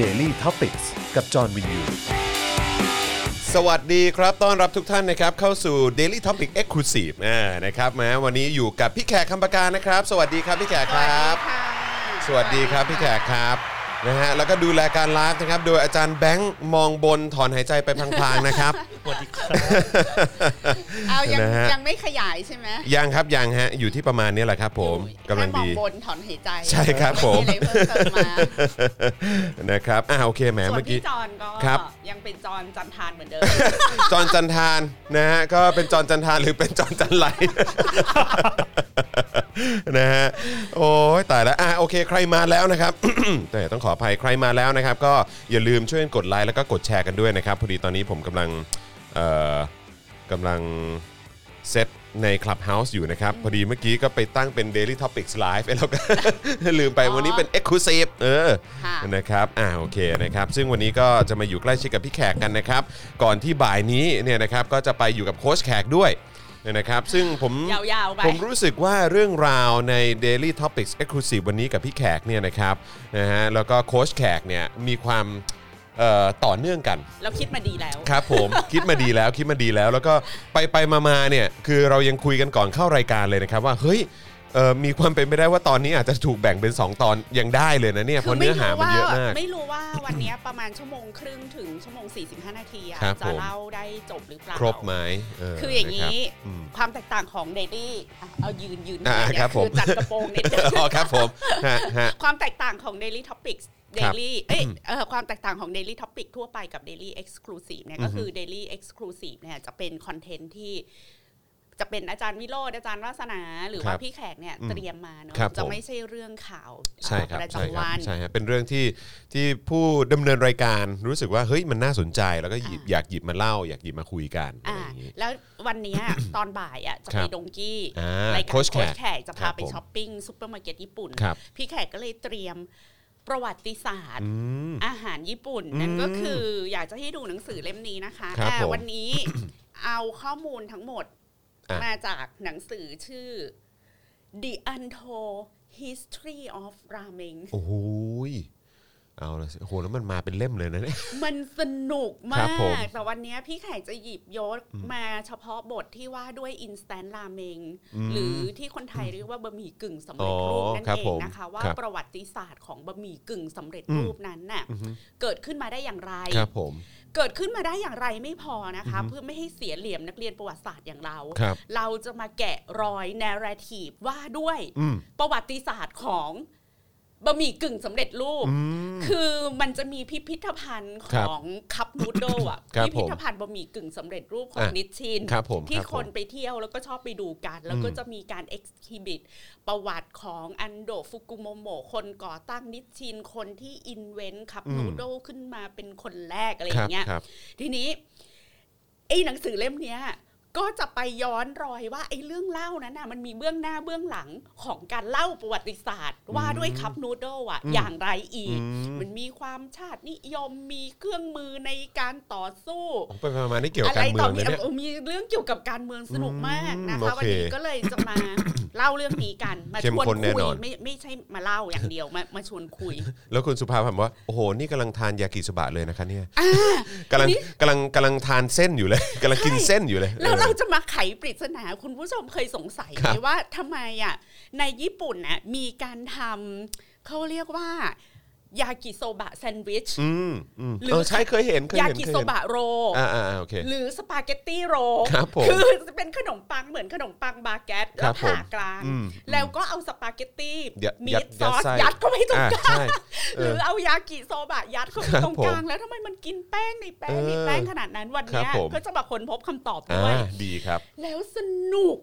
Daily t o p i c กกับจอห์นวินยู สวัสดีครับ ต้อนรับทุกท่านนะครับ เข้าสู่ Daily Topic Exclusive อ่านะครับมาวันนี้อยู่กับพี่แขกคำปากานะครับ สวัสดีครับพี่แขกครับ สวัสดีครับพี่แขกครับนะฮะแล้วก็ดูแลการไลฟ์นะครับ โดยอาจารย์แบงค์มองบนถอนหายใจไปพลางๆนะครับ เอายัง นะฮะ ยังไม่ขยายใช่ไหม ยังครับยังฮะอยู่ที่ประมาณนี้แหละครับ ผมกำลังดี แค่มอบนถอนหายใจ ใช่ครับผม ไอะไรเพิ่มเติมมา นะครับอ่า โอเคแหม ส่ว เมื่ น อกี้ พี่จอนก็ ครับ ยังเป็นจอนจันทานเหมือนเดิม จอนจันทานนะฮะก็เป็นจอนจันทานหรือเป็นจอนจันไหล นะฮะโอ้ยตายแล้วอ่ะโอเคใครมาแล้วนะครับ แต่ต้องขออภัยใครมาแล้วนะครับ ก็อย่าลืมช่วยกดไลค์แล้วก็กดแชร์กันด้วยนะครับพอดีตอนนี้ผมกำลังเอ่อกำลังเซตใน Clubhouse อยู่นะครับ พอดีเมื่อกี้ก็ไปตั้งเป็น Daily Topics Live แล้วก็ ลืมไปวันนี้เป็น Exclusive เออ ค่ะ นะครับ อ่า โอเค นะครับ ซึ่งวันนี้ก็จะมาอยู่ใกล้ชิดกับพี่แขกกันนะครับ ก่อนที่บ่ายนี้ เนี่ยนะครับ ก็จะไปอยู่กับโค้ชแขกด้วยเนี่ยนะครับ ซึ่งผม ยาวๆไป ผมรู้สึกว่าเรื่องราวใน Daily Topics Exclusive วันนี้กับพี่แขกเนี่ยนะครับ นะฮะ แล้วก็โค้ชแขกเนี่ย มีความเอ่อต่อเนื่องกัน เราคิดมาดีแล้ว ครับผม คิดมาดีแล้วคิดมาดีแล้วแล้วก็ไปไปมามาเนี่ยคือเรายังคุยกันก่อนเข้ารายการเลยนะครับว่าเฮ้ยเอ่อมีความเป็นไปได้ว่าตอนนี้อาจจะถูกแบ่งเป็น 2 ตอนยังได้เลยนะเนี่ยเพ คื ราะเนื้อหามันเยอะมาก ไม่รู้ว่าวันเนี้ยประมาณชั่วโมงครึ่งถึงชั่วโมง 45 นาทีอะ ครับ จะ ผม เล่าได้จบหรือเปล่า ครบไหมเ คืออย่าง นี้ นี้ความแตกต่างของเดลี่ะเอายืนยืน อ่า ยืนเนี่ย ครับผม อจัดกระโปรงนิดนึง อ๋อครับ ผมฮะฮะ ความแตกต่างของ Daily Topics ครับ Daily เอ้ยเอ่อความแตกต่างของ Daily Topic ทั่วไปกับ Daily Exclusive เนี่ยก็คือ Daily Exclusive เนี่ยจะเป็นคอนเทนต์ที่จะเป็นอาจารย์วิโรจน์อาจารย์วาสนา หรืคอรั ว่า บ พี่แขกเนี่ย อืม เตรียมมาเนาะ ครับ จะ ผม ไม่ใช่เรื่องข่าว ใช่ครับ ประ ใช่ จำ ครับ วัน ใช่ฮะเป็นเรื่องที่ที่ผู้ดำเนินรายการรู้สึกว่าเฮ้ยมันน่าสนใจแล้วก็หยิบ อ่า อยากหยิบมาเล่า อยากหยิบมาคุยกันอะ อ่า ไรอย่างนี้ แล้ววันเนี้ย ตอนบ่ายอ่ะจะ ครั ไป บ ดงกี้ อ่าร ายการ โค้ โค้ ช ช แขก แขกจะ ครั พา บ ไป ผม ช้อปปิ้งซูเปอร์มาร์เก็ตญี่ปุ่น ครับ พี่แขกก็เลยเตรียมประวัติศาสตร์ อืม อาหารญี่ปุ่น อืม นั่นก็คืออยากจะให้ดูหนังสือเล่มนี้นะคะ ครับ อ่า ผม วัน นี้ เอาข้อมูลทั้งหมด อ่ะ มาจากหนังสือชื่อ The Untold History of Ramen โอ้โหยเอาละสิโอ้โหแล้วมันมาเป็นเล่มเลยนะเนี่ย มันสนุก ครั มา บผม ก แต่วันนี้พี่แขกจะหยิบยศมาเฉพาะบทที่ว่าด้วย instant ramen หรือที่คนไทยเรียกว่าบะหมี่กึ่งสำเร็จรูปนั่น อ๋อครับ เอ ผ ง ม นะคะ ว่า ครับ ประวัติศาสตร์ของบะหมี่กึ่งสำเร็จ อืม รูปนั้นน่ะเกิดขึ้นมาได้อย่างไร ครับผม เกิดขึ้นมาได้อย่างไรไม่พอนะคะ เพื่อไม่ให้เสียเหลี่ยมนักเรียนประวัติศาสตร์อย่างเรา ครับ เราจะมาแกะรอย narrative ว่าด้วย อืม ประวัติศาสตร์ของบะหมี่กึ่งสำเร็จรูป อืม คือมันจะมีพิพิธภัณฑ์ของคัพนูโดอ่ะ ครับ พิพิธภัณฑ์บะหมี่กึ่งสำเร็จรูปของ อ่ะ นิชชิน ครับผม ที่ ครับผม คนไปเที่ยวแล้วก็ชอบไปดูกัน แล้วก็ อืม จะมีการเอ็กซิบิทประวัติของอันโดะฟุกุโมโมะคนก่อตั้งนิชชิน คนที่อินเวนต์คัพ อืม นูโดขึ้นมาเป็นคนแรกอะไรอ ครับ ย่างเงี้ย ครับ ทีนี้ไอ้หนังสือเล่มเนี้ย ก็จะไปย้อนรอยว่าไอ้เรื่องเล่านั้นน่ะมันมีเบื้องหน้าเบื้องหลังของการเล่าประวัติศาสตร์ ว่าด้วยคัพนูโดอ่ะ อืม อย่างไรอีก อืม มันมีความชาตินิยมมีเครื่องมือในการต่อสู้ โอ้ไปประมาณนี้เกี่ยวกับ อะ กา ไร รเมื ต่ อ อง เล มี ยเนี่ย เออมีเรื่องเกี่ยวกับการเมืองสนุกมากนะ อืม คะ โอเค วันนี้ก็เลยจะมา เล่าเรื่องนี้กันมา เข้ ช ม วน ข้นแน่ คุ น ย อน ไม่ไม่ใช่มาเล่าอย่างเดียวมามาชวนคุย แล้วคุณสุภาพรบอกว่า โอ้โห นี่กำลังทานยากิโซบะเลยนะคะเนี่ยกำลังกำลังกำลังทานเส้นอยู่เลย กำลังกินเส้นอยู่เลย แล้ว ออ เราจะมาไขปริศนาคุณผู้ชมเคยสงสัย ค ไห รั ม บ ว่าทำไมอ่ะในญี่ปุ่นน่ะมีการทำเขาเรียกว่า ยากิโซบะแซนด์วิช อืมอืม หรือ เออใช่เคยเห็นเคย ยา เห็น กิ เคย โซ เห็น บะโรล อ่าอ่าอ่าโอเค หรือสปาเกตตี้โรล ครับผม คือจะเป็นขนมปังเหมือนขนมปังบาเกต ครั แล้ว บผม ผ่ากลาง อืม แล้วก็เอาสปาเกตตี้ ยัด มี ยัด ดซอส ยัดไส้ ยัดเข้าไปตรง อ่าก ลาง ใช่เอ หรือ อเอายากิโซบะยัดเข้าไป ครับ ตรงกลาง ผม แล้วทำไมมันกินแป้งในแป้ง เออ ในแป้งขนาดนั้นวัน ครับ เนี้ย ผม ก็จะมาค้นพบคำตอบ อ่ ด้วย าดีครับ แล้วสนุก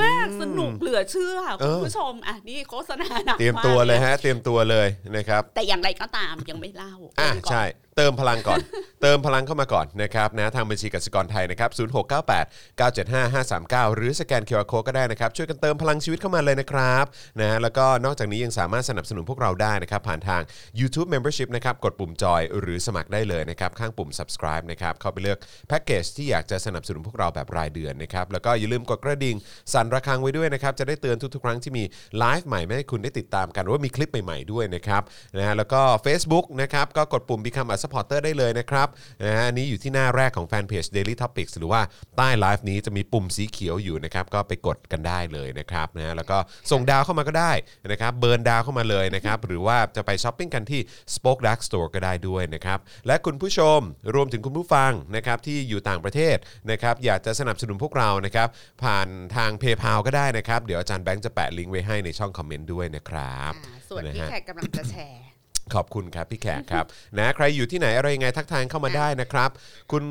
มาก อืม สนุกเหลือเชื่อ เอ คุณ อ ผู้ชมอ่ะนี่โฆษณาหนัก เตรียม าก ตัวเลย นี่ ฮะ เตรียมตัวเลยนะครับ แต่อย่างไรก็ตามยังไม่เล่า อ่ะ เล่นก่น ใช่ เติมพลัง ก่อน เติมพลังเข้ามาก่อนนะครับนะทางบัญชีกสิกรไทยนะครับ0698 975 539 หรือสแกน QR Code ก็ได้นะครับ ช่วยกันเติมพลังชีวิตเข้ามาเลยนะครับนะแล้วก็นอกจากนี้ยังสามารถสนับสนุนพวกเราได้นะครับ ผ่านทาง YouTube Membership นะครับกดปุ่มจอยหรือสมัครได้เลยนะครับ ข้างปุ่ม subscribe นะครับเข้าไปเลือกแพ็กเกจที่อยากจะสนับสนุนพวกเราแบบรายเดือนนะครับแล้วก็อย่าลืมกดกระดิ่งสั่นระฆังไว้ด้วยนะครับจะได้เตือนทุกๆ ครั้งที่มีไลฟ์ใหม่ไม่ให้คุณได้ติดตามกันหรือว่ามีคลิปใหม่ๆด้วยนะครับนะฮะแล้วก็ Facebook นะครับก็กดปุ่ม Become a supporter ได้เลยนะครับนะฮะอันนี้อยู่ที่หน้าแรกของแฟนเพจ Daily Topics หรือว่าใต้ไลฟ์นี้จะมีปุ่มสีเขียวอยู่นะครับก็ไปกดกันได้เลยนะครับนะฮะแล้วก็ส่งดาวเข้ามาก็ได้นะครับเบิร์นดาวเข้ามาเลยนะครับหรือว่าจะไปช้อปปิ้งกันที่ Spoke Dark Store ก็ได้ด้วยนะครับและคุณผู้ชมรวมถึงคุณผู้ฟังนะครับที่อยู่ต่างประเทศนะครับอยากจะสนับสนุนพวกเรานะครับผ่านทางเพย์พาก็ได้นะครับเดี๋ยวอาจารย์แบงค์จะแปะลิงก์ไว้ให้ในช่องคอมเมนต์ด้วยนะครับ อ่าส่วน นะ พี่ ฮะ แขกกำลังจะแชร์ ขอบคุณครับ พี่แขกครับ นะใครอยู่ที่ไหนอะไรยังไงทักทายเข้ามาได้นะครับ คุณ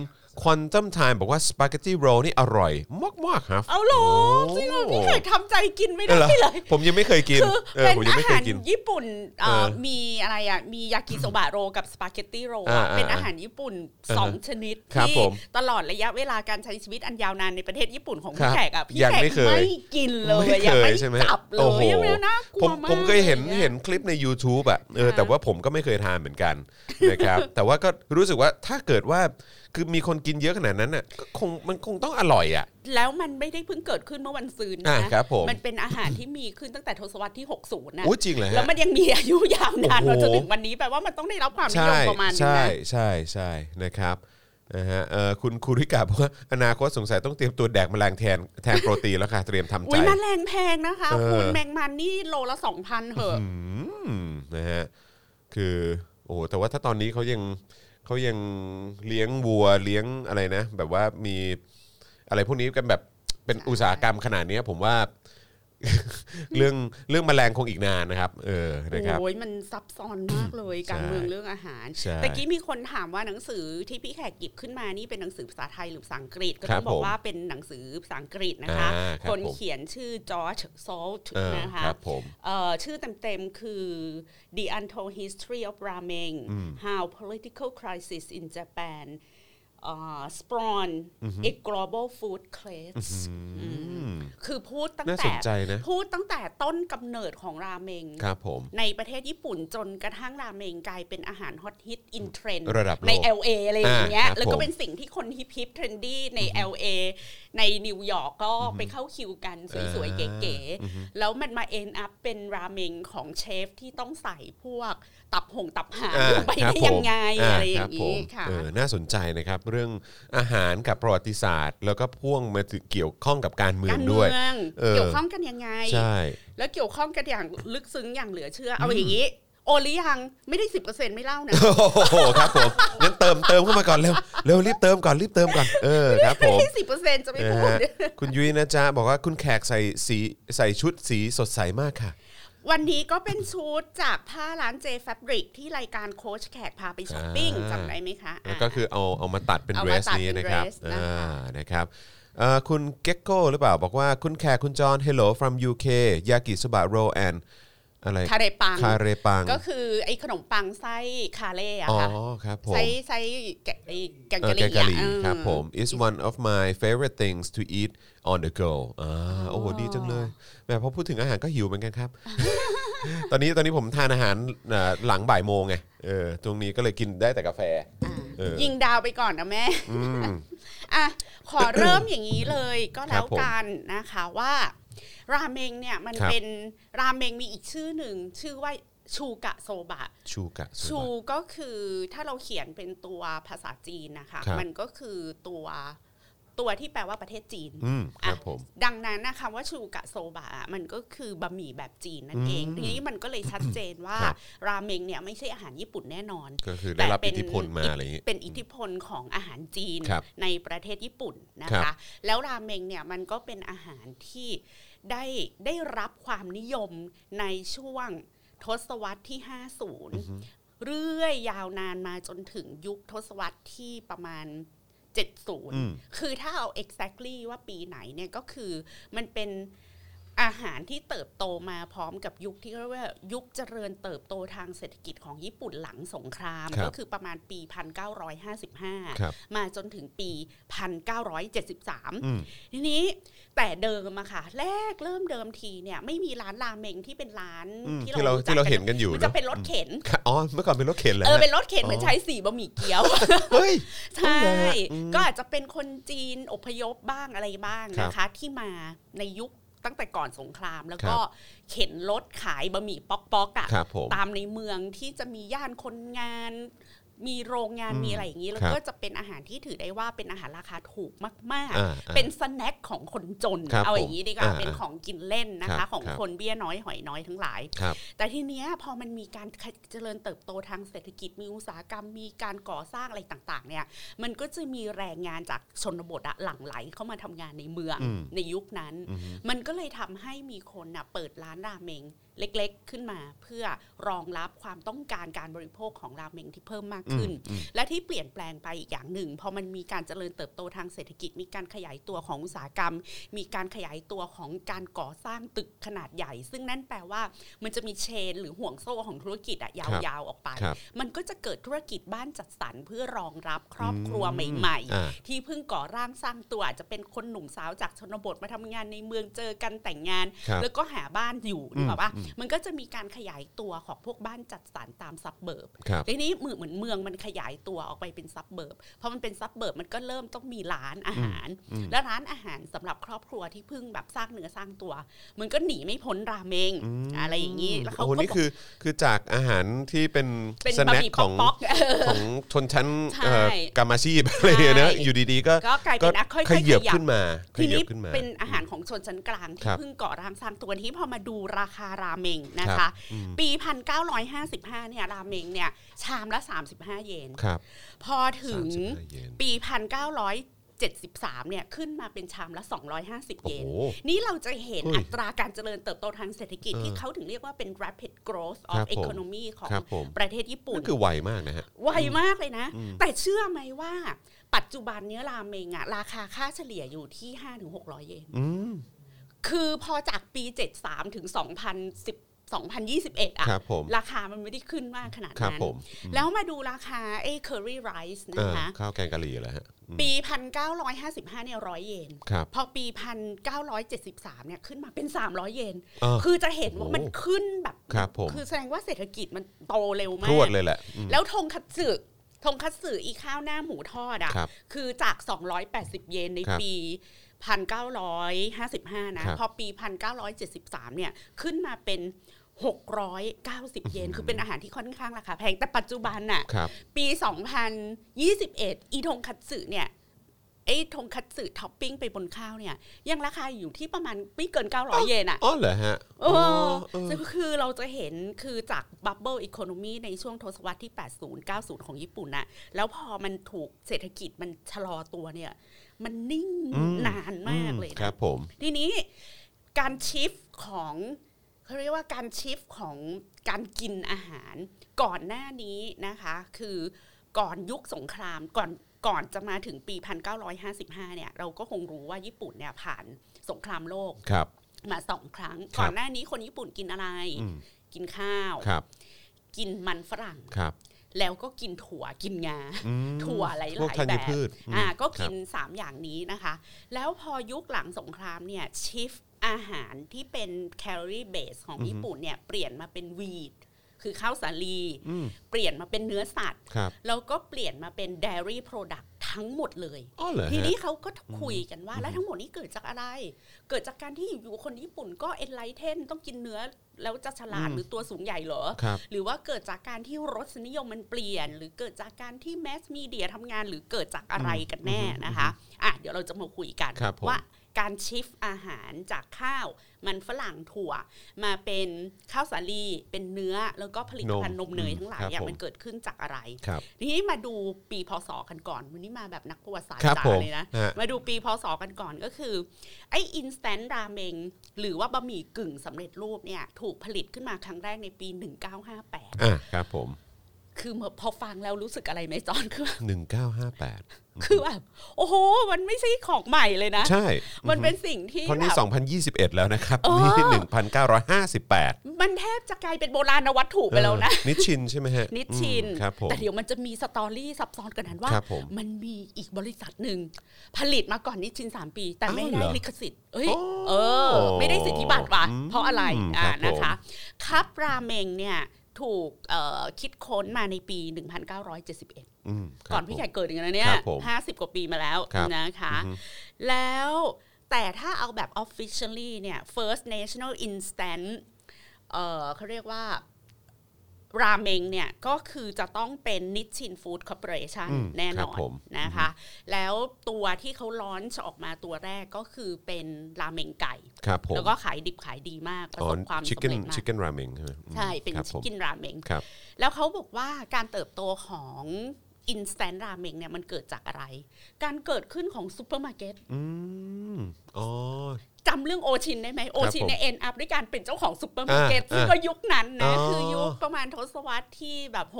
ควอนตัมไทม์บอกว่าสปาเกตตี้โรนี่อร่อยมากๆครับ เอาเหรอ โอ้ จริงเหรอพี่แขกทำใจกินไม่ เอ ได้ อเหรอ เลย ผมยังไม่เคยกิน คือ เออ เป็น ผมยัง อา ไม่เค หาย ร กิน ญี่ปุ่นเอ่อ เออ มีอะไรอ่ะมียากิโซบะโรกับสปาเกตตีโร อ่า อะ อ่า เป็นอาหารญี่ปุ่น อ่าฮะ สองชนิด ครับ ที่ ผม ตลอดระยะเวลาการใช้ชีวิตอันยาวนานในประเทศญี่ปุ่นของ ครั พี่ บ แขกอ่ะพี่ ยัง แขก ไม่เคย ไม่กินเลย ไม่ ยัง เค ไม่ ยใช่ไหม จับเล โอ้โห ยยังไม่น่าผกลัว ม มาก ผมเคยเห็นเห็นคลิปใน YouTube อ่ะเออแต่ว่าผมก็ไม่เคยทานเหมือน กันนะครับ แต่ว่าก็รู้สึกว่าถ้าเกิดว่าคือมีคนกินเยอะขนาดนั้นน่ะก็คงมันคงต้องอร่อยอ่ะ แล้วมันไม่ได้เพิ่งเกิดขึ้นเมื่อวันซืน อ่า นะครับ ผม มันเป็นอาหารที่มีขึ้นตั้งแต่ทศวรรษที่ 60นะ โอ้ยจริงเหรอ แล้ว ฮะ มันยังมีอายุยาวนาน โอ้ มา โห จนถึงวันนี้แปลว่ามันต้องได้รับความนิย ใช่ มประมาณนึง ใช่ นะ ใช่ใช่นะครับนะฮะเอ่อคุณคุริกาบอกว่าอนาคตสงสัยต้องเตรียมตัวแดกแมลงแทนแทนโปรตีนแล้วค่ะ เตรียมทำใจ อุ้ยแมลงแพงนะคะ เออ คุณแมงมันนี่โลละสองพันเหอะ อืมนะฮะคือโอ้โหแต่ว่าถ้าตอนนี้เขายังเขายังเลี้ยงวัวเลี้ยงอะไรนะ แบบว่ามีอะไรพวกนี้กันแบบเป็นอุตสาหกรรมขนาดเนี้ยผมว่า เรื่องเรื่องแมลงคงอีกนานนะครับ เออนะครับ โอ้ยมันซับซ้อนมากเลยการ ใช่ เมืองเรื่องอาหาร ใช่ แต่กี้มีคนถามว่าหนังสือที่พี่แขกหยิบขึ้นมานี่เป็นหนังสือภาษาไทยหรือภาษาอังกฤษก็ ครั ต้ บ องบอ ผม กว่าเป็นหนังสือภาษาอังกฤษนะคะ อ่าครับ คน ผม เขียนชื่อจอร์จโซลต์ เออ นะคะ ครับผม เอ่อชื่อเต็มๆ คือ The Untold History of Ramen How Political Crisis in Japan เอ่อ Spawn a Global Food Crisis คือพูดตั้ง น่าส แต่ นใจนะ พูดตั้งแต่ต้นกำเนิดของราเมง ครับผม ในประเทศญี่ปุ่นจนกระทั่งราเมงกลายเป็นอาหารฮอตฮิตอินเทรนด์ ระดับโลก ใน LA อะไรอย่างเงี้ย อ่าครับ แล้ว ผ ก็ ม เป็นสิ่งที่คนฮิปฮิปเทรนดี้ใน LA ในนิวยอร์กก็ไปเข้าคิวกันสวยๆ อ่า เก๋ๆ แล้วมันมาเอ็นอัพเป็นราเมงของเชฟที่ต้องใส่พวกตับหงตับหาง อ่า ลงไป ครับ ได้ ผม ยังไง า อะไรอย่า รับ ง ผ นี้ ม ค่ะ เออน่าสนใจนะครับ เรื่องอาหารกับประวัติศาสตร์ แล้วก็พ่วงมาถึงเกี่ยวข้องกับการเมือง การเมื ด้วย อง เออ เกี่ยวข้องกันยังไง ใช่ แล้วเกี่ยวข้องกันอย่างลึกซึ้งอย่างเหลือเชื่อเอาอย่างนี้ โอหรือยังไม่ได้สิบเปอร์เซ็นต์ไม่เล่านะ โอ้โหครับผมงั้นเติมเติมเข้ามาก่อนเร็วเร็วรีบเติมก่อนรีบเติมก่อนเออครับผม ไม่สิบเปอร์เซ็นต์จะไม่ นะ พูด ฮะคุณยุ้ยนะจ๊ะบอกว่าคุณแขกใส่สีใส่ชุดสีสดใสมากค่ะ วันนี้ก็เป็นชุดจากผ้าร้าน J Fabric ที่รายการโค้ชแขกพาไปช้อปปิ้ง อ่า จำได้ไหมคะ แล้ว อ่า ก็คือเอาเอามาตัดเป็น เอา เดร มา ส ตัด นี้ เป็น นะครับ dress นะคะ อ่า นะครับเอ่อคุณเก็กโก้หรือเปล่า บอกว่าคุณแขกคุณจอน hello from UK ยากิสบะโรแอนอะไร คาเรปัง คาเรปัง ก็คือไอ้ขนมปังไส้คาเล่อะ อ๋อ ค่ะ ครับผม ไส้ไส้แกะไอ้แกง เอ่อก ะห แกงรี่กะหรี่ อะเออ ครับผม is one of my favorite things to eat on the go อ่าโอ้โหดีจังเลยแหมพอพูดถึงอาหารก็หิวเหมือนกันครับ ตอนนี้ตอนนี้ผมทานอาหารเอ่อหลังบ่ายโมงไงเออตรงนี้ก็เลยกินได้แต่กาแฟ อ่า เออ ยิงดาวไปก่อนนะแม่ อืม อ่ะขอ เริ่มอย่างนี้เลยก็ ครั แล้ว บผม กันนะคะว่า ราเมงเนี่ยมัน ครับ เป็นราเมงมีอีกชื่อหนึ่งชื่อว่าชูกะโซบะ ชูกะโซบะ ชูก็คือถ้าเราเขียนเป็นตัวภาษาจีนนะคะ ครับ มันก็คือตัวตัวที่แปลว่าประเทศจีน อืมครับ อ่ะ ผม ดังนั้นนะคะว่าชูกะโซบะอ่ะมันก็คือบะหมี่แบบจีนนั่นเอง อืม ทีนี้มันก็เลยชัดเจนว่า ครับ ราเมงเนี่ยไม่ใช่อาหารญี่ปุ่นแน่นอน ก็คือได้รับ แต่เป็ อิ น ทธิพลมาอะไรอย่างงี้ เป็นอิทธิพลของอาหารจีน ครับ ในประเทศญี่ปุ่นนะ ครั คะ บ แล้วราเมงเนี่ยมันก็เป็นอาหารที่ได้ได้รับความนิยมในช่วงทศวรรษที่ 50 เรื่อยยาวนานมาจนถึงยุคทศวรรษที่ประมาณ 70 คือถ้าเอา exactly ว่าปีไหนเนี่ยก็คือมันเป็นอา อาหารที่เติบโตมาพร้อมกับยุคที่เรียกว่ายุคเจริญเติบโตทางเศรษฐกิจของญี่ปุ่นหลังสงคราม ครับ ก็คือประมาณปี ครับ 1955 มาจนถึงปี อืม 1973 ทีนี้แต่เดิมอะค่ะ แรกเริ่มเดิมทีเนี่ยไม่มีร้านราเมงที่เป็นร้าน อืมที่เราที่เราเห็นกันอยู่ มัน เน จะ อะ เป็นรถเข็น ค่ะอ๋อเมื่อก่อนเป็นรถเข็นเหรอ เออ ฮะ เป็นรถเข็น อ๋อ เหมือนใช้สีบะหมี่เกี๊ยว เฮ้ย ใช่ เอาเหรออืม ก็อาจจะเป็นคนจีนอพยพบ้างอะไรบ้างนะคะ ที่มาในยุคตั้งแต่ก่อนสงคราม แล้วก็เข็นรถขายบะหมี่ป๊อกๆอะ ครับผม ตามในเมืองที่จะมีย่านคนงาน มีโรงงาน อืม มีอะไรอย่างนี้ แล้ว ครับ ก็จะเป็นอาหารที่ถือได้ว่าเป็นอาหารราคาถูกมาก อ่า ๆ อ่า เป็นสแน็คของคนจน ครับ เอาอย่างนี้ดีกว่า ผม เป็นของกินเล่นนะ ครั คะ บ ของ ครับ คนเบี้ยน้อยหอยน้อยทั้งหลาย ครับ แต่ทีเนี้ยพอมันมีการเจริญเติบโตทางเศรษฐกิจมีอุตสาหกรรมมีการก่อสร้างอะไรต่างๆเนี่ยมันก็จะมีแรงงานจากชนบทอะหลั่งไหลเข้ามาทำงานในเมือง อืม ในยุคนั้น อืม มันก็เลยทำให้มีคนนะเปิดร้านราเมงเล็กๆ ขึ้นมา เพื่อรองรับความต้องการการบริโภคของราเมงที่เพิ่มมากขึ้น อืมอืม และที่เปลี่ยนแปลงไปอีกอย่างหนึ่งพอมันมีการเจริญเติบโตทางเศรษฐกิจ มีการขยายตัวของอุตสาหกรรม มีการขยายตัวของการก่อสร้างตึกขนาดใหญ่ ซึ่งนั่นแปลว่ามันจะมีเชน หรือห่วงโซ่ของธุรกิจอะยาวๆออกไป ครับ มันก็จะเกิดธุรกิจบ้านจัดสรรเพื่อรองรับครอบครัว อืม ใหม่ อ่า ๆ ที่เพิ่งก่อร่างสร้างตัวอาจจะเป็นคนหนุ่มสาวจากชนบทมาทำงานในเมืองเจอกันแต่งงาน ครับ แล้วก็หาบ้านอยู่ อืม นึกออกปะ อืม มันก็จะมีการขยายตัวของพวกบ้านจัดสรรตามซับเบิร์บ ครับ ทีนี้เหมือนเหมือนเมืองมันขยายตัวออกไปเป็นซับเบิร์บพอมันเป็นซับเบิร์บมันก็เริ่มต้องมีร้านอาหาร อืม และร้านอาหารสำหรับครอบครัวที่เพิ่งแบบสร้างเนื้อสร้างตัว มันก็หนีไม่พ้นราเมงอะไรอย่างนี้แล้วเขา โอ้โห ก็ นี่ บอก คือคือจากอาหารที่เป็น เป็น ส บะ แน็คหมี่ ของ ป๊อกๆเออ ของชนชั้นเอ่อ ใช่ กรรมอาชีพอะไรอย่างเงี้ยนะ ใช่ อยู่ดีๆก็ ก็กลาย ก็ เป็นนะค่อยๆ ขยับ ขยับ ขึ้นมาข ที ยั นี้ บขึ้นมา เป็นอาหารของชนชั้นกลาง ครั ที่ บ เพิ่งก่อร่างสร้างตัวที่พอมาดูราคาราเมงนะ ครั คะ บอืม ปี 1955เนี่ยราเมงเนี่ยชามละ 35 เยน ครับ พอถึง สามสิบห้าเยน ปี 1973 เนี่ยขึ้นมาเป็นชามละ 250 เยน โอ้โห นี่เราจะเห็น เฮ้ย อัตราการเจริญเติบโตทางเศรษฐกิจ เออ ที่เขาถึงเรียกว่าเป็น rapid growth ครั of บผม economy ของ ครับผม ประเทศญี่ปุ่น นั่นคือไวมากนะฮะ ไวมากเลยนะ อืม แต่เชื่อไหมว่า ปัจจุบันเนี้ยราเมงอะราคาค่าเฉลี่ยอยู่ที่ 5-600 เยน อืม คือพอจากปี 73 ถึง 2010 2021อะ ครับผม ราคามันไม่ได้ขึ้นมากขนาด ครับ นั้น ผม แล้วมาดูราคาไอ้ curry rice นะ อ่า คะ ข้าวแกงกะหรี่เหรอฮะอืม ปี 1955เนี่ยร้อยเยน ครับ พอปี 1973เนี่ยขึ้นมาเป็น 300 เยน อ่า คือจะเห็นว่า โอ้โห มันขึ้นแบบ ครับผม อแสดงว่าเศรษฐกิจมันโตเร็ว พ มาร วด ก เลยแหละอืม แล้วทงคัตสึทงคัตสึอีข้าวหน้าหมูทอดอะ ครับ คือจาก 280 เยนใน ครับ ปี 1955 นะ ครับ พอปี 1973 เนี่ยขึ้นมาเป็น 690 เยน อืม คือเป็นอาหารที่ค่อนข้างราคาแพง แต่ปัจจุบันน่ะ ครับ ปี 2021 อีทงคัตสึเนี่ยไอ้ทงคัตสึท็อปปิ้งไปบนข้าวเนี่ย ยังราคาอยู่ที่ประมาณไม่เกิน 900 เยนอ่ะ อ๋อเหรอฮะ เออ เออ ซึ่งคือเราจะเห็นคือจากบับเบิลอีโคโนมีในช่วงทศวรรษที่ 80 90 ของญี่ปุ่นน่ะ แล้วพอมันถูกเศรษฐกิจมันชะลอตัวเนี่ย มันนิ่ง อืม นานมากเลย ครั นะ บผม ทีนี้การชิฟของเขาเรียกว่าการชิฟของการกินอาหารก่อนหน้านี้นะคะ คือก่อนยุคสงครามก่อนก่อนจะมาถึงปี 1955 เนี่ย เราก็คงรู้ว่าญี่ปุ่นเนี่ยผ่านสงครามโลก ครับ มาสองครั้ง ครับ ก่อนหน้านี้คนญี่ปุ่นกินอะไร อืม กินข้าว ครับ กินมันฝรั่ง ครับ แล้วก็กินถั่วกินงา อืม ถั่วหลาย พวก ๆ ธั แบ ญ บ พืชม อ่าก็กิ คน รับ 3 อย่างนี้นะคะ แล้วพอยุคหลังสงครามเนี่ยชิฟอาหารที่เป็นแคลอรี่เบสของ อือฮึ ญี่ปุ่นเนี่ยเปลี่ยนมาเป็นวีดคือข้าวสาลี อืม เปลี่ยนมาเป็นเนื้อสัตว์ ครับ แล้วก็เปลี่ยนมาเป็นเดรี่โปรดักต์ทั้งหมดเลย อ๋อเหรอฮะ ทีนี้เขาก็คุยกันว่า แล้วทั้งหมดนี้เกิดจากอะไร เกิดจากการที่อยู่ๆคนญี่ปุ่นก็เอ็นไลเทนต้องกินเนื้อแล้วจะฉลาด อืม หรือตัวสูงใหญ่เหรอ ครับ หรือว่าเกิดจากการที่รสนิยมมันเปลี่ยน หรือเกิดจากการที่แมสมีเดียทำงานหรือเกิดจากอะไรกันแน่นะคะอ่ะเดี๋ยวเราจะมาคุยกัน ครับผม ว่าการชิฟอาหารจากข้าว มันฝรั่งถั่ว มาเป็นข้าวสาลีเป็นเนื้อแล้วก็ผลิตภัณฑ์นมเนยทั้งหลายเนี่ยมันเกิดขึ้นจากอะไร ครับ ทีนี้มาดูปีพศกันก่อนวันนี้มาแบบนักประวัติศาสตร์ ครับ จ๋า ผม เลยนะ ฮะ มาดูปีพศกันก่อนก็คือ ไอ้อินสแตนต์ราเมงหรือว่าบะหมี่กึ่งสำเร็จรูปเนี่ย ถูกผลิตขึ้นมาครั้งแรกในปี 1958 อ่ะครับผม คือพอฟังแล้วรู้สึกอะไรไหมจอน คือ 1958 คือแบบโอ้โห มันไม่ใช่ของใหม่เลยนะ ใช่ มันเป็นสิ่งที่ เพราะ แบ นี่ บ 2021 แล้วนะครับ เออ นี่ 1958 มันแทบจะกลายเป็นโบราณวัตถุไปแล้วนะ เออนิชชินใช่ไหมฮะ นิชชิน อืมครับผม แต่เดี๋ยวมันจะมีสตอรี่ซับซ้อนกันนั้นว่า ครับผม มันมีอีกบริษัทหนึ่ง ผลิตมาก่อนนิชชิน 3 ปี แต่ไม่ อ้าวเหร ได้ อ ลิขสิทธิ์เอ้ย โอ้ เออ ไม่ได้สิทธิบัตรว่ะ อืม เพราะอะไรอ่า ครับผม นะคะคับราเมงเนี่ยถูกเอ่อคิดค้นมาในปี 1971 อืมครับ ก่อนพี่ ผม ใหญ่เกิดอย่างนั้นเนี่ย ครับผม ห้าสิบกว่าปีมาแล้ว ครับ นะคะ แล้วแต่ถ้าเอาแบบ officially เนี่ย first national instant เอ่อเขาเรียกว่า ราเมงเนี่ย ก็คือจะต้องเป็นนิชชินฟู้ดคอร์ปอเรชัน อืม แน่ คน รับ อน ผม นะคะ แล้วตัวที่เขาล้อนออกมาตัวแรกก็คือเป็นราเมงไก่ ครับผม แล้วก็ขายดิบขายดีมาก ประ อ๋อ สบความ ชิค สำ เก้น เร็จมา ชิค ก เก้นราเมงใช่ไหมอืม ใช่เป็น ครับ ชิ ผ ค ม กินราเมง ครับ แล้วเขาบอกว่าการเติบโตของ instant ramen เนี่ยมันเกิดจากอะไร การเกิดขึ้นของซูเปอร์มาร์เก็ต อืมอ๋อ จำเรื่องโอชินได้ไหมโอชินเนี่ยเอ็นอัพด้วยการเป็นเจ้าของซูเปอร์มาร์เก็ต อ่า ซึ่งก็ยุคนั้นนะ อ๋อ คือยุคประมาณทศวรรษที่แบบค60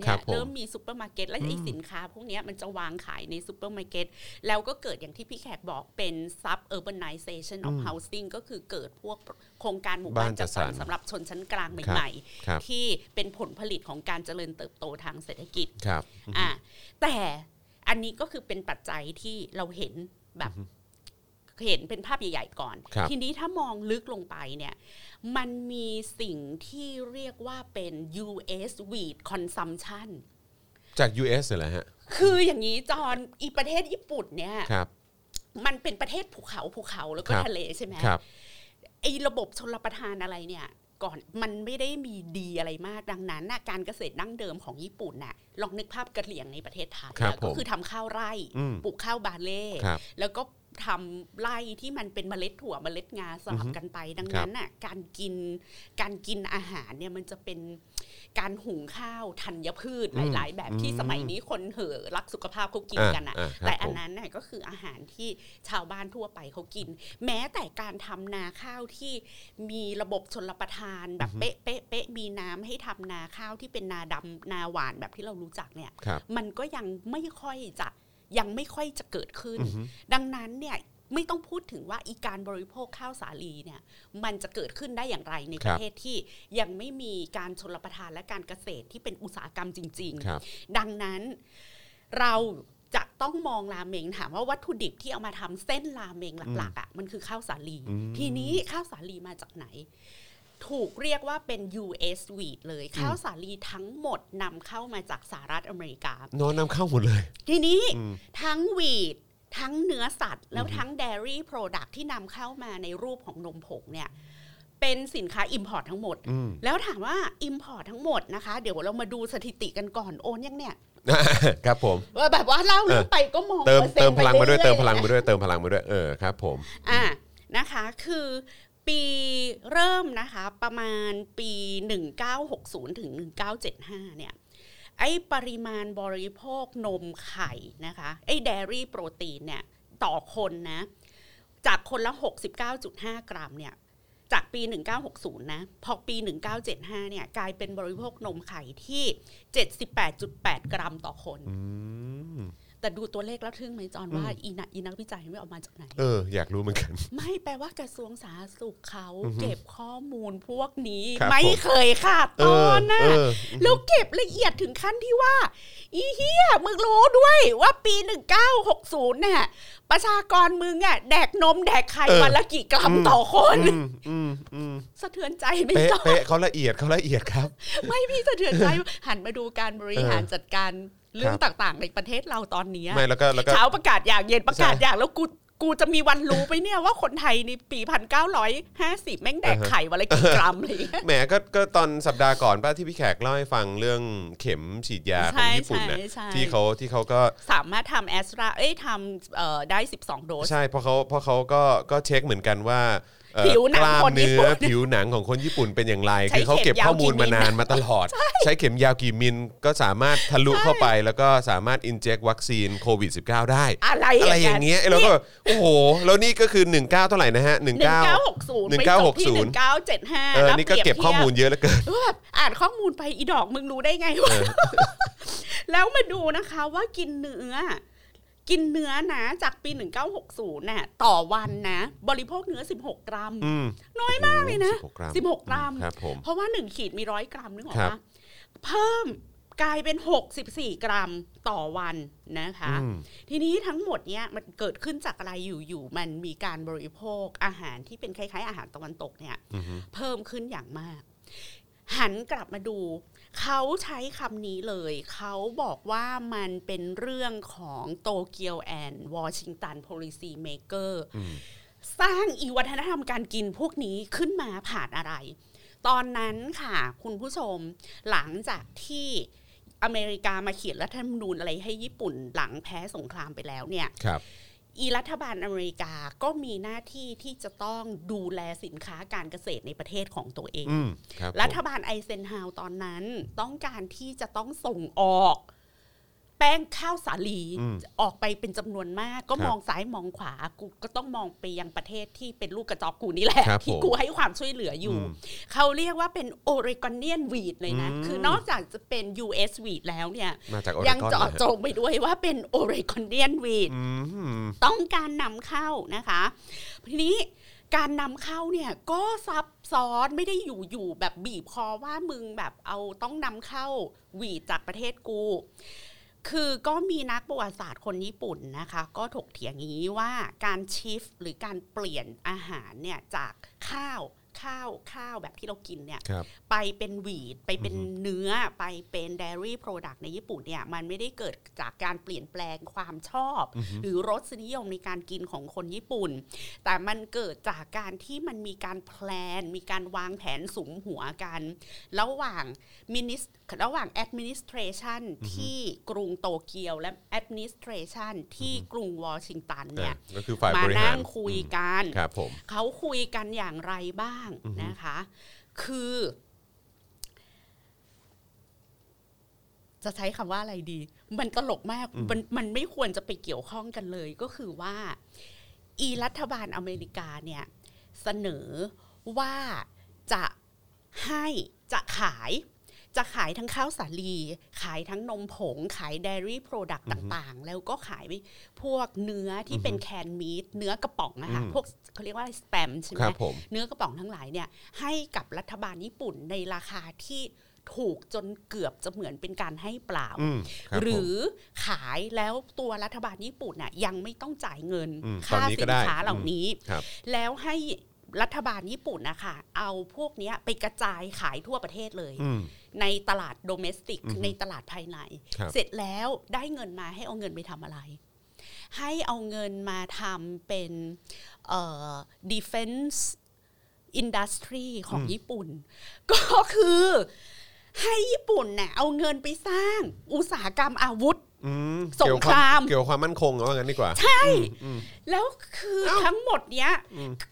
เนี่ รั ย บผม เริ่มมีซูเปอร์มาร์เก็ตและไอสินค้าพวกเนี้ยมันจะวางขายในซูเปอร์มาร์เก็ตแล้วก็เกิดอย่างที่พี่แขกบอกเป็น sub urbanization of housing ก็คือเกิดพวกโครงการหมู่บ้าน บ้านจั จั ด ด ส ส ร ร ร รสำหรับชนชั้นกลาง ครับ ใหม่ ครับ ๆ ที่เป็นผลผลิตของการเจริญเติบโตทางเศรษฐกิจ ครับ อ่ะแต่อันนี้ก็คือเป็นปัจจัยที่เราเห็นแบบเห็นเป็นภาพใหญ่ๆก่อน ครับ ทีนี้ถ้ามองลึกลงไปเนี่ย มันมีสิ่งที่เรียกว่าเป็น U.S. wheat consumption จาก US เหรอฮะ คืออย่างนี้จอนอีประเทศญี่ปุ่นเนี่ย ครับ มันเป็นประเทศภูเขาภูเขาแล้วก็ ครับ ทะเลใช่ไหม ครับ ไอ้ระบบชนรประทานอะไรเนี่ย ก่อนมันไม่ได้มีดีอะไรมากดังนั้นนะการเกษตรดั้งเดิมของญี่ปุ่นน่ะลองนึกภาพกระเหลี่ยงในประเทศไทย ครับ อะก็ ผม คือทำข้าวไร่ อืม ปลูกข้าวบาเล่ ครับ แล้วก็ทำไร่ที่มันเป็นเมล็ดถั่วเมล็ดงาสลับกันไป ดังนั้นน่ะการกินการกินอาหารเนี่ยมันจะเป็นการหุงข้าวธัญพืชหลาย ๆ แบบที่ อืม สมัยนี้คนเหอะรักสุขภาพเขากินกัน อ่าอ่าครับ แต่อัน ผม นั้น นั้นน่ะก็คืออาหารที่ชาวบ้านทั่วไปเขากิน แม้แต่การทำนาข้าวที่มีระบบชนรประทานแบบเป๊ะเป๊ะเป๊ะมีน้ำให้ทำนาข้าวที่เป็นนาดำนาหวานแบบที่เรารู้จักเนี่ย ครับ มันก็ยังไม่ค่อยจะยังไม่ค่อยจะเกิดขึ้น ดังนั้นเนี่ยไม่ต้องพูดถึงว่าอีการบริโภคข้าวสาลีเนี่ยมันจะเกิดขึ้นได้อย่างไรใน ค ป รับ ระเทศที่ยังไม่มีการชนรประทานและการเกษตรที่เป็นอุตสาหกรรมจริง ๆ ครับ ดังนั้นเราจะต้องมองราเมงถามว่าวัตถุดิบที่เอามาทำเส้นราเมงหลักๆอะ่ะมันคือข้าวสาลี ทีนี้ข้าวสาลีมาจากไหน ถูกเรียกว่าเป็น U.S. wheat เลย ข้าวสาลีทั้งหมดนำเข้ามาจากสหรัฐอเมริกา นอนนำเข้าหมดเลย ทีนี้ทั้งวีดทั้งเนื้อสัตว์ แล้วทั้ง d ดรี่โปรดักที่นำเข้ามาในรูปของนมผงเนี่ย เป็นสินค้า Import ทั้งหมด อืม แล้วถามว่า Import ทั้งหมดนะคะ เดี๋ยวเรามาดูสถิติกันก่อนโอนยังเนี่ย ครับผม ว่าแบบว่าเล่าเรื่องไปก็มอง เติม ปอร์ซ็น เติม ไป พลังมาด้วย รื่อ เติมพลัง นะ มาด้วย เติมพลังมาด้วย เออ ครับผม อ่ะนะคะ คือปีเริ่มนะคะ ประมาณปี 1960 ถึง 1975 เนี่ย ไอ้ปริมาณบริโภคนมไข่นะคะ ไอ้ dairy โปรตีนเนี่ย ต่อคนนะ จากคนละ 69.5 กรัมเนี่ย จากปี 1960 นะ พอปี 1975 เนี่ย กลายเป็นบริโภคนมไข่ที่ 78.8 กรัมต่อคน อืม แต่ดูตัวเลขแล้วทึ่งไหมจอนว่าอีนักอีนักวิจัยไม่ออกมาจากไหน เออ อยากรู้เหมือนกัน ไม่แปลว่ากระทรวงสาธารณสุขเขาเก็บข้อมูลพวกนี้ ครับ ไม่ ผม เคยขาด เอ ตอ อน น่ะ เออ แล้วเก็บละเอียดถึงขั้นที่ว่า อีเฮียมึงรู้ด้วยว่าปี 1960เนี่ยประชากรมึงอ่ะแดกนมแดกไข่ เออ วันละกี่กรัมต่อคน อืมอืมอืม สะเทือนใจไหม เป๊ะ จอน เป๊ะเขาละเอียดเขาละเอียดครับ ไม่พี่สะเทือนใจหันมาดูการบริหารจัดการเรื่อคงรับ ต่างๆ ในประเทศเราตอนเนี้ย ไม่แล้วก็แล้วก็ เช้าประกาศอย่างเย็นประกาศ ใช่ อย่างแล้วกูกูจะมีวันรู้ไปเนี่ยว่าคนไทยในปีพันเก้าร้อยห้าสิบแม่งแดก อ่าฮะ ไข่วันละกี่กรัมอะไรอย่างเลย แหมก็ก็ตอนสัปดาห์ก่อนป้าที่พี่แขกเล่าให้ฟังเรื่องเข็มฉีดยาของญี่ปุ่นน่ะ ใช่ใช่ใช่ ที่เขาที่เขาก็ สามารถทำแอสตราเอ้ยทำเอ่อได้สิบสองโดส ใช่เพราะเขาเพราะเขาก็ก็เช็คเหมือนกันว่าเอ่อ ผิวหนัง กล้าม คนญี่ เนื้ ปุ่ อน ผิวหนังของคนญี่ปุ่นเป็นอย่างไร ใช้ คือเขาเก็บข้อมูลมา เข็มนายาวกี่มิลนมาตลอด ใช้เข็มยาวกี่มิลก็สามารถทะลุ ใช่ เข้าไป แล้วก็สามารถอินเจ t วัคซีนโควิด -19 ได้ อะไร อะไรอย่างเงี้ยเราก็แบบโอ้โห แล้วนี่ก็คือ 19 เท่าไหร่นะฮะ หนึ่งเก้าห 19 กศูนย์ 1960 หนึ่งเก้าเจ็ดห้า เออนี่ก็เก็บข้อมูลเยอะเหลือเกิน แบบอ่ะ านข้อมูลไปอีดอกมึงรู้ได้ไงวะ แล้วมาดูนะคะว่ากินเนื้อ กินเนื้อนะจากปี 1960น่ะต่อวันนะ บริโภคเนื้อ 16 กรัม อืม น้อยมากเลยนะ สิบหกกรัม 16 กครัมรับผม เพราะว่า 1 ขีดมี 100 กรัมนึกออก ครับ ปะเพิ่มกลายเป็น 64 กรัมต่อวันนะคะ อืม ทีนี้ทั้งหมดเนี่ยมันเกิดขึ้นจากอะไรอยู่ๆมันมีการบริโภคอาหารที่เป็นคล้ายๆ อาหารตะวันตกเนี่ย อือฮึ เพิ่มขึ้นอย่างมาก หันกลับมาดู เขาใช้คำนี้เลย เขาบอกว่ามันเป็นเรื่องของโตเกียวแอนวอชิงตัน policy maker อืม สร้างอีวัฒนธรรมการกินพวกนี้ขึ้นมาผ่านอะไร ตอนนั้นค่ะ คุณผู้ชมหลังจากที่อเมริกามาเขียนรัฐธรรมนูญอะไรให้ญี่ปุ่นหลังแพ้สงครามไปแล้วเนี่ย ครับ อีรัฐบาลอเมริกาก็มีหน้าที่ที่จะต้องดูแลสินค้าการเกษตรในประเทศของตัวเอง อืมครับ รัฐบาลไอเซนฮาวตอนนั้นต้องการที่จะต้องส่งออก แป้งข้าวสาลี อืม ออกไปเป็นจำนวนมาก ก็ ครับ มองซ้ายมองขวากูก็ต้องมองไปยังประเทศที่เป็นลูกกระจอกกูนี่แหละ ครับ ที่ ผม กูให้ความช่วยเหลืออยู่ อืม เขาเรียกว่าเป็นโอเรกอนเนียนวีดเลยนะ อืม คือนอกจากจะเป็น US วีดแล้วเนี่ย มาจาก Oregon ยังเจาะ นฮ จงไปด้วยว่าเป็นโอเรกอนเนียนวีด อืม ต้องการนำเข้านะคะ ทีนี้การนำเข้าเนี่ยก็ซับซ้อนไม่ได้อยู่อยู่แบบบีบคอว่ามึงแบบเอาต้องนำเข้าหวีดจากประเทศกู คือก็มีนักประวัติศาสตร์คนญี่ปุ่นนะคะ ก็ถกเถียงอย่างนี้ว่าการชิฟหรือการเปลี่ยนอาหารเนี่ยจากข้าวข้าวข้าวแบบที่เรากินเนี่ย ครับ ไปเป็นหวีดไปเป็นเนื้อไปเป็น dairy product ในญี่ปุ่นเนี่ยมันไม่ได้เกิดจากการเปลี่ยนแปลงความชอบ หรือรสนิยมในการกินของคนญี่ปุ่น แต่มันเกิดจากการที่มันมีการแพลน มีการวางแผนสุมหัวกัน ระหว่างมินิสระหว่าง administration ที่กรุงโตเกียวและ administration ที่กรุงวอชิงตันเนี่ย อ่ะก็คือฝ่าย มา บริหาร นั่งคุยกัน ครับผม เขาคุยกันอย่างไรบ้าง อือฮึ นะคะ คือ จะใช้คำว่าอะไรดี มันตลกมาก มันมันไม่ควรจะไปเกี่ยวข้องกันเลย ก็คือว่า อีรัฐบาลอเมริกาเนี่ยเสนอว่าจะให้จะขาย จะขายทั้งข้าวสาลี ขายทั้งนมผง ขายเดรี่โปรดักต์ต่างๆ แล้วก็ขายพวกเนื้อที่เป็นแคนมีดเนื้อกระป๋องนะคะ อืม พวกเขาเรียกว่าสแปมใช่ไห ค ม รับผม เนื้อกระป๋องทั้งหลายเนี่ยให้กับรัฐบาลญี่ปุ่นในราคาที่ถูกจนเกือบจะเหมือนเป็นการให้เปล่า อืมคบ หรื ผม อขายแล้วตัวรัฐบาลญี่ปุ่นน่ะยังไม่ต้องจ่ายเงิน อืม ค่า ตอนนี้ก็ สิน ได้ ค้าเหล่านี้ ครับ แล้วให้รัฐบาลญี่ปุ่นนะคะเอาพวกเนี้ยไปกระจายขายทั่วประเทศเลย อืม ในตลาดโดเมสติก อือฮึ ในตลาดภายใน ครับ เสร็จแล้วได้เงินมาให้เอาเงินไปทำอะไร ให้เอาเงินมาทำเป็นเอ่อ defense industry ของญี่ปุ่น ก็คือให้ญี่ปุ่นเน่ะเอาเงินไปสร้างอุตสาหกรรมอาวุธ อืม สงคราม เกี่ยวกับความมั่นคงเอาว่างั้นดีกว่า ใช่ อืม แล้วคือทั้งหมดเนี้ย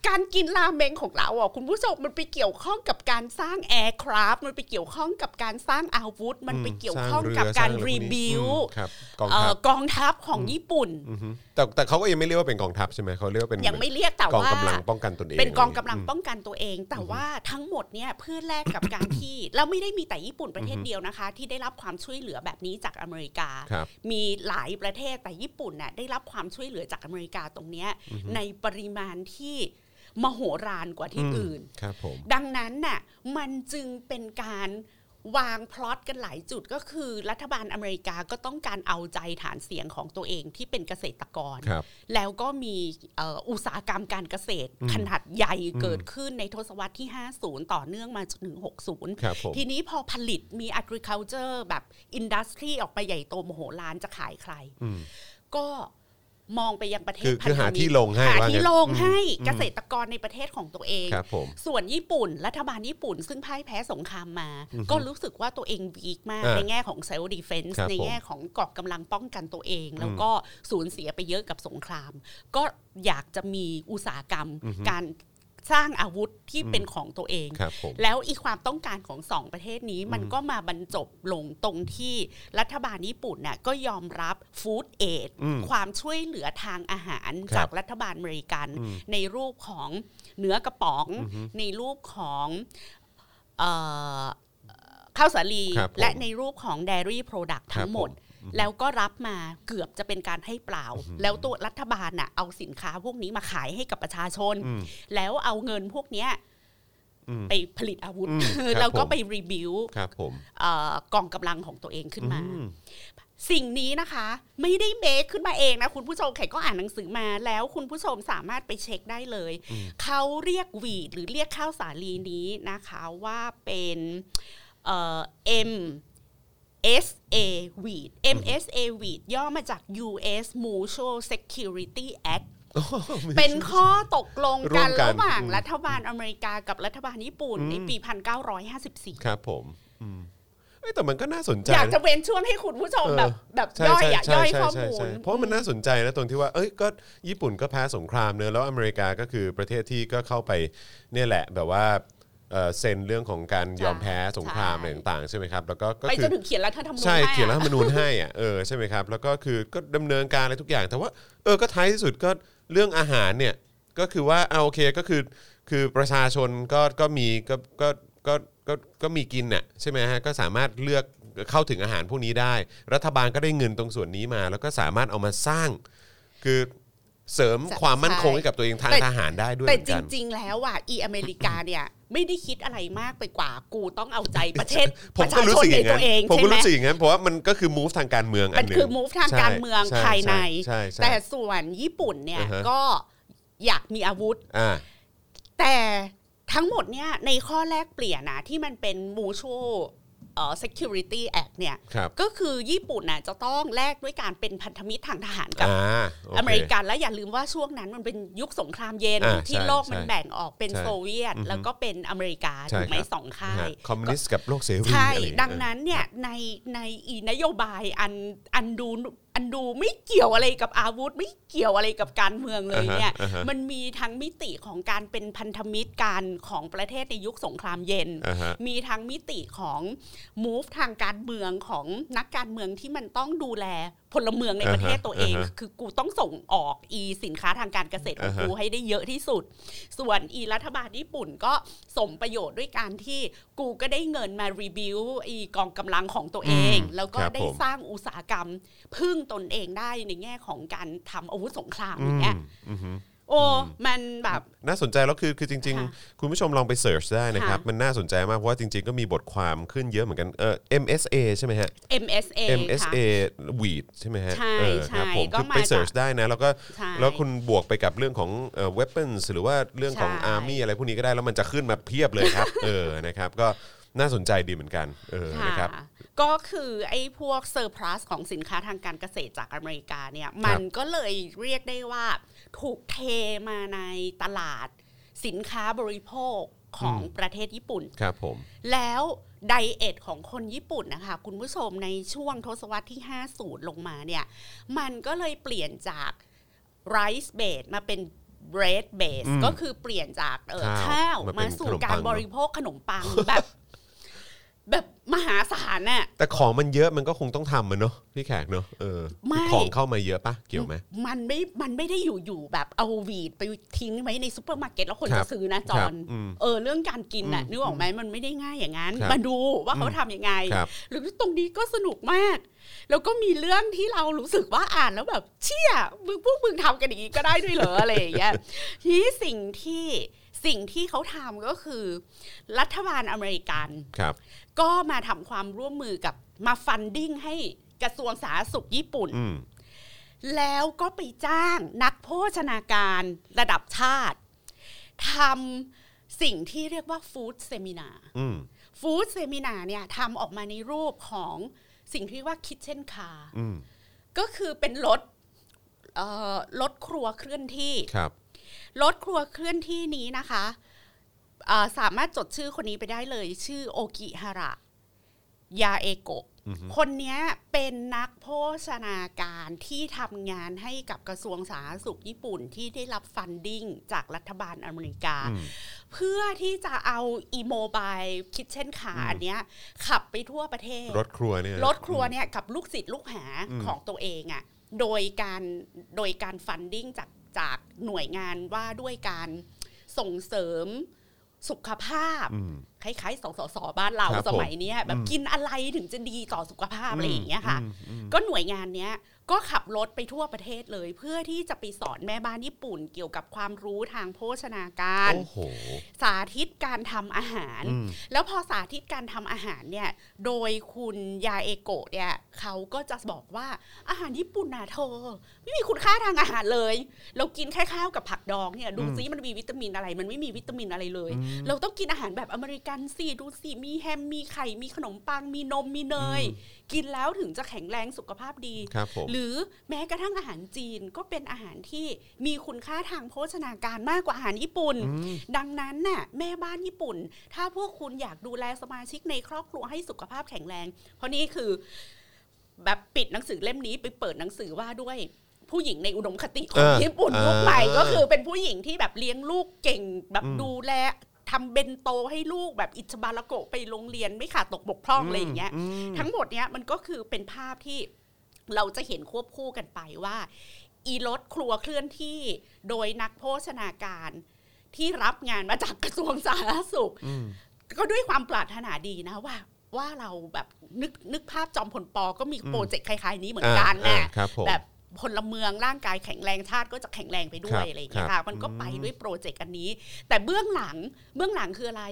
การกินราเมงของเราอ่ะคุณผู้ชมมันไปเกี่ยวข้องกับการสร้างแอร์คราฟมันไปเกี่ยวข้องกับการสร้างอาวุธ มันไปเกี่ยวข้องกับการ สงเอส รี งอะไพวนี้ บิว อืมครับกอง เอ่ ทั อ พ กองทัพของญี่ปุ่น อือฮึแต่แต่เขาก็ยังไม่เรียกว่าเป็นกองทัพใช่ไหมเขาเรียกว่าเป็น ยังไม่เรียกแต่ กอง ว่าก ำลังป้องกันตนเอง เป็นกองกำลัง ป้อง ป้องกันตัวเอง แต่ว่าทั้งหมดเนี่ยเพื่อแลกกับการที่ แล้วไม่ได้มีแต่ญี่ปุ่นประเทศเดียวนะคะ ที่ได้รับความช่วยเหลือแบบนี้จากอเมริกา ครับ มีหลายประเทศแต่ญี่ปุ่นน่ะได้รับความช่วยเหลือจากอเมริกาตรงเนี้ยในปริมาณที่มโหฬารกว่าที่อื่น ครับผม ดังนั้นน่ะมันจึงเป็นการวางพลอตกันหลายจุดก็คือ รัฐบาลอเมริกาก็ต้องการเอาใจฐานเสียงของตัวเองที่เป็นเกษตรกร ครับ แล้วก็มีเอ่ออุตสาหกรรมการเกษตร ขนาดใหญ่เกิดขึ้นในทศวรรษที่ 50 ต่อเนื่องมาจนถึง 60 ครับผม ทีนี้พอผลิตมี agriculture แบบอินดัสทรีออกไปใหญ่โตมโหฬารจะขายใคร อืม ก็มองไปยังประเทศ คือคือ พันธมิตร หาที่ลงให้ หา ว่างั้ ที่ น ลงให้ อืม เกษตรกรในประเทศของตัวเอง ครับผม ส่วนญี่ปุ่น รัฐบาลญี่ปุ่น ซึ่งพ่ายแพ้สงครามมา อือฮึ ก็รู้สึกว่าตัวเองวีกมาก อ่า ในแง่ของเซลล์ดีเฟน ค ซ์ รับ ใน ผม แง่ของกอกกำลังป้องกันตัวเอง แล้วก็สูญเสียไปเยอะกับสงคราม ก็อยากจะมีอุตสาหกรรม อือฮึ การสร้างอาวุธที่เป็นของตัวเอง ครับผม แล้วอีกความต้องการของสองประเทศนี้มันก็มาบรรจบลงตรงที่รัฐบาลญี่ปุ่นน่ะก็ยอมรับฟู้ดเอ d อืม ความช่วยเหลือทางอาหาร ครับ จากรัฐบาลอเมริกัน ในรูปของเนื้อกระป๋อง ในรูปของเออ ข้าวสาลี ครับผม และในรูปของ dairy product ครั ทั้ บ งหมด ผม แล้วก็รับมาเกือบจะเป็นการให้เปล่า แล้วตัวรัฐบาลน่ะเอาสินค้าพวกนี้มาขายให้กับประชาชน อืม แล้วเอาเงินพวกเนี้ย อืม ไปผลิตอาวุธ อืมครับ แล้วก็ ผม ไปรีบิว ครับผม กองกำลังของตัวเองขึ้นมา อืม สิ่งนี้นะคะ ไม่ได้เมคขึ้นมาเองนะ คุณผู้ชมแขกก็อ่านหนังสือมาแล้วคุณผู้ชมสามารถไปเช็คได้เลย เขาเรียกหวีดหรือเรียกข้าวสาลีนี้นะคะว่าเป็นเอ่อ M SA weed MSA weed ย่อมาจาก US Mutual Security Act เป็นข้อตกลง ร่ กั วน มกัน ระหว่าง อืม รัฐบาลอเมริกากับรัฐบาลญี่ปุ่น อืม ในปี ค 1954 รับผมอืมเอ้ยแต่มันก็น่าสนใจ อยาก น จะเว้นช่วงให้คุณผู้ชม เออ แบบแบบ ใช่ ย่อย ใช่ อะ ใช่ ย่อย ใช่ ข้อ ใช่ มูล ใช่เพราะมันน่าสนใจนะตรงที่ว่า เอ้ยก็ญี่ปุ่นก็แพ้สงครามเนอะแล้วอเมริกาก็คือประเทศที่ก็เข้าไปเนี่ยแหละแบบว่าเอ่อเซ็นเรื่องของการยอมแพ้สงครามอะไรต่างๆใช่ไหมครับแล้วก็ก็ ไป คื จ อ นถึงเขียนรัฐธรรมนูญ ใช่ ให้อะ เขียนรัฐธรรมนูญให้อ่ะเออใช่ไหมครับแล้วก็คือก็ดำเนินการอะไรทุกอย่าง แต่ว่าเออก็ท้ายที่สุดก็เรื่องอาหารเนี่ยก็คือว่าเอาโอเคก็คือคือประชาชนก็ก็มีก็ก็ก็ก็ก็มีกินน่ะใช่ไหมฮะก็สามารถเลือกเข้าถึงอาหารพวกนี้ได้ รัฐบาลก็ได้เงินตรงส่วนนี้มา แล้วก็สามารถเอามาสร้าง คือเสริม ใช่ ความมั่นคงให้กับตัวเองทาง แต่ ทหารได้ด้วย แต่ เหมือน จ กัน ริง ๆ แล้วอ่ะอีอเมริกาเนี่ย ไม่ได้คิดอะไรมากไปกว่ากูต้องเอาใจประเทศ ผ ป ม ระ ก็ ชา รู้ ชน สึกอ ใน ย่างนั้ตัวน เอง ผมก็ใช่ไหม รู้สึกอย่างนั้นเพราะว่ามันก็คือ move ทางการเมืองอั มัน น หนึ่ง คือ move ทางการเมือง ใช่ ภายใน ใช่ใช่ แต่ ใช่ ส่วนญี่ปุ่นเนี่ย อ่าฮะ ก็อยากมีอาวุธ อ่า แต่ทั้งหมดเนี่ยในข้อแรกเปลี่ยนนะที่มันเป็น mutual เอ่อ security act เนี่ย ครับ ก็คือญี่ปุ่นน่ะจะต้องแลกด้วยการเป็นพันธมิตรทางทหารกับ อ่าโค อเมริกันและอย่าลืมว่าช่วงนั้นมันเป็นยุคสงครามเย็น อ่า ที่ ใช่ โลกมัน ใช่ แบ่งออกเป็น ใช่ โซเวียต อือฮึ แล้วก็เป็นอเมริกา ใช่ ถูกไหม ครับ สองค่า ฮะ ย คอมมิวนิสต์กับโลกเสรี ใช่ อะไรอย่า ดัง เย นั้นเนี่ยในในอีนโยบายอันอันดูอันดูไม่เกี่ยวอะไรกับอาวุธ ไม่เกี่ยวอะไรกับการเมืองเลยเนี่ย อ่าฮะอ่าฮะ มันมีทั้งมิติของการเป็นพันธมิตรกันของประเทศในยุคสงครามเย็น อ่าฮะ มีทั้งมิติของ move ทางการเมืองของนักการเมืองที่มันต้องดูแลพลเมืองในประเทศตัวเอง อ่าฮะ คือกูต้องส่งออกอีสินค้าทางการเกษตรของ อ่าฮะ กูให้ได้เยอะที่สุด ส่วนอีรัฐบาลญี่ปุ่นก็สมประโยชน์ด้วยการที่กูก็ได้เงินมารีบิวอีกองกำลังของตัวเอง แล้วก็ ครับ ได้ ผม สร้างอุตสาหกรรมพึ่งตนเองได้ในแง่ของการทำอาวุธสงครามอย่างเงี้ย อืมอืม โอ้มันแบบ น่าสนใจแล้วคือคือจริง ค่ะ ๆ คุณผู้ชมลองไปเสิร์ชได้นะครับ ค่ะ มันน่าสนใจมากเพราะว่าจริง ๆ ก็มีบทความขึ้นเยอะเหมือนกันเออ MSA ใช่ไหมฮะ MSA ค่ะ MSA weed ใช่ไหมฮะ ใช่ เออครับ ใช่ ผม ก็ คือ มา ไปเสิร์ชได้นะ แล้วก็ ใช่ แล้วคุณบวกไปกับเรื่องของเอ่อ weapons หรือว่าเรื่องของ ใช่ army อะไรพวกนี้ก็ได้แล้วมันจะขึ้นมาเพียบเลยครับ เออนะครับก็น่าสนใจดีเหมือนกันเออ ค่ะ นะครับ ก็คือไอ้พวกเซอร์พลัสของสินค้าทางการเกษตรจากอเมริกาเนี่ยมันก็เลยเรียกได้ว่า ถูกเทมาในตลาดสินค้าบริโภคของประเทศญี่ปุ่น ครับผม แล้วไดเอทของคนญี่ปุ่นนะคะ คุณผู้ชมในช่วงทศวรรษที่ 50 ลงมาเนี่ย มันก็เลยเปลี่ยนจากไรซ์เบสมาเป็น bread base อืม ก็คือเปลี่ยนจากเอ่อ ข้า ข้าว ว มาเป็ มาน สู่ ขนมปัง การบริโภคขนมปังแบบ แบบมหาศาลน่ะ แต่ของมันเยอะมันก็คงต้องทำมันเนาะพี่แขกเนาะเออ ไม่ ของเข้ามาเยอะปะเกี่ยวไหม มันไม่ มันไม่ได้อยู่อยู่แบบเอาวีดไปทิ้งไว้ในซูเปอร์มาร์เก็ตแล้วคน ครั จะ บ ซื้อนะจ ค อ รับ น อืม เออเรื่องการกินน่ะนึกออกไหมมันไม่ได้ง่ายอย่างนั้น ครับ มาดูว่าเขาทำยังไง ครับ หรือตรงนี้ก็สนุกมาก แล้วก็มีเรื่องที่เรารู้สึกว่าอ่านแล้วแบบเชี่ยมึงพวกมึงทำกันอย่างนี้ก็ได้ด้วยเหรอ อะไรอย่างเงี้ยทีนี้สิ่งที่สิ่งที่เขาทำก็คือ รัฐบาลอเมริกัน ครับ ก็มาทำความร่วมมือกับมาฟันดิ้งให้กระทรวงสาธารณสุขญี่ปุ่น อืม แล้วก็ไปจ้างนักโภชนาการระดับชาติทำสิ่งที่เรียกว่าฟู้ดเซมินา อืม ฟู้ดเซมินาเนี่ยทำออกมาในรูปของสิ่งที่เรียกว่าคิทเช่นคาร์ อืม ก็คือเป็นรถเอ่อรถครัวเคลื่อนที่ ครับ รถครัวเคลื่อนที่นี้นะคะเอ่อสามารถจดชื่อคนนี้ไปได้เลย ชื่อโอกิฮาระ ยาเอโกะ คนเนี้ยเป็นนักโภชนาการที่ทำงานให้กับกระทรวงสาธารณสุขญี่ปุ่นที่ได้รับฟันดิ้งจากรัฐบาลอเมริกา เพื่อที่จะเอาอีโมบายคิทเช่นคาอันเนี้ยขับไปทั่วประเทศ รถครัวเนี่ยนะ รถครัวเนี่ยกับลูกศิษย์ลูกหาของตัวเองอะ่ะโดยการโดยการฟันดิ้งจากจากหน่วยงานว่าด้วยการส่งเสริมสุขภาพ คล้ายๆสองสสบ้านเรา ครับ สมัยเนี้ยแบบกินอะไรถึงจะดีต่อสุขภาพอะไรอย่างเงี้ยค่ะ ก็หน่วยงานเนี้ยก็ขับรถไปทั่วประเทศเลย เพื่อที่จะไปสอนแม่บ้านญี่ปุ่นเกี่ยวกับความรู้ทางโภชนาการ โอ้โห สาธิตการทำอาหาร แล้วพอสาธิตการทำอาหารเนี่ย โดยคุณยาเอโกะเนี่ยเขาก็จะบอกว่าอาหารญี่ปุ่นนะเธอ ไม่มีคุณค่าทางอาหารเลย เรากินแค่ข้าวกับผักดองเนี่ยดูซิมันมีวิตามินอะไร มันไม่มีวิตามินอะไรเลย เราต้องกินอาหารแบบอเมริกันสิดูสิมีแฮมมีไข่มีขนมปังมีนมมีเนย กินแล้วถึงจะแข็งแรงสุขภาพดี ครับผม หรือแม้กระทั่งอาหารจีนก็เป็นอาหารที่มีคุณค่าทางโภชนาการมากกว่าอาหารญี่ปุ่น ดังนั้นน่ะแม่บ้านญี่ปุ่น ถ้าพวกคุณอยากดูแลสมาชิกในครอบครัวให้สุขภาพแข็งแรง เพราะนี่คือแบบปิดหนังสือเล่มนี้ไปเปิดหนังสือว่าด้วยผู้หญิงในอุดมคติของ เออ ญี่ปุ่น เออ ยุคใหม่ก็คือเป็นผู้หญิงที่แบบเลี้ยงลูกเก่ง แบบ อืม ดูแลทำเบนโตให้ลูกแบบอิชบาระโกะไปโรงเรียนไม่ขาดตกบกพร่องอะไรอย่างเงี้ย ม ทั้งหมดเนี้ยมันก็คือเป็นภาพที่เราจะเห็นควบคู่กันไปว่า อีรถครัวเคลื่อนที่โดยนักโภชนาการที่รับงานมาจากกระทรวงสาธารณสุข ก็ด้วยความปรารถนาดีนะว่า ว่าเราแบบนึกนึกภาพจอมพลปอก็มีโปรเจกต์คล้ายๆนี้เหมือนกัน อ่า นะ อ่าครับผม แบบพลเมืองร่างกายแข็งแรงชาติก็จะแข็งแรงไปด้ว ครั ย บ อะไรอย่างเงี้ย ครั ค่ะ บ มันก็ไปด้วยโปรเจกต์อันนี้ แต่เบื้องหลังเบื้องหลังคืออะไร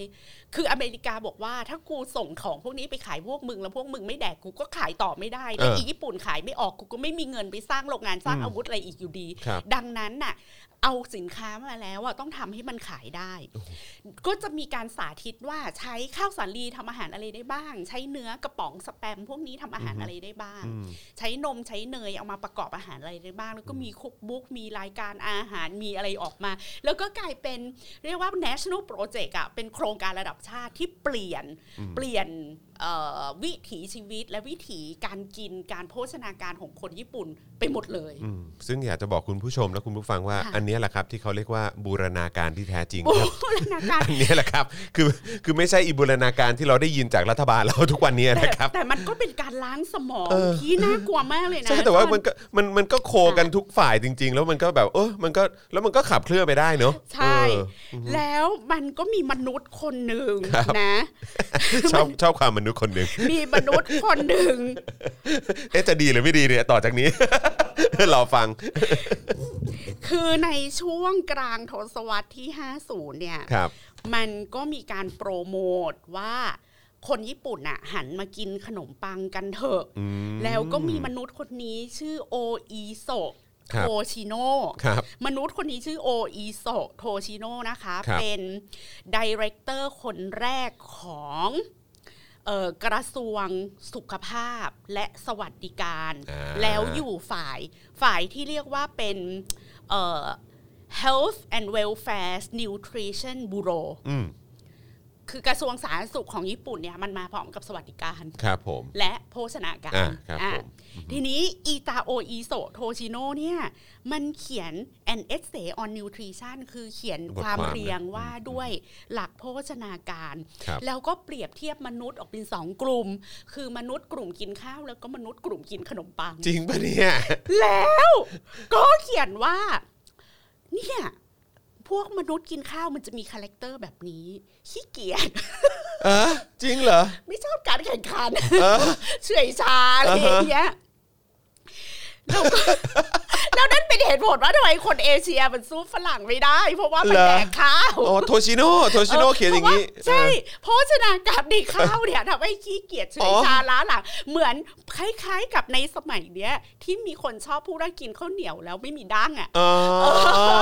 คืออเมริกาบอกว่าถ้ากูส่งของพวกนี้ไปขายพวกมึง แล้วพวกมึงไม่แดกกูก็ขายต่อไม่ได้และ เอออี อีญี่ปุ่นขายไม่ออกกูก็ไม่มีเงินไปสร้างโรงงานสร้าง อืม อาวุธอะไรอีกอยู่ดี ครับ ดังนั้นน่ะ เอาสินค้ามาแล้วอ่ะต้องทำให้มันขายได้ ก็จะมีการสาธิตว่าใช้ข้าวสาลีทำอาหารอะไรได้บ้าง ใช้เนื้อกระป๋องสแปม พวกนี้ทำอาหารอะไรได้บ้าง ใช้นมใช้เนยเอามาประกอบอาหารอะไรได้บ้าง แล้วก็มีคุกบุ๊กมีรายการอาหารมีอะไรออกมา แล้วก็กลายเป็นเรียกว่า national project อะเป็นโครงการระดับชาติที่เปลี่ยนเปลี่ยนเอ่อวิถีชีวิตและวิถีการกินการโภชนาการของคนญี่ปุ่นไปหมดเลย อืมซึ่งอยากจะบอกคุณผู้ชมและคุณผู้ฟังว่า ค่ะ อันเนี้ยแหละครับที่เขาเรียกว่าบูรณาการที่แท้จริง บู ครับ รณาการ อันเนี้ยแหละครับ คือคือไม่ใช่อีบูรณาการที่เราได้ยินจากรัฐบาลเราทุกวันเนี้ย แต่ นะครับ แต่มันก็เป็นการล้างสมอง เออ ที่น่ากลัวมากเลยนะ ใช่แต่ว่า จอห์ มันก็มันมันก็โคกันทุกฝ่ายจริง ๆ แล้วมันก็แบบเออมันก็แล้วมันก็ขับเคลื่อนไปได้เนอะ ใช่ เออ แล้วมันก็มีมนุษย์คนหนึ่งนะ ชอบชอบความมนุษย์คนหนึ่ง มีมนุษย์คนหนึ่ง เอ๊ะจะดีหรือไม่ดีเนี่ยต่อจากนี้ รอฟัง คือในช่วงกลางทศวรรษที่ 50 เนี่ย ครับ มันก็มีการโปรโมทว่าคนญี่ปุ่นน่ะหันมากินขนมปังกันเถอะ อืม แล้วก็มีมนุษย์คนนี้ชื่อโออีโซะ ครั โท บ ชิโน ครับ มนุษย์คนนี้ชื่อโออีโซะโทชิโนนะคะ ครับ เป็นดีเรคเตอร์คนแรกของเอ่อกระทรวงสุขภาพและสวัสดิการ อ่า แล้วอยู่ฝ่ายฝ่ายที่เรียกว่าเป็นเอ่อ Health and Welfare Nutrition Bureau อืม คือกระทรวงสาธารณสุขของญี่ปุ่นเนี่ยมันมาพร้อมกับสวัสดิการ ครับผม และโภชนาการ อ่าครับ อ่ะ ผม ทีนี้อีตาโออีโซโทชิโนเนี่ย มันเขียน an essay on nutrition คือเขียนความเรียงว่าด้วยหลักโภชนาการ ครับ แล้วก็เปรียบเทียบมนุษย์ออกเป็นสองกลุ่ม คือมนุษย์กลุ่มกินข้าวแล้วก็มนุษย์กลุ่มกินขนมปัง จริงปะเนี่ย แล้วก็เขียนว่า เนี่ย พวกมนุษย์กินข้าวมันจะมีคาแรคเตอร์แบบนี้ขี้เกียจ เออจริงเหรอ ไม่ชอบการแข่งขัน เออ เฉื่อยชาอะไรอย่างเงี้ยแล้วก็ แล้วนั่นเป็นเหตุผลว่าทำไมคนเอเชียมันสู้ฝรั่งไม่ได้ เพราะว่ามัน เหรอ แดกข้าว โอ้โทชิโน่โทชิโน่เขียนอย่างนี้ เพระว่ใช่ เพราะฉะนั้นการดีข้าวเนี่ยทำให้ขี้เกียจเฉื่อยชาล้าหลังเหมือนคล้าย ๆ กับในสมัยเนี้ย ที่มีคนชอบพูดว่ากินข้าวเหนียวแล้วไม่มีดั้งอ่ะ อ๋อ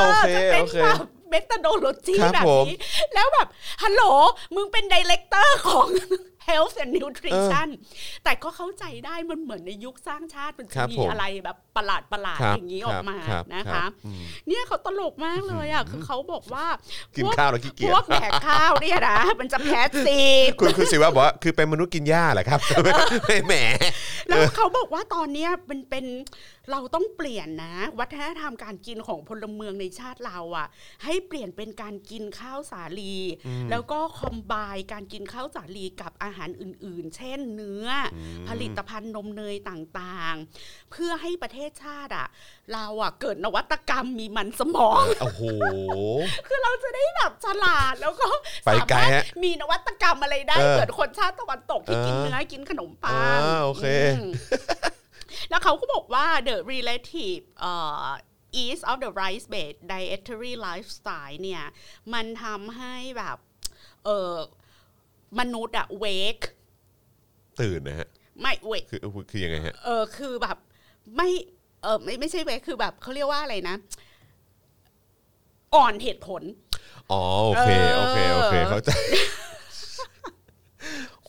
โอเค จะเป็น โอเค แบบเมตาโดโลจี ครับ แบบ ผม นี้ แล้วแบบ ฮัลโหล มึงเป็นดีเลกเตอร์ของ Health and Nutrition แต่ก็เข้าใจได้มันเหมือนในยุคสร้างชาติ มันจะ ครับ มี ผม อะไรแบบประหลาดประหลาด ครั ๆ บ อย่างนี้ออกมา ครับ นะ ครั คะ บอืม เนี่ยเขาตลกมากเลยอ่ะ คือเขาบอกว่า กิน พวก ข้าวแล้วขี้เกียจพวกแดกข้าวเนี่ยนะ มันจะแพ้ซีบ คุณคุณสิว่าบอกว่าคือเป็นมนุษย์กินหญ้าเหรอครับ ไม่แหม แล้วเขาบอกว่าตอนเนี้ยมันเป็นเราต้องเปลี่ยนนะ วัฒนธรรมการกินของพลเมืองในชาติเราอะ่ะ ให้เปลี่ยนเป็นการกินข้าวสาลี แล้วก็คอมไบน์การกินข้าวสาลีกับอา หารอื่น ๆ เช่นเนื้ออผลิตภัณฑ์นมเนยต่างๆ เพื่อให้ประเทศชาติอ่ะเราอ่ะเกิดนวัตกรรมมีมันสมอง โอ้โห คือเราจะได้แบบฉลาดแล้วก็ ไป สา ไกล มารถ ฮะ มีนวัตกรรมอะไรได้ เออ เหมือนคนชาติตะวันตกที่กิน อ่า เนื้อกินขนมปัง อ่าโอเค มแล้วเขาก็บอกว่า the relative เอ่อ ease of the rice based dietary lifestyle เนี่ย มันทำให้แบบเออมนุษย์อะ wake ตื่นนะฮะ ไม่ wake คือคือยังไงฮะ เออคือแบบไม่เออไม่ไม่ใช่ wake คือแบบเขาเรียกว่าอะไรนะ อ่อนเหตุผล อ๋อโอเค เออ โอเคโอเคเข้าใจ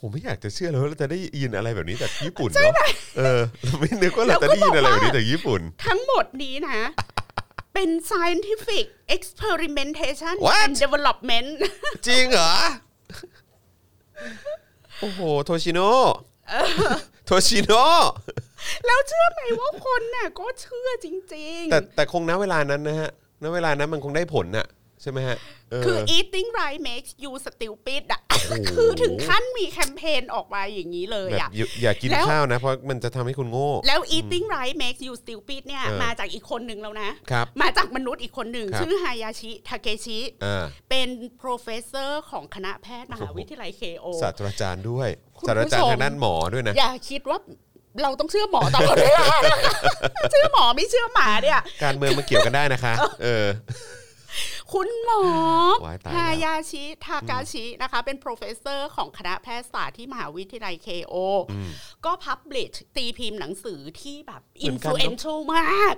ผมไม่อยากจะเชื่อเลยว่าเราจะได้ยินอะไรแบบนี้จากญี่ปุ่นเนาะเออไม่นึกว่าเราจะได้ยินอะไรแบบนี้จากญี่ปุ่น ทั้งหมดนี้นะ เป็น scientific experimentation What? and development จริงเหรอ โอ้โห โทชิโน่โทชิโน่ แล้วเชื่อไหมว่าคนน่ะก็เชื่อจริง แต่แต่คงณเวลานั้นนะฮะณเวลานั้นมันคงได้ผลน่ะ ใช่ไหมฮะเ ๆ คือ eating right makes you stupid อ่ะ คือถึงขั้นมีแคมเปญออกมาอย่างนี้เลย แบบ อ่ะ อย่าอย่ากิน แล้ว ข้าวนะ เพราะมันจะทำให้คุณโง่ แล้ว eating right makes you stupid เนี่ย เออ มาจากอีกคนหนึ่งแล้วนะ ครับ มาจากมนุษย์อีกคนหนึ่ง ครับ ชื่อฮายาชิ ทาเกชิ อ่า เป็น professor ของคณะแพทย์มหาวิทยาลัย KO ศาสตราจารย์ด้วย คุณศาสตผู้ชมราจารย์ทางด้านหมอด้วยนะ อย่าคิดว่าเราต้องเชื่อหมอตลอดเวลานะคะ เชื่อหมอไม่เชื่อหมาเนี่ย การเมืองมันเกี่ยวกันได้ นะคะ เออ คุณหมอ ว้ายตายแล้ว ฮายาชิทากาชินะคะ เป็น professor ของคณะแพทยศาสตร์ที่มหาวิทยาลัย KO ก็พับลิชตีพิมพ์หนังสือที่แบบ เหมือนกันเนอะ influential มาก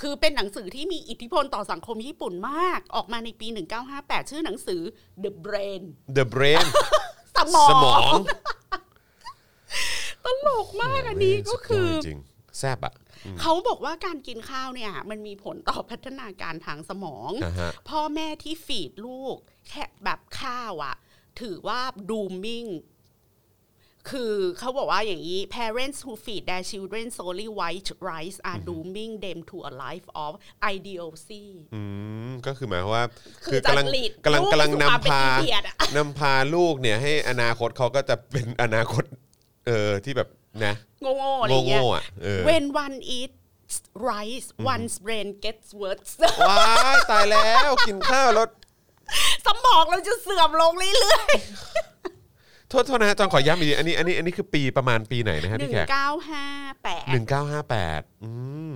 คือเป็นหนังสือที่มีอิทธิพลต่อสังคมญี่ปุ่นมาก ออกมาในปี 1958 ชื่อหนังสือ The Brain The Brain สมอง สมอง ตลกมากอันนี้ก็คือ สุดยดจริงแซบอ่ะ เขาบอกว่าการกินข้าวเนี่ย มันมีผลต่อพัฒนาการทางสมอง อ่าฮะ พ่อแม่ที่ฟีดลูก แค่แบบข้าวอะถือว่าดูมิ่ง คือเขาบอกว่าอย่างนี้ parents who feed their children solely white rice are dooming them to a life of idiocy อืมก็คือหมายความว่า คือ คือกำลัง จะหลีด กำลัง ลูก กำลัง ไปสู่นำความเป็น พา อินเดียดอะ นำพาลูกเนี่ยให้อนาคตเขาก็จะเป็นอนาคต เออที่แบบนะ โง่ๆอะไร โง่ เงี้ย โง่ๆอ่ะเออ when one eats rice one's brain gets worse ว้ายตายแล้วกินข้าวแล้ว สมองเราจะเสื่อมลงเรื่อย โทษโทษนะฮะจอนขอย้ำอีกทีอันนี้อันนี้อันนี้คือปีประมาณปีไหนนะ ๆ ฮะ หนึ่ พี่ ง แขก เก้าห้าแปด หนึ่งเก้าห้าแปดอืม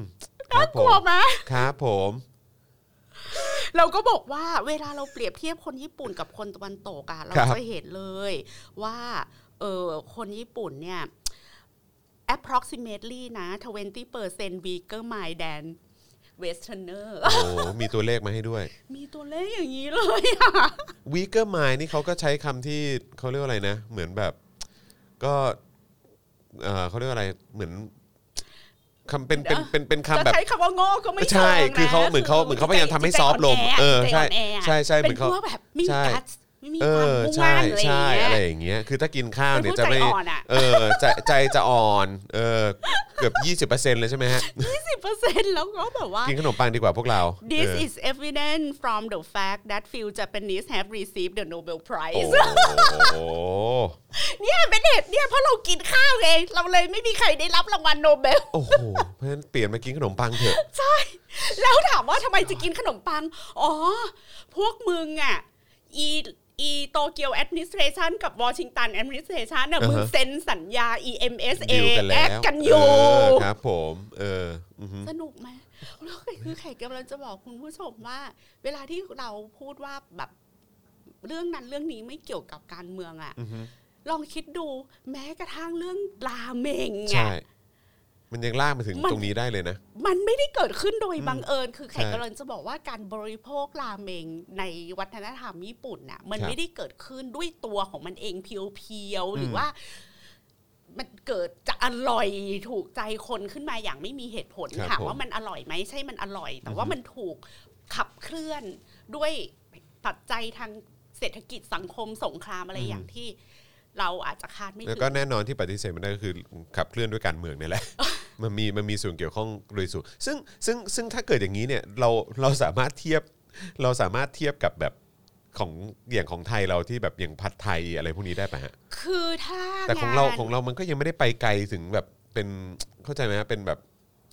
ครับผ กลัว ม ไหม ครับผม เราก็บอกว่าเวลาเราเปรียบเทียบคนญี่ปุ่นกับคนตะวันตกอะเราจะเห็นเลยว่าเออคนญี่ปุ่นเนี่ย approximately นะ 20% weaker mind than westerner โอ้มีตัวเลขมาให้ด้วย มีตัวเลขอย่างนี้เลยอะ วีเกอร์มายนี่เขาก็ใช้คำที่เขาเรียกว่าอะไรนะ เหมือนแบบก็เออเขาเรียกว่าอะไรเหมือนคำเป็นเป็นเป็นเป็น จะ คำแบบ ใช้คำว่าโง่ก็ไม่เชิงนะ ใช่คือเขาเหมือนเขาเหมือนเขาพยายามทำให้ซอฟต์ลง เออใช่ ใจนแอ ใช่ใช่เหมือนเขา เป็นพวกแบบไมมี ใช่ กัสไม่มี เอ ควาอมมุ่ง ใช่ มั่นอะใช่อะไรอย่างเงี้ยไรอย่างเงี้ยคือถ้ากินข้าวเนี่ย เป็น จะ ผู้ ไม่ ใจอ่อนอะ เออใจใจจะอ่อนเออเกือบ 20%เลยใช่ไหมฮะ 10%แล้วก็แบบว่า กินขนมปังดีกว่าพวกเรา This เออ is evident from the fact that few Japanese have received the Nobel โอ้ Prize โห เนี่ยเป็นเหตุเนี่ยเพราะเรากินข้าวไงเราเลยไม่มีใครได้รับรางวัลโนเบล โอ้โห เพราะฉะนั้นเปลี่ยนมากินขนมปังเถอะ ใช่ แล้วถามว่าทำไมจะกินขนมปัง อ๋อ พวกมึงอ่ะ อีอีโตเกียวแอดมิ i เ t รชันกับวอชิงตันแอดมิ i เ t รชันน่ะ อ่าฮะ มึงเซ็นสัญญา EMSA ดีลกัน แอ แล้ว ดกันอยู่ เอครับผม เอออือฮึ สนุกไหมแล้วคือไข่กำลังจะบอกคุณผู้ชมว่า เวลาที่เราพูดว่าแบบเรื่องนั้นเรื่องนี้ไม่เกี่ยวกับการเมืองอ่ะ อือฮึ ลองคิดดูแม้กระทั่งเรื่องราเมง ใช่ อ่ะ มันยังลากมาถึง มัน ตรงนี้ได้เลยนะ มันไม่ได้เกิดขึ้นโดยบังเอิญ คือใคร ใช่ กำลังจะบอกว่าการบริโภคราเมงในวัฒนธรรมญี่ปุ่นน่ะ มัน ครับ ไม่ได้เกิดขึ้นด้วยตัวของมันเองเพียวๆ หรือว่า มันเกิดจะอร่อยถูกใจคนขึ้นมาอย่างไม่มีเหตุผล ครับ ค่ะ ผม ว่ามันอร่อยไหมใช่มันอร่อย แต่ว่ามันถูกขับเคลื่อนด้วยปัจจัยทางเศรษฐกิจสังคมสงครามอะไรอย่างที่ เราอาจจะคาดไม่ แล้ว ถึ ก็ ง แน่นอนที่ปฏิเสธไมันได้ก็คือขับเคลื่อนด้วยการเมือง เนี่ยแหละ มันมีมันมีส่วนเกี่ยวข้องโดยส่วนซึ่งซึ่งซึ่งถ้าเกิดอย่างนี้เนี่ยเราเราสามารถเทียบเราสามารถเทียบกับแบบ ของอย่างของไทยเราที่แบบอย่างผัดไทยอะไรพวกนี้ได้ปะฮะ คือถ้า แต่ของเรา งาน ของเรามันก็ยังไม่ได้ไปไกลถึงแบบเป็นเข้าใจไหมฮะเป็นแบบ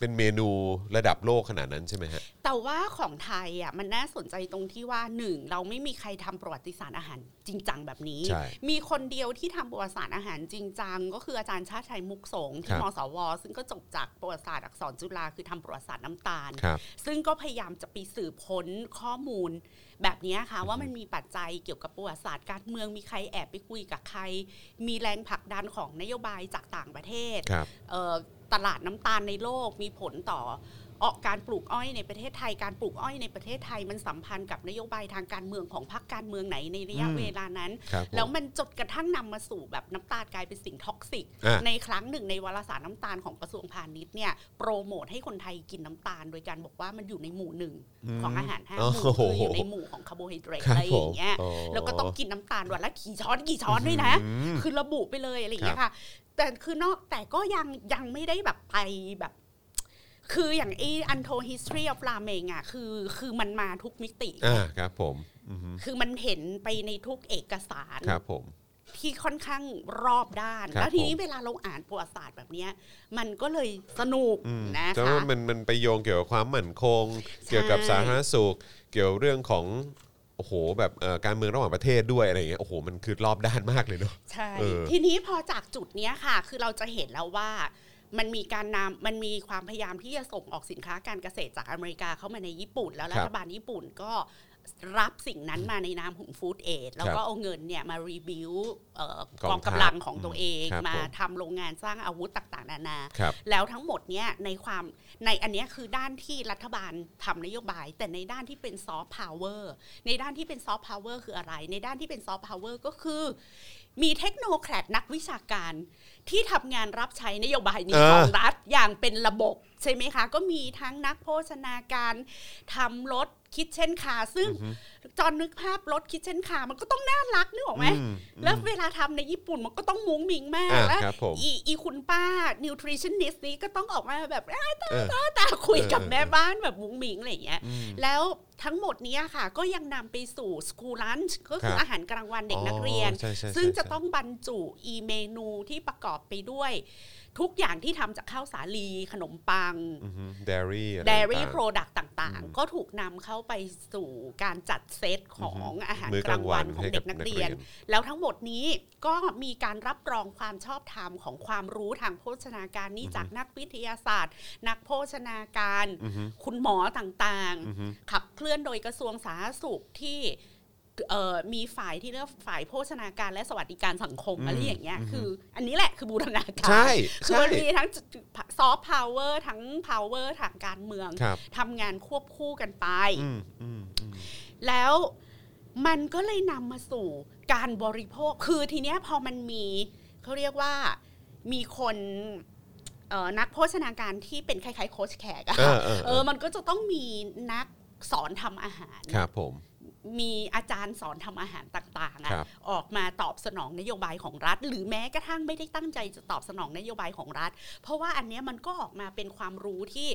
เป็นเมนูระดับโลกขนาดนั้นใช่ไหมฮะ แต่ว่าของไทยอ่ะมันน่าสนใจตรงที่ว่าหนึ่งเราไม่มีใครทำประวัติศาสตร์อาหารจริงจังแบบนี้ ใช่ มีคนเดียวที่ทำประวัติศาสตร์อาหารจริงจังก็คืออาจารย์ชาติชัยมุกสงฆ์ ครั ที่ บ มสว ซึ่งก็จบจากประวัติศาสตร์อักษรจุฬาคือทำประวัติศาสตร์น้ำตาล ครับ ซึ่งก็พยายามจะไปสืบค้นข้อมูลแบบเนี้ยค่ะ ว่ามันมีปัจจัยเกี่ยวกับประวัติศาสตร์การเมืองมีใครแอบไปคุยกับใคร มีแรงผลักดันของนโยบายจากต่างประเทศ ครับ เอ่อตลาดน้ำตาลในโลกมีผลต่อออกการปลูกอ้อยในประเทศไทยการปลูกอ้อยในประเทศไทยมันสัมพันธ์กับนโยบายทางการเมืองของพรรคการเมืองไหนในระยะ อืม เวลานั้น ครับผม แล้วมันจดกระทั่งนำมาสู่แบบน้ำตาลกลายเป็นสิ่งท็อกซิก อ่ะ ในครั้งหนึ่งในวารสารน้ำตาลของกระทรวงพาณิชย์เนี่ยโปรโมทให้คนไทยกินน้ำตาล โดยการบอกว่ามันอยู่ในหมู่หนึ่งของอาหารห้าหมู่คืออยู่ในหมู่ของคาร์โบไฮเดรต คบ อะไรอย่างเงี้ย ผม แล้วก็ต้องกินน้ำตาลวันละกี่ช้อนกี่ช้อนด้วยนะ อืม คือระบุไปเลยอะไรอย่างเงี้ยค่ะ แต่คือนอกแต่ก็ยังยังไม่ได้แบบไปแบบ คืออย่างไออันโท history of ramen อ่ะคือคือมันมาทุกมิติ อ่าครับผมอือฮึ คือมันเห็นไปในทุกเอกสาร ครับผม ที่ค่อนข้างรอบด้าน ครับ แล้วทีนี้ ผม เวลาเราอ่านประวัติศาสตร์แบบเนี้ย มันก็เลยสนุก อืม นะ แต่ คะ ว่ามันมันไปโยงเกี่ยวกับความมั่นคง เกี่ยวกับสาธารณสุข เกี่ยวเรื่องของโอ้โหแบบเอ่อการเมืองระหว่างประเทศด้วยอะไรอย่างเงี้ยโอ้โหมันคือรอบด้านมากเลยเนาะ ใช่ เออ ทีนี้พอจากจุดเนี้ยค่ะ คือเราจะเห็นแล้วว่า มันมีการนำมันมีความพยายามที่จะส่งออกสินค้าการเกษตรจากอเมริกาเข้ามาในญี่ปุ่น แล้ว ครับ รัฐบาลญี่ปุ่นก็รับสิ่งนั้นมาในนามของฟู้ดเอดแล้ว ครั ก็ บ เอาเงินเนี่ยมารีบิวเอ่อก อง กอง ทัพ กำลังของตัว อืม เอง ครับ มา ผม ทำโรงงานสร้างอาวุธต่างๆ นานา ครับ แล้วทั้งหมดเนี่ยในความในอันเนี้ยคือด้านที่รัฐบาลทำนโยบาย แต่ในด้านที่เป็นซอฟต์พาวเวอร์ในด้านที่เป็นซอฟต์พาวเวอร์คืออะไร ในด้านที่เป็นซอฟต์พาวเวอร์ก็คือ มีเทคโนแครดนักวิชาการที่ทำงานรับใช้นโยบายนี้ เออ ของรัฐอย่างเป็นระบบ ใช่ไหมคะ ก็มีทั้งนักโภชนาการทำรถคิดเช่นคาซึ่งจอนนึกภาพรถคิดเช่นคามันก็ต้องน่ารักนึกออกไหม อืม แล้วเวลาทำในญี่ปุ่นมันก็ต้องมุ้งมิงมาก อ่ะ แล้ว ครับผม อีอีคุณป้า nutritionist นี้ก็ต้องออกมาแบบอ้าตา เออ ตาตาคุยกับ เออเออ แม่บ้านแบบมุ้งมิงอะไรอย่างเงี้ย อืม แล้วทั้งหมดเนี้ยค่ะ ก็ยังนำไปสู่ school lunch ก็คือ ครับ อาหารกลางวันเด็กนักเรียน อ๋อใช่ใช่ใช่ ซึ่งจะ ใช่ ต้องบรรจุอีเมนูที่ประกอบไปด้วย ทุกอย่างที่ทำจากข้าวสาลีขนมปัง เดรี่อะไร dairy ต่างๆ product ต่างๆ ก็ถูกนำเข้าไปสู่การจัดเซตของ อือฮึ อาหาร มื้อก ก ลา ลาง ง วั วัน น ให้ ของ กั เด็ บ ก นั นั ก ก เรี เรี ย ย น น แล้วทั้งหมดนี้ก็มีการรับรองความชอบธรรมของความรู้ทางโภชนาการนี่จากนักวิทยาศาสตร์ นักโภชนาการ อือฮึ คุณหมอต่าง อือฮึ ๆ ขับเคลื่อนโดยกระทรวงสาธารณสุขที่เอ่อมีฝ่ายที่เรียกว่าฝ่ายโภชนาการและสวัสดิการสังคม อืม อะไรอย่างเงี้ย อือฮึ คือ อันนี้แหละคือบูรณาการ ใช่ คือ ใช่ มันมีทั้งซอฟต์พาวเวอร์ทั้งพาวเวอร์ทางการเมือง ครับ ทำงานควบคู่กันไป อืมอืมอืม แล้วมันก็เลยนำมาสู่การบริโภค คือทีเนี้ยพอมันมีเขาเรียกว่ามีคนเอ่อนักโภชนาการที่เป็นคล้ายๆโค้ชแขกอะ เออเออเออ เออมันก็จะต้องมีนักสอนทำอาหาร ครับผม มีอาจารย์สอนทำอาหารต่างๆอะ ครับ ออกมาตอบสนองนโยบายของรัฐ หรือแม้กระทั่งไม่ได้ตั้งใจจะตอบสนองนโยบายของรัฐ เพราะว่าอันเนี้ยมันก็ออกมาเป็นความรู้ที่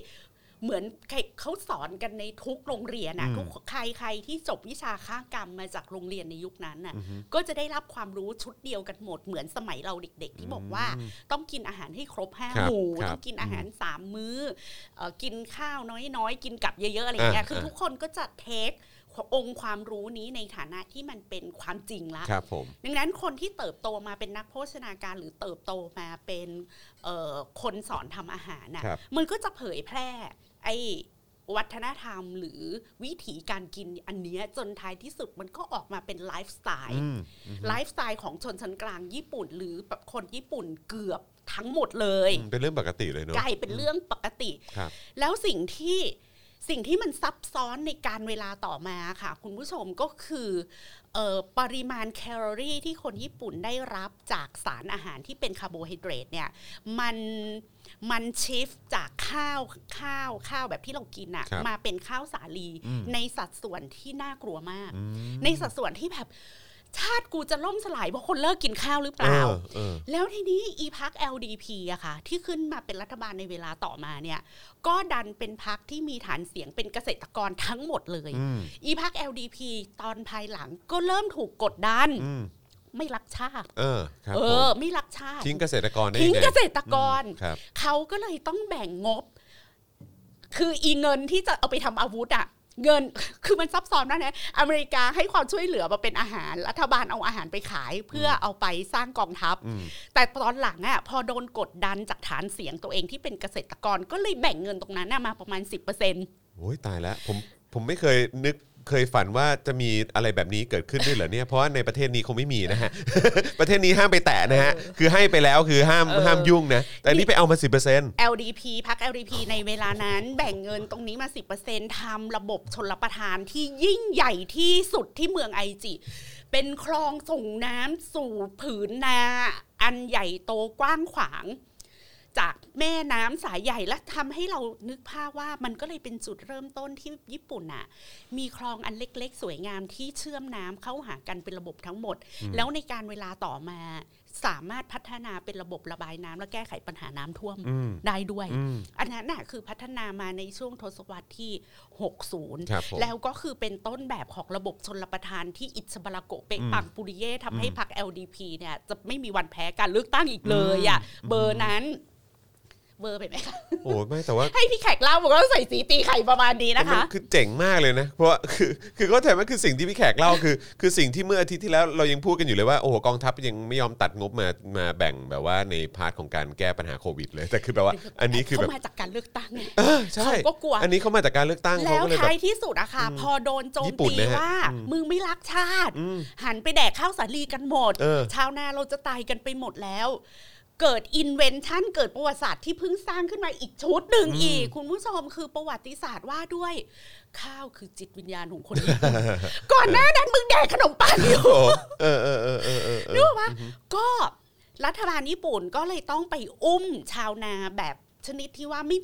เหมือนใครเขาสอนกันในทุกโรงเรียนนะ อืม ทุกใครใครที่จบวิชาค้ากรรมมาจากโรงเรียนในยุคนั้นน่ะก็จะได้รับความรู้ชุดเดียวกันหมดเหมือนสมัยเราเด็ก ๆ ที่บอกว่า อืม ต้องกินอาหารให้ครบห้า ครับ หมู่ ครับ ต้องกินอาหารสามมื้อเออกินข้าวน้อยๆ กินกับเยอะๆอะไรอย่างเงี้ย อ่า คือ อ่า ทุกคนก็จะเทคองค์ความรู้นี้ในฐานะที่มันเป็นความจริงละ ครับผม ดังนั้นคนที่เติบโตมาเป็นนักโภชนาการหรือเติบโตมาเป็นเอ่อคนสอนทำอาหารน่ะ ครับ มันก็จะเผยแพร่ไอ้วัฒนธรรมหรือวิถีการกินอันเนี้ยจนท้ายที่สุดมันก็ออกมาเป็นไลฟ์สไตล์ อืม ไลฟ์สไตล์ของชนชั้นกลางญี่ปุ่น หรือแบบคนญี่ปุ่นเกือบทั้งหมดเลย เป็นเรื่องปกติเลยเนอะ กลายเป็นเรื่องปกติ ครับ แล้วสิ่งที่สิ่งที่มันซับซ้อนในการเวลาต่อมาค่ะ คุณผู้ชมก็คือเออปริมาณแคลอรี่ที่คนญี่ปุ่นได้รับจากสารอาหารที่เป็นคาร์โบไฮเดรตเนี่ยมันมันชิฟจากข้าวข้าวข้าวแบบที่เรากิน ครั อะ่ะ บ มาเป็นข้าวสาลี อืม ในสัดส่วนที่น่ากลัวมาก อืม ในสัดส่วนที่แบบ ชาติกูจะล่มสลายเพราะคนเลิกกินข้าวหรือเปล่า เออเออ แล้วทีนี้อีพัก LDP อะค่ะ ที่ขึ้นมาเป็นรัฐบาลในเวลาต่อมาเนี่ย ก็ดันเป็นพักที่มีฐานเสียงเป็นเกษตรกรทั้งหมดเลย อีพัก LDP ตอนภายหลังก็เริ่มถูกกดดัน อืม ไม่รักชาติ เออครับ เอ ผม อ ไม่รักชาติ ทิ้งเกษตรกรได้ ทิ้ง ยัไ เกษตรกร อืมครับ เขาก็เลยต้องแบ่งงบ คืออีเงินที่จะเอาไปทำอาวุธอะเงิน คือมันซับซ้อนมากนะอเมริกาให้ความช่วยเหลือมาเป็นอาหาร รัฐบาลเอาอาหารไปขาย เพื่อเอาไปสร้างกองทัพ แต่ตอนหลังอะพอโดนกดดันจากฐานเสียงตัวเองที่เป็นเกษตรกรก็เลยแบ่งเงินตรงนั้นน่ะมาประมาณ 10% โอ้ยตายแล้วผมผมไม่เคยนึกเคยฝันว่าจะมีอะไรแบบนี้เกิดขึ้นด้วยเหรอเนี่ย เพราะว่าในประเทศนี้คงไม่มีนะฮ ะ ประเทศนี้ห้ามไปแตะนะฮะ คือให้ไปแล้วคือห้ามห้ามยุ่งนะ แต่อันนี้ไปเอามาสิบเปอร์เซ็นต์ LDP พัก LDP ในเวลานั้น แบ่งเงินตรงนี้มา 10%ทำระบบชนรประทานที่ยิ่งใหญ่ที่สุดที่เมืองไอจิ เป็นคลองส่งน้ำสู่ผืนนา อันใหญ่โตกว้างขวาง จากแม่น้ำสายใหญ่และทำให้เรานึกภาพว่ามันก็เลยเป็นจุดเริ่มต้นที่ญี่ปุ่นอะมีคลองอันเล็กๆ สวยงามที่เชื่อมน้ำเข้าหากันเป็นระบบทั้งหมด แล้วในการเวลาต่อมา สามารถพัฒนาเป็นระบบระบายน้ำและแก้ไขปัญหาน้ำท่วมได้ด้วย อันนั้นน่ะคือพัฒนามาในช่วงทศวรรษที่ 60 ครับผม แล้วก็คือเป็นต้นแบบของระบบชนรประทานที่อิชบาราโกะเปกปังปุริเย่ทำให้พรรค LDP เนี่ยจะไม่มีวันแพ้การเลือกตั้งอีกเลยอ่ะเบอร์นั้น เบอร์ไปไหมคะ โอ้ยไม่แต่ว่า ให้พี่แขกเล่าบอกว่าใส่สีตีไข่ประมาณนี้นะคะ มัคือเจ๋งมากเลยนะ เพราะว่าคือคือก็แถมว่าคือสิ่งที่พี่แขกเล่าคือ คือสิ่งที่เมื่ออาทิตย์ที่แล้วเรายังพูดกันอยู่เลยว่าโอ้โหกองทัพยังไม่ยอมตัดงบมามาแบ่งแบบว่าในพาร์ทของการแก้ปัญหาโควิดเลยแต่คือแบบว่า อันนี้คือแบบ เขามาจากการเลือกตั้งไง เออใช่ เขาก็กลัว อันนี้เขามาจากการเลือกตั้งเขา แล้ว ก็เลยแบ ท้าย บ ที่สุดอะค่ะ พอโดนโจ ญี่ ม ปุ่น ตี นะฮะ ว่า มึงไม่รักชาติ หันไปแดกข้าวสาลีกันหมด เออ ชาวนาเราจะตายกันไปหมดแล้ว เกิดอินเวนชั่นเกิดประวัติศาสตร์ที่เพิ่งสร้างขึ้นมาอีกชุดหนึ่งอีก คุณผู้ชมคือประวัติศาสตร์ว่าด้วย ข้าวคือจิตวิญญาณของคนญี่ปุ่นก่อนหน้านั้นมึงแดกขนมปังอยู่ โอ้โหเออเออเออเออเออเออ นึกออกปะก็รัฐบาลญี่ปุ่นก็เลยต้องไปอุ้มชาวนาแบบชนิดที่ว่าไม่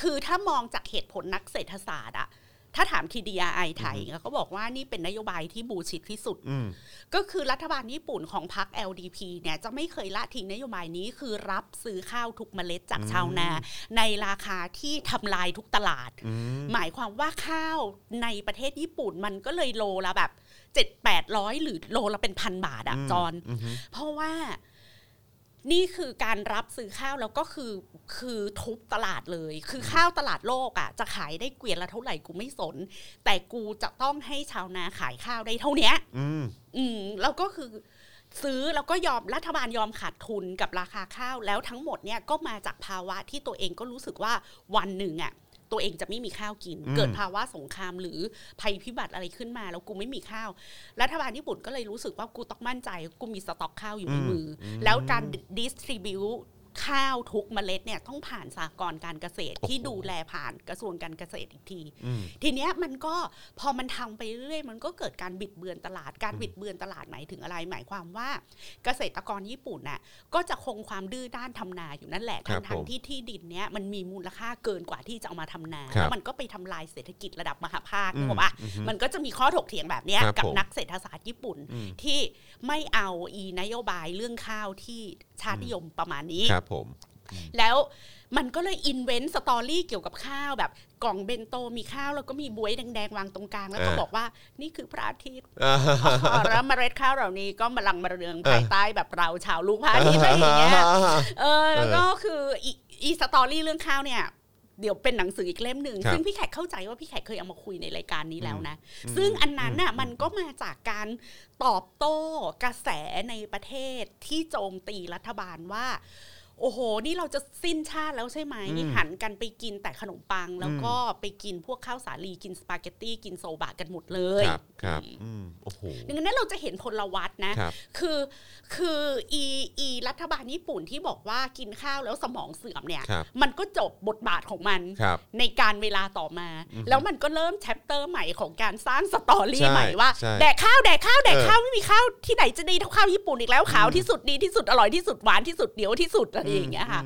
คือถ้ามองจากเหตุผลนักเศรษฐศาสตร์อะถ้าถาม TDRI ไทยก็บอกว่านี่เป็นนโยบายที่บูชิดที่สุด ก็คือรัฐบาลญี่ปุ่นของพรรค LDP เนี่ยจะไม่เคยละทิ้งนโยบายนี้คือรับซื้อข้าวทุกเมล็ดจากชาวนา ในราคาที่ทำลายทุกตลาด หมายความว่าข้าวในประเทศญี่ปุ่นมันก็เลยโลละแบบเจ็ดแปดร้อยหรือโลละเป็นพันบาทอะจอน เพราะว่านี่คือการรับซื้อข้าวแล้วก็คือคือทุบตลาดเลย คือข้าวตลาดโลกอะ่ะ จะขายได้เกวียนละเท่าไหร่กูไม่สน แต่กูจะต้องให้ชาวนาขายข้าวได้เท่าเนี้ย อืมแล้วก็คือซื้อแล้วก็ยอมรัฐบาลยอมขาดทุนกับราคาข้าวแล้วทั้งหมดเนี่ยก็มาจากภาวะที่ตัวเองก็รู้สึกว่าวันหนึ่งอะ่ะตัวเองจะไม่มีข้าวกิน เกิดภาวะสงครามหรือภัยพิบัติอะไรขึ้นมา แล้วกูไม่มีข้าว รัฐบาลญี่ปุ่นก็เลยรู้สึกว่ากูต้องมั่นใจกูมีสต็อกข้าวอยู่ในมืออแล้วการดิสทริบิวข้าวทุกเมล็ดเนี่ยต้องผ่านสากรณ์การเกษตรที่ดูแลผ่านกระทรวงการเกษตรอีกที ทีเนี้ยมันก็พอมันทำไปเรื่อยมันก็เกิดการบิดเบือนตลาดการบิดเบือนตลาดหมายถึงอะไร หมายความว่าเกษตรกรญี่ปุ่นน่ะก็จะคงความดื้อด้านทำนาอยู่นั่นแหละ ครั ทั้ บ งผทม ที่ที่ดินเนี้ยมันมีมูลค่าเกินกว่าที่จะเอามาทำนา ครับ แล้วมันก็ไปทำลายเศรษฐกิจระดับมหาภาคนึกออกปะมันก็จะมีข้อถกเถียงแบบเนี้ย ครับ กั ผม นักเศรษฐศาสตร์ญี่ปุ่นที่ไม่เอาอีนโยบายเรื่องข้าวที่ชาตินิยมประมาณนี้ ครับผม แล้วมันก็เลยอินเวนต์สตอรี่เกี่ยวกับข้าวแบบกล่องเบนโตมีข้าวแล้วก็มีบวยแดงๆ วางตรงกลาง แล้วก็ อ่า บอกว่านี่คือพระอาทิตย์ อ่า แล้วเมล็ดข้าวเหล่านี้ก็มาลังมาเรืองภายใต้แบบเราชาวลูกพระอาทิตย์อะไรอย่างเงี้ย เออแล้วก็คืออีอีสตอรี่เรื่องข้าวเนี่ย เดี๋ยวเป็นหนังสืออีกเล่มหนึ่ง ครับ ซึ่งพี่แขกเข้าใจว่าพี่แขกเคยเอามาคุยในรายการนี้แล้วนะ ซึ่งอันนั้นน่ะมันก็มาจากการตอบโต้กระแสในประเทศที่โจมตีรัฐบาลว่า โอ้โห นี่เราจะสิ้นชาติแล้วใช่ไหมหันกันไปกินแต่ขนมปัง แล้วก็ไปกินพวกข้าวสาลีกินสปาเกตตี้กินโซบะกันหมดเลย ครับครับ อืมโอ้โห ดังนั้นเราจะเห็นพลวัตนะ ครับ คือคืออีอีรัฐบาลญี่ปุ่นที่บอกว่ากินข้าวแล้วสมองเสื่อมเนี่ย ครับ มันก็จบบทบาทของมัน ครับ ในการเวลาต่อมา แล้วมันก็เริ่มแชปเตอร์ใหม่ของการสร้างสตอรี่ ใช่ ใหม่ว่า ใช่ แดกข้าวแดกข้าวแดก เออ ข้าวไม่มีข้าวที่ไหนจะดีเท่าข้าวญี่ปุ่นอีกแล้วขาวที่สุดดีที่สุดอร่อยที่สุดหวานที่สุดเดียวที่สุดอะไร อะไรอย่างเงี้ยค่ะ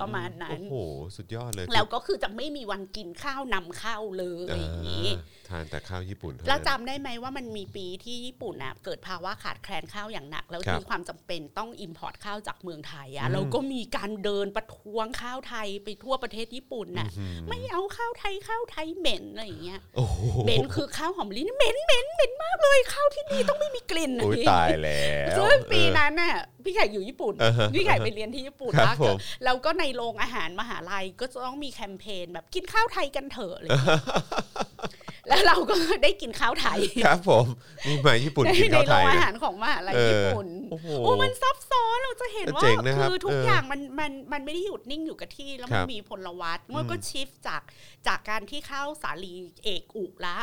ประมาณนั้ โอ้ น โห สุดยอดเลย แล้วก็คือจะไม่มีวันกินข้าวนำเข้าเลย อ่ อย่างนี้ าทานแต่ข้าวญี่ปุ่นเท่า แล้ว นั้น จำได้ไหมว่ามันมีปีที่ญี่ปุ่นนะเกิดภาวะขาดแคลนข้าวอย่างหนัก แล้ว ครับ มีความจำเป็นต้องอิมพอร์ตข้าวจากเมืองไทยอะเราก็มีการเดินประท้วงข้าวไทยไปทั่วประเทศญี่ปุ่นน่ะไม่เอาข้าวไทยข้าวไทยเหม็นอะไรอย่างเงี้ย โอ้โห เหม็นคือข้าวหอมมะลิเหม็นเหม็นเหม็นมากเลยข้าวที่ดีต้องไม่มีกลิ่น โอ้ย นี้ ตายแล้ว ซึ่งปีนั้นน่ะพี่ไก่อยู่ญี่ปุ่น อ่าฮะ พี่ไก่ไปเรียนที่ญี่ปุ่น ครับผแล้วก็ ม แล้วก็ในโรงอาหารมหาลัยก็จะต้องมีแคมเปญแบบกินข้าวไทยกันเถอะอะไรอย่าง เลยแล้วเราก็ได้กินข้าวไทย เออครับผมมีหมายญี่ปุ่น ใน กิน ใน ข้าวไทยโรงอา นะ หารของมหาลัย เออ ญี่ปุ่น โอ้โห โอ้มันซับซ้อนเราจะเห็นว่า เจ๋งนะครับ คือทุก เออ อ อย่าง มันมันมันไม่ได้หยุดนิ่งอยู่กับที่แล้วคมัน รับ มีพลวัตมันก็ชิฟจากจากการที่ข้าวสาลีเอกอุละ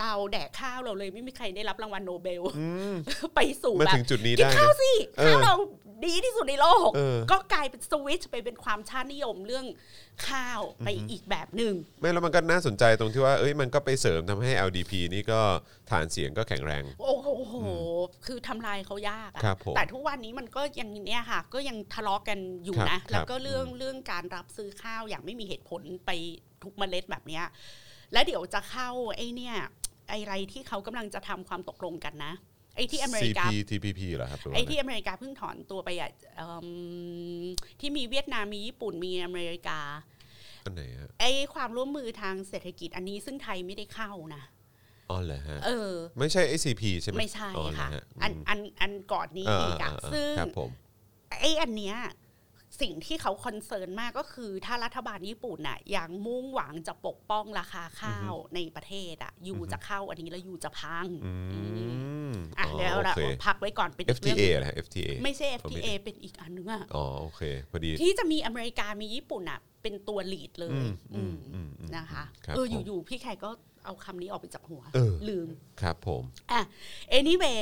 เราแดกข้าวเราเลยไม่มีใครได้รับรางวัลโนเบลไปสู่ มา แบบ ถึงจุดนี้ กิน ได้ ข้า นะ วสิ เออ ข้าวเราดีที่สุดในโลก เออ ก็กลายเป็นสวิตช์ไปเป็นความชาตินิยมเรื่องข้าวไปอีกแบบหนึ่ง ไม่แล้วมันก็น่าสนใจตรงที่ว่า เอ้ยมันก็ไปเสริมทำให้ LDP นี่ก็ฐานเสียงก็แข็งแรง โอ้โหโอ้โห คือทำลายเขายากอะ ครับผม แต่ทุกวันนี้มันก็ยังเนี่ยค่ะ ก็ยังทะเลาะกันอยู่ ครับ นะ ครับ แล้วก็เรื่องเรื่องการรับซื้อข้าวอย่างไม่มีเหตุผลไปทุกเมล็ดแบบเนี้ยและเดี๋ยวจะเข้าไอ้เนี่ยไอ้อะไรที่เขากำลังจะทำความตกลงกันนะ ไอ้ที่อเมริกา CP TPP เหรอครับหรือว่า ไอ้ที่อเมริกาเพิ่งถอนตัวไปอ่ะเอิ่มที่มีเวียดนามมีญี่ปุ่นมีอเมริกา อันไหนฮะ ไอ้ความร่วมมือทางเศรษฐกิจอันนี้ซึ่งไทยไม่ได้เข้านะ อ๋อเหรอฮะ เออ ไม่ใช่ SCP ใช่ไหม ไม่ใช่ อ๋อเหร ค่ะ ฮ อันอันอันก่อนนี้ อ่า อีกอะ อ่าอ่า ซึ่ง ครับผม ไอ้อันเนี้ยสิ่งที่เขาคอนเซิร์นมากก็คือ ถ้ารัฐบาลญี่ปุ่นน่ะยังมุ่งหวังจะปกป้องราคาข้าวในประเทศอะยูจะเข้าอันนี้แล้วยูจะพังอืม ม อ่ะเดี๋ยวเรา โอค พักไว้ก่อนเป็นอีกเรื่อง FTA เหรอฮะ FTA ไม่ใช่ FTA เป็นอีกอันนึงอะ อ๋อโอเคพอดี ที่จะมีอเมริกามีญี่ปุ่นอ่ะ เป็นตัวลีดเล อื ย มอืม อืม อืม นะคะ ครับ เออ ผม อยู่ๆพี่แขกก็เอาคำนี้ออกไปจากหัว เออ ลืม ครับผม อ่ะ anyway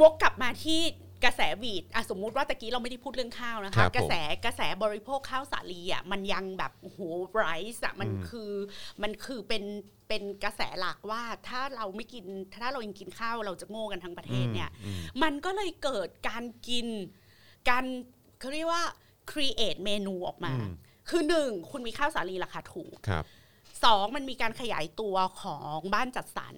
วกกลับมาที่กระแสวีดอ่ะสมมุติว่าตะกี้เราไม่ได้พูดเรื่องข้าวนะคะ กระแสกระแสบริโภคข้าวสาลีอ่ะมันยังแบบโอ้โหไรซ์อ่ะมันคือมันคือเป็นเป็นกระแสหลักว่าถ้าเราไม่กินถ้าเรายังกินข้าวเราจะโง่กันทั้งประเทศเนี่ย อืม มันก็เลยเกิดการกิน การเขาเรียกว่า create เมนูออกมา อืม คือหนึ่งคุณมีข้าวสาลีราคาถูก ครับ สองมันมีการขยายตัวของบ้านจัดสรร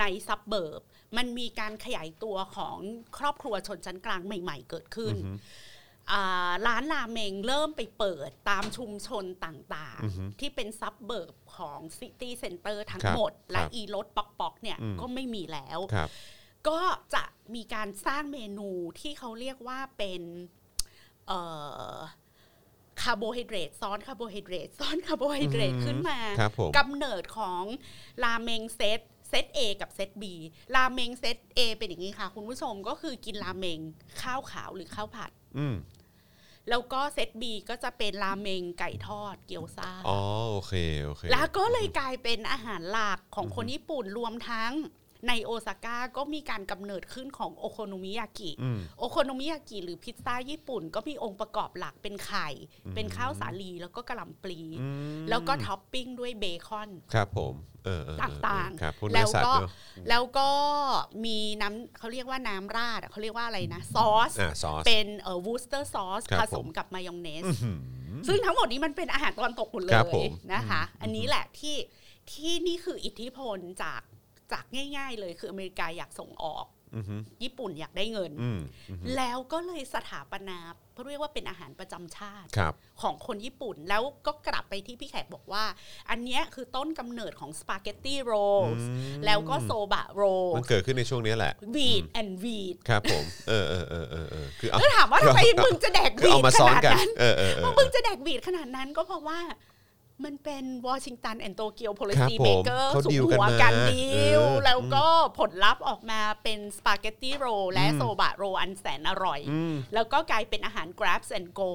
ในซับเบิร์บ มันมีการขยายตัวของครอบครัวชนชั้นกลางใหม่ๆเกิดขึ้นอ่าร้านราเมงเริ่มไปเปิดตามชุมชนต่างๆ ที่เป็นซับเบิร์บของซิตี้เซ็นเตอร์ทั้งหมด และอีรถป๊อกๆเนี่ยก็ไม่มีแล้ว ครับ ก็จะมีการสร้างเมนูที่เขาเรียกว่าเป็นเอ่อคาร์โบไฮเดรตซ้อนคาร์โบไฮเดรตซ้อนคาร์โบไฮเดรต อืม ขึ้นมา ครับผม กำเนิดของราเมงเซตเซต A กับเซต B ราเมงเซต A เป็นอย่างนี้ค่ะ คุณผู้ชมก็คือกินราเมงข้าวขาวหรือข้าวผัด อืม แล้วก็เซต B ก็จะเป็นราเมงไก่ทอดเกี๊ยวซ่า อ๋อโอเคโอเค แล้วก็เลยกลายเป็นอาหารหลักของคนญี่ปุ่นรวมทั้งในโอซาก้าก็มีการกำเนิดขึ้นของโอโคโนมิยากิ อืม โอโคโนมิยากิหรือพิซซ่าญี่ปุ่น ก็มีองค์ประกอบหลักเป็นไข่ เป็นข้าวสาลีแล้วก็กระหล่ำปลี อืม แล้วก็ท็อปปิ้งด้วยเบคอน ครับผมเออเออเออ ต่าง ครับพวก ๆ เนื้ แล้ อ ว สัต ก็ ว์เนาะ แล้วก็มีน้ำเขาเรียกว่าน้ำราดอะเขาเรียกว่าอะไรนะ ซอส อ่ะซอส เป็นเอ่อวูสเตอร์ซอส ครับ ผ ผม สมกับมายองเนส ซึ่งทั้งหมดนี้มันเป็นอาหารตะวันตกหมดเล ครับผม ยนะคะ อันนี้แหละที่ที่นี่คืออิทธิพลจากจากง่าย ๆ เลยคืออเมริกาอยากส่งออก อือฮึ ญี่ปุ่นอยากได้เงิน อืม แล้วก็เลยสถาปนาเขาเรียกว่าเป็นอาหารประจำชาติ ครับ ของคนญี่ปุ่น แล้วก็กลับไปที่พี่แขกบอกว่า อันเนี้ยคือต้นกำเนิดของสปาเกตตี้โรลส์แล้วก็โซบะโรล มันเกิดขึ้นในช่วงนี้แหละ วีดแอนด์วีด ครับผมเออเออเออเออเออคือเอา แล้วถามว่าทำไมมึงจะแดก คือ วี เอา ด มา ข ซ้อน นาด กัน นั้น เออเออเออ ว่ามึงจะแดกวีดขนาดนั้นก็เพราะว่ามันเป็นวอชิงตันแอนโตเกียวโพลิ ครับ ซี ผม เมเกอร์ เขา สุม ดีลกัน หัว มา กันดีล เออ แล้วก็ผลลัพธ์ออกมาเป็นสปาเกตตี้โรลและโซบะโรลอันแสนอร่อย แล้วก็กลายเป็นอาหาร grab and go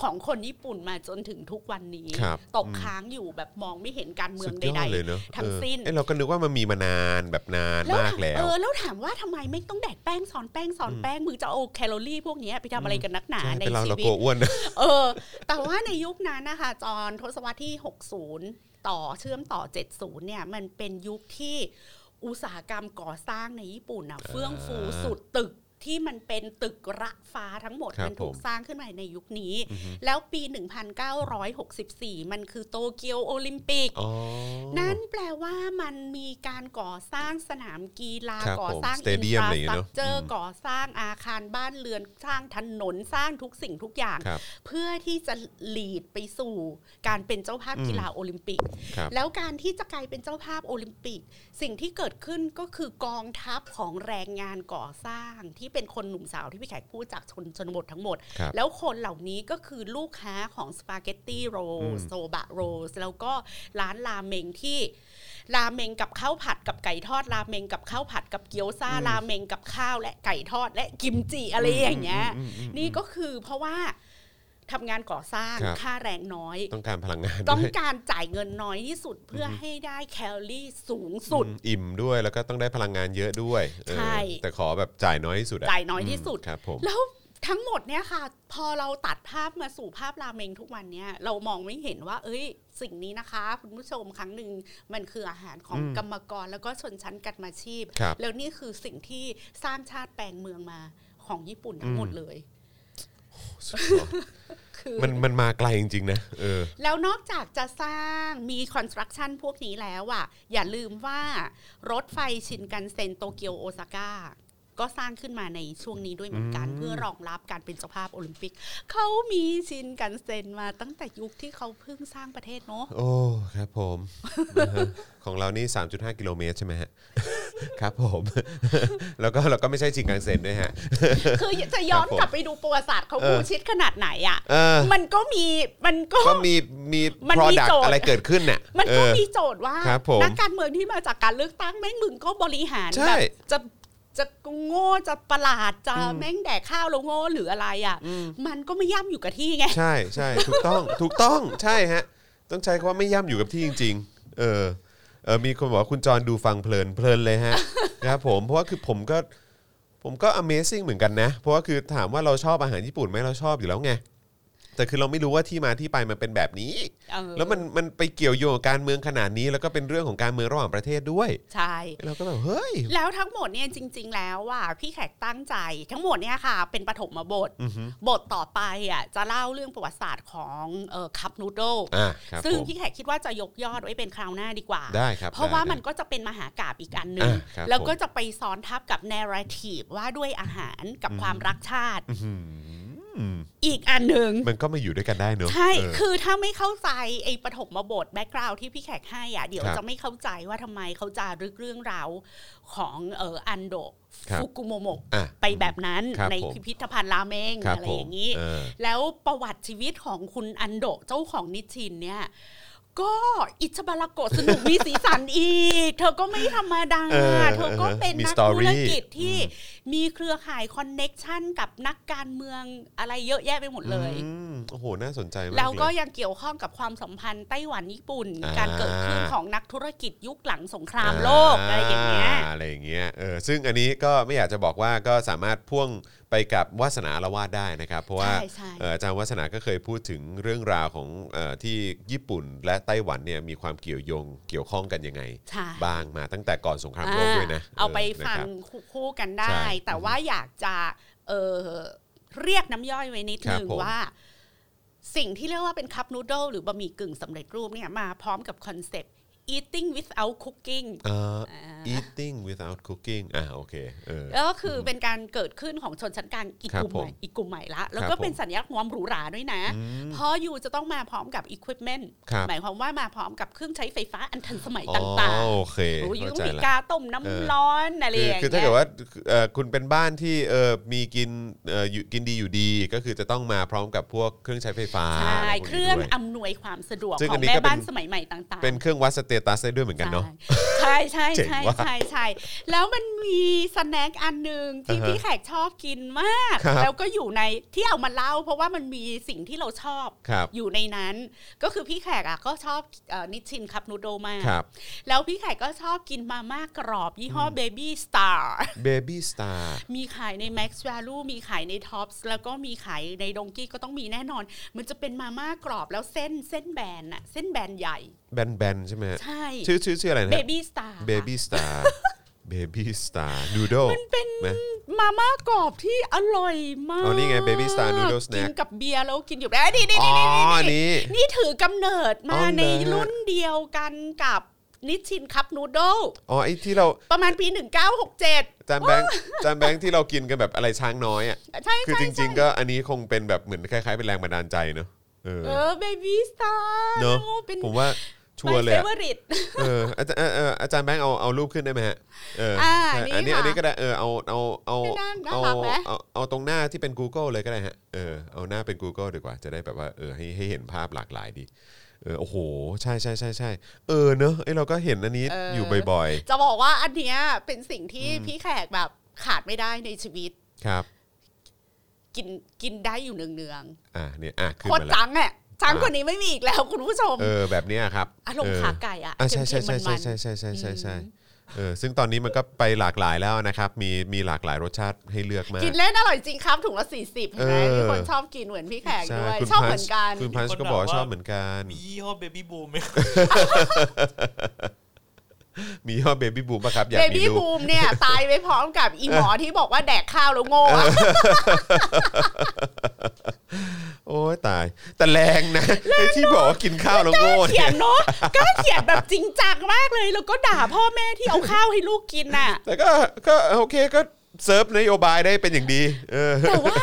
ของคนญี่ปุ่นมาจนถึงทุกวันนี้ ครับ ตกค้างอยู่แบบมองไม่เห็นการเมื สุ อง ดยอใด ดเลยเนาะ ทั้งสิ้น เออเอ้ยเราก็นึกว่ามันมีมานานแบบนานมากแล้ว เออแล้วถามว่าทำไมไม่ต้องแดกแป้งซ้อนแป้งซ้อนแป้งมึงจะเอาแคลอรี่พวกเนี้ยไปทำอะไรกันนักหนา ใช่ ใน เป็นเรา ชี เรา วิ ก ต ลัวอ้วนนะ เออ แต่ว่าในยุคนั้นนะคะจอนทศวรรษที่ 60 ต่อเชื่อมต่อ 70 เนี่ย มันเป็นยุคที่อุตสาหกรรมก่อสร้างในญี่ปุ่นอะเฟื่องฟูสุดตึก ที่มันเป็นตึกระฟ้าทั้งหมด ครับ มัถูก ผม สร้างขึ้นมาในยุคนี้ แล้วปี 1964 มันคือโตเกียวโอลิมปิก อ๋อ นั่นแปลว่ามันมีการก่อสร้างสนามกีฬา ครับ ก่อสร้าง ผม อิ stadium อะไรอย่างเงี้ยเนอะ เจอ อืม ก่อสร้างอาคารบ้านเรือนสร้างถนนสร้างทุกสิ่งทุกอย่าง ครับ เพื่อที่จะหลีดไปสู่การเป็นเจ้าภาพ อืม กีฬาโอลิมปิก ครับ แล้วการที่จะกลายเป็นเจ้าภาพโอลิมปิก สิ่งที่เกิดขึ้นก็คือกองทัพของแรงงานก่อสร้าง ที่เป็นคนหนุ่มสาวที่พี่แขกพูดจากชนชนบททั้งหมด ครับ แล้วคนเหล่านี้ก็คือลูกค้าของสปาเกตตี้โรลโซบะโรสแล้วก็ร้านราเมงที่ราเมงกับข้าวผัดกับไก่ทอดราเมงกับข้าวผัดกับเกี๊ยวซ่าราเมงกับข้าวและไก่ทอดและกิมจิอะไรอย่างเงี้ยนี่ก็คือเพราะว่าทำงานก่อสร้าง ครับ ค่าแรงน้อย ต้องการพลังงาน ต้อง ด้วย การจ่ายเงินน้อยที่สุดเพื่อให้ได้แคลอรี่สูงสุด อืมอิ่มด้วยแล้วก็ต้องได้พลังงานเยอะด้วยเออ ใช่ แต่ขอแบบจ่ายน้อยที่สุดอะ จ่ายน้อยที่สุด ครับผม แล้วทั้งหมดเนี่ยค่ะ พอเราตัดภาพมาสู่ภาพราเมงทุกวันเนี่ย เรามองไม่เห็นว่า เอ้ย สิ่งนี้นะคะ คุณผู้ชมครั้งหนึ่งมันคืออาหารของกรรมกรแล้วก็ชนชั้นกรรมาชีพ ครับ แล้วนี่คือสิ่งที่สร้างชาติแปลงเมืองมาของญี่ปุ่นทั้งหมดเลย คือ มันมันมาไกลจริงๆนะเออ แล้วนอกจากจะสร้างมีคอนสตรักชั่นพวกนี้แล้วอะอย่าลืมว่ารถไฟชินกันเซ็นโตเกียวโอซาก้าก็สร้างขึ้นมาในช่วงนี้ด้วยเหมือนกัน เพื่อรองรับการเป็นเจ้าภาพโอลิมปิก เขามีชินกันเซ็นมาตั้งแต่ยุคที่เขาเพิ่งสร้างประเทศเนาะ โอ้ครับผมนะฮะของเรานี่ 3.5 กิโลเมตรใช่ไหมฮะ ครับผม แล้วก็เราก็ไม่ใช่ชิงกังเซนด้วยฮะ คือจะย้อน ครับผม กลับไปดูประวัติศาสตร์เขา เออ บูชิดขนาดไหนอะ เออ มันก็มีมันก็ ก็มีมี มันมี product โจทย์ อะไรเกิดขึ้นเนี่ย มัน เอ ก็ อ มีโจทย์ว่า ครับผม นักการเมืองที่มาจากการเลือกตั้งแม่งมึงก็บริหาร ใช่ แบบจะจะโง่จะประหลาดจะแม่งแดกข้าวแล้วโง่หรืออะไรอ่ะ มันก็ไม่ย่ำอยู่กับที่ไง ใช่ใช่ถูกต้อง ถูกต้องใช่ฮะ ต้องใช้คำว่าไม่ย่ำอยู่กับที่จริง ๆ เออเออมีคนบอกว่าคุณจรดูฟังเพลินเพลินเลยฮะ ครับผมเพราะว่าคือผมก็ผมก็ Amazing เหมือนกันนะ เพราะว่าคือถามว่าเราชอบอาหารญี่ปุ่นไหมเราชอบอยู่แล้วไง แต่คือเราไม่รู้ว่าที่มาที่ไปมันเป็นแบบนี้ เออ แล้วมันมันไปเกี่ยวโยงกับการเมืองขนาดนี้ แล้วก็เป็นเรื่องของการเมืองระหว่างประเทศด้วย ใช่ เราก็แบบเฮ้ย แล้วทั้งหมดเนี่ยจริง ๆ แล้วว่าพี่แขกตั้งใจ ทั้งหมดเนี่ยค่ะ เป็นปฐมบท บทต่อไปอ่ะจะเล่าเรื่องประวัติศาสตร์ของเอ่อคัพนูโด อ่ะครับ ซึ่ง ผม พี่แขกคิดว่าจะยกยอดไว้เป็นคราวหน้าดีกว่า ได้ครับ เพราะว่า ได้ มันก็จะเป็นมหากาบอีกอันหนึ่ง อ่ะครับ แล้วก็ ผม จะไปซ้อนทับกับ narrative ว่าด้วยอาหารกับความรักชาติ อีกอันหนึ่ง มันก็มาอยู่ด้วยกันได้เนอะ ใช่ เออ คือถ้าไม่เข้าใจไอ้ปฐมบทแบ็กกราวที่พี่แขกให้อ่ะ เดี๋ยว ครับ จะไม่เข้าใจว่าทำไมเขาจะรึกเรื่องราวของเอออันโดะ ครับ ฟุกุโมโมะ อ่ะ ไปแบบนั้น ครับ ใน ผม พิพิธภัณฑ์ราเมง ครับ อะไร ผ อ ม ย่างนี้ เออ แล้วประวัติชีวิตของคุณอันโดะเจ้าของนิชชินเนี่ย ก็อิชบาราโกะสนุกมีสีสันอีก เธอก็ไม่ธรรมดา เออ เธอก็เป็น มี นัก story ธุรกิจที่มีเครือข่ายคอนเน็กชันกับนักการเมืองอะไรเยอะแยะไปหมดเลย อืมโอ้โห น่าสนใจมาก แล้วก็ เย ยังเกี่ยวข้องกับความสัมพันธ์ไต้หวันญี่ปุ่น อ่า การเกิดขึ้นของนักธุรกิจยุคหลังสงครามโลกอะไรอย่างเงี้ย อะไรอย่างเงี้ยเออซึ่งอันนี้ก็ไม่อยากจะบอกว่าก็สามารถพ่วงไปกับวาสนาละวาดได้นะครับ เพราะว่า ใช่ใช่ เอ่ออาจารย์วาสนาก็เคยพูดถึงเรื่องราวของเออที่ญี่ปุ่นและไต้หวันเนี่ยมีความเกี่ยวโยงเกี่ยวข้องกันยังไง ใช่ บ้างมาตั้งแต่ก่อนสงครามโลกด้วยนะ อ่าเอาไปฟัง นะครับ คู่ๆกันได้ ใช่ แต่ว่าอยากจะเออเรียกน้ำย่อยไว้นิดนึ ครั ง บผม ว่า สิ่งที่เรียกว่าเป็นคัพนูโดลหรือบะหมี่กึ่งสำเร็จรูปเนี่ยมาพร้อมกับคอนเซปต์ eating without cooking เอ่อ eating without cooking อ่าโอเคเออ แล้วก็คือเป็นการเกิดขึ้นของชนชั้นกลางอีกกลุ่ม ครับผ ให ม ม่อีกกลุ่มใหม่ละ แล้ว ครับ ก็เป็นสัญลักษณ์ความหรูหราด้วยนะ เพราะอยู่จะต้องมาพร้อมกับอุปกรณ์ ครับ หมายความว่ามาพร้อมกับเครื่องใช้ไฟฟ้าอันทันสมัย อ๋ ต อ่ าง โอเค ๆโอ้ยอ เข้า ยู่ ใจ มี ละ กาต้ม เออ น้ำร้อนอะไร คือ อย่าง คือ เงี้ ถ้าเกิด ย ว่าเอ่อคุณเป็นบ้านที่เออมีกินเอออยู่กินดีอยู่ดีก็คือจะต้องมาพร้อมกับพวกเครื่องใช้ไฟฟ้า ใช่ ะไพวกนี้ เครื่อง ด้วย อำนวยความสะดวก ซึ่ง ข อั อน ง นี้ แม่ ก็เป็น บ้านสมัยใหม่ต่างๆ เป็นเครื่องวัดสเตตัสได้ด้วยเหมือนกันเนาะ ใช่ใช่ เจ๋ง ใช่ ว่ะ ใช่ใช่แล้วมันมีสแน็คอันหนึ่งที่ อ่าฮะ พี่แขกชอบกินมาก ครับ แล้วก็อยู่ในที่เอามาเล่า เพราะว่ามันมีสิ่งที่เราชอบ ครับ อยู่ในนั้น ก็คือพี่แขกอ่ะก็ชอบเอ่อนิชชินคับนูโดมาก ครับ แล้วพี่แขกก็ชอบกินมาม่ากรอบยี่ห้อเบบี้สตาร์ เบบี้สตาร์ มีขายใน Max Value มีขายใน Tops แล้วก็มีขายในดงกี้ก็ต้องมีแน่นอน มันจะเป็นมาม่ากรอบแล้วเส้นเส้นแบนอะเส้นแบนใหญ่ แบนๆใช่ไหมฮะ ใช่ ชื่อชื่อชื่ออะไรนะ Baby Star เบบี้สตาร์ เบบี้สตาร์นูโด มันเป็น นะ มาม่ากรอบที่อร่อยมาก อ๋อนี่ไง Baby Star Noodle Snack กินกับเบียร์แล้วกินอยู่แล้วนี่นี่ อ๋อ นี่นี่ นี่ นี่ถือกำเนิด อ๋ มา อเหรอ ในรุ่นเดียวกันกับนิชชินคัพนูโด อ๋อไอ้ที่เรา ประมาณปี 1967 จานแบงค์จานแบงค์ที่เรากินกันแบบอะไรช้างน้อยอ่ะ ใช่ คือ ใช่ จริ ใช่ ง ๆ ก็อันนี้คงเป็นแบบเหมือนคล้ายๆเป็นแรงบันดาลใจเนอะเออ เออ Baby Star เนอะ เป็น ผมว่าชัว My ร์เลยอะ favorite เอออาจารย์เออเอออาจารย์แบงค์เอาเอารูปขึ้นได้ไหมฮะเออ อ่า ใช่ นี่ อันนี้ ค่ะ อันนี้ก็ได้เออเอาเอาเอา น่าน่า เอา รักไหม เอาเอาตรงหน้าที่เป็น Google เลยก็ได้ฮะเออเอาหน้าเป็น Google ดีกว่าจะได้แบบว่าเออให้ให้เห็นภาพหลากหลายดีเออโอ้โห ใช่ใช่ใช่ใช่เออเนอะไอยเราก็เห็นอันนี้อยู่บ่อย จะบอกว่าอันเนี้ยเป็นสิ่งที่พี่แขกแบบขาดไม่ได้ในชีวิต ๆครับ กินกินได้อยู่เนือง อ่ะเนี่ยอ่ะ ๆ ขึ้น โคตร มาแล้ว จังอ่ะจัง อ่ะ กว่านี้ไม่มีอีกแล้วคุณผู้ชม เออแบบเนี้ยครับ อารมณ์ เ ขาไก่อะ อ่ะใช่ใช่ เค็ ใช่ มๆ ใช่ มันๆ ใช่ใช่ใช่ใช่ใช่เออซึ่งตอนนี้มันก็ไปหลากหลายแล้วนะครับมีมีหลากหลายรสชาติให้เลือกมาก กินเล่นอร่อยจริงครับถุงละสี่สิบเห็นไหม เออ มีคนชอบกินเหมือนพี่แขก ใช่ ด้วย คุณ ชอบ พัชเหมือนกัน คุณพันชก็บอกว่าชอบเหมือนกัน มียี่ห้อเบบี้บูมไหม มีย่อเบบี้บูมป่ะครับ อยาก เบ มี บี้ ลูก บูม เนี่ย ตายไปพร้อมกับอีหมอที่บอกว่าแดกข้าวแล้วโง่อะ โอ้ยตาย แต่แรงนะไอ้ที่บอกว่ากินข้าวแล้ว กล้า โง่ เขี เนี่ยย นเนาะกล้าเขียนแบบจริงจังมากเลย แล้วก็ด่าพ่อแม่ที่เอาข้าวให้ลูกกินน่ะ แต่ก็ก็โอเคก็เซิร์ฟนโยบายได้เป็นอย่างดี เออ แต่ว่า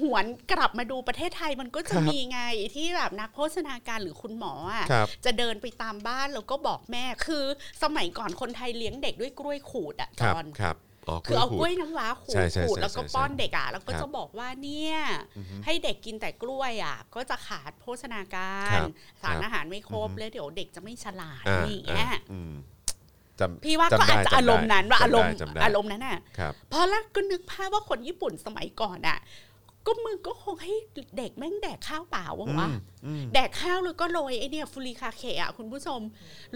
หวนกลับมาดูประเทศไทยมันก็จะมีไงที่แบบนักโภชนาการหรือคุณหมออ่ะ ครับ จะเดินไปตามบ้านแล้วก็บอกแม่คือสมัยก่อนคนไทยเลี้ยงเด็กด้วยกล้วยขูดอ่ะ ค จ รับ อน ครับอ๋อ คือเอาก ล้ ล้ว วย ยน้ำว้าขู ใช่ ด ใช่ ขูด ใช่ แล้วก็ ใช่ ป้อนเด็กอ่ะแล้วก็ ครับ จะบอกว่าเนี่ยให้เด็กกินแต่กล้วยอ่ะ ก็จะขาดโภชนากา ค ร รับ สาร ครับ อาหารไม่ครบ อือฮึ แล้วเดี๋ยวเด็กจะไม่ฉลาด อ่า นี่อย่างเงี้ย อ่าอืมจำ พี่ว่าก็อาจำจะได้ อารมณ์นั้นว่า จำได้ อารมณ์ จำได้ อารมณ์นั้นอ่ะ ครับ เพราะแล้วก็นึกภาพว่าคนญี่ปุ่นสมัยก่อนอ่ะ ก็มึงก็คงให้เด็กแม่งแดกข้าวเปล่าวะวะแดกข้าวแล้วก็โรยไอเนี่ยฟูริคาเคะอ่ะคุณผู้ชม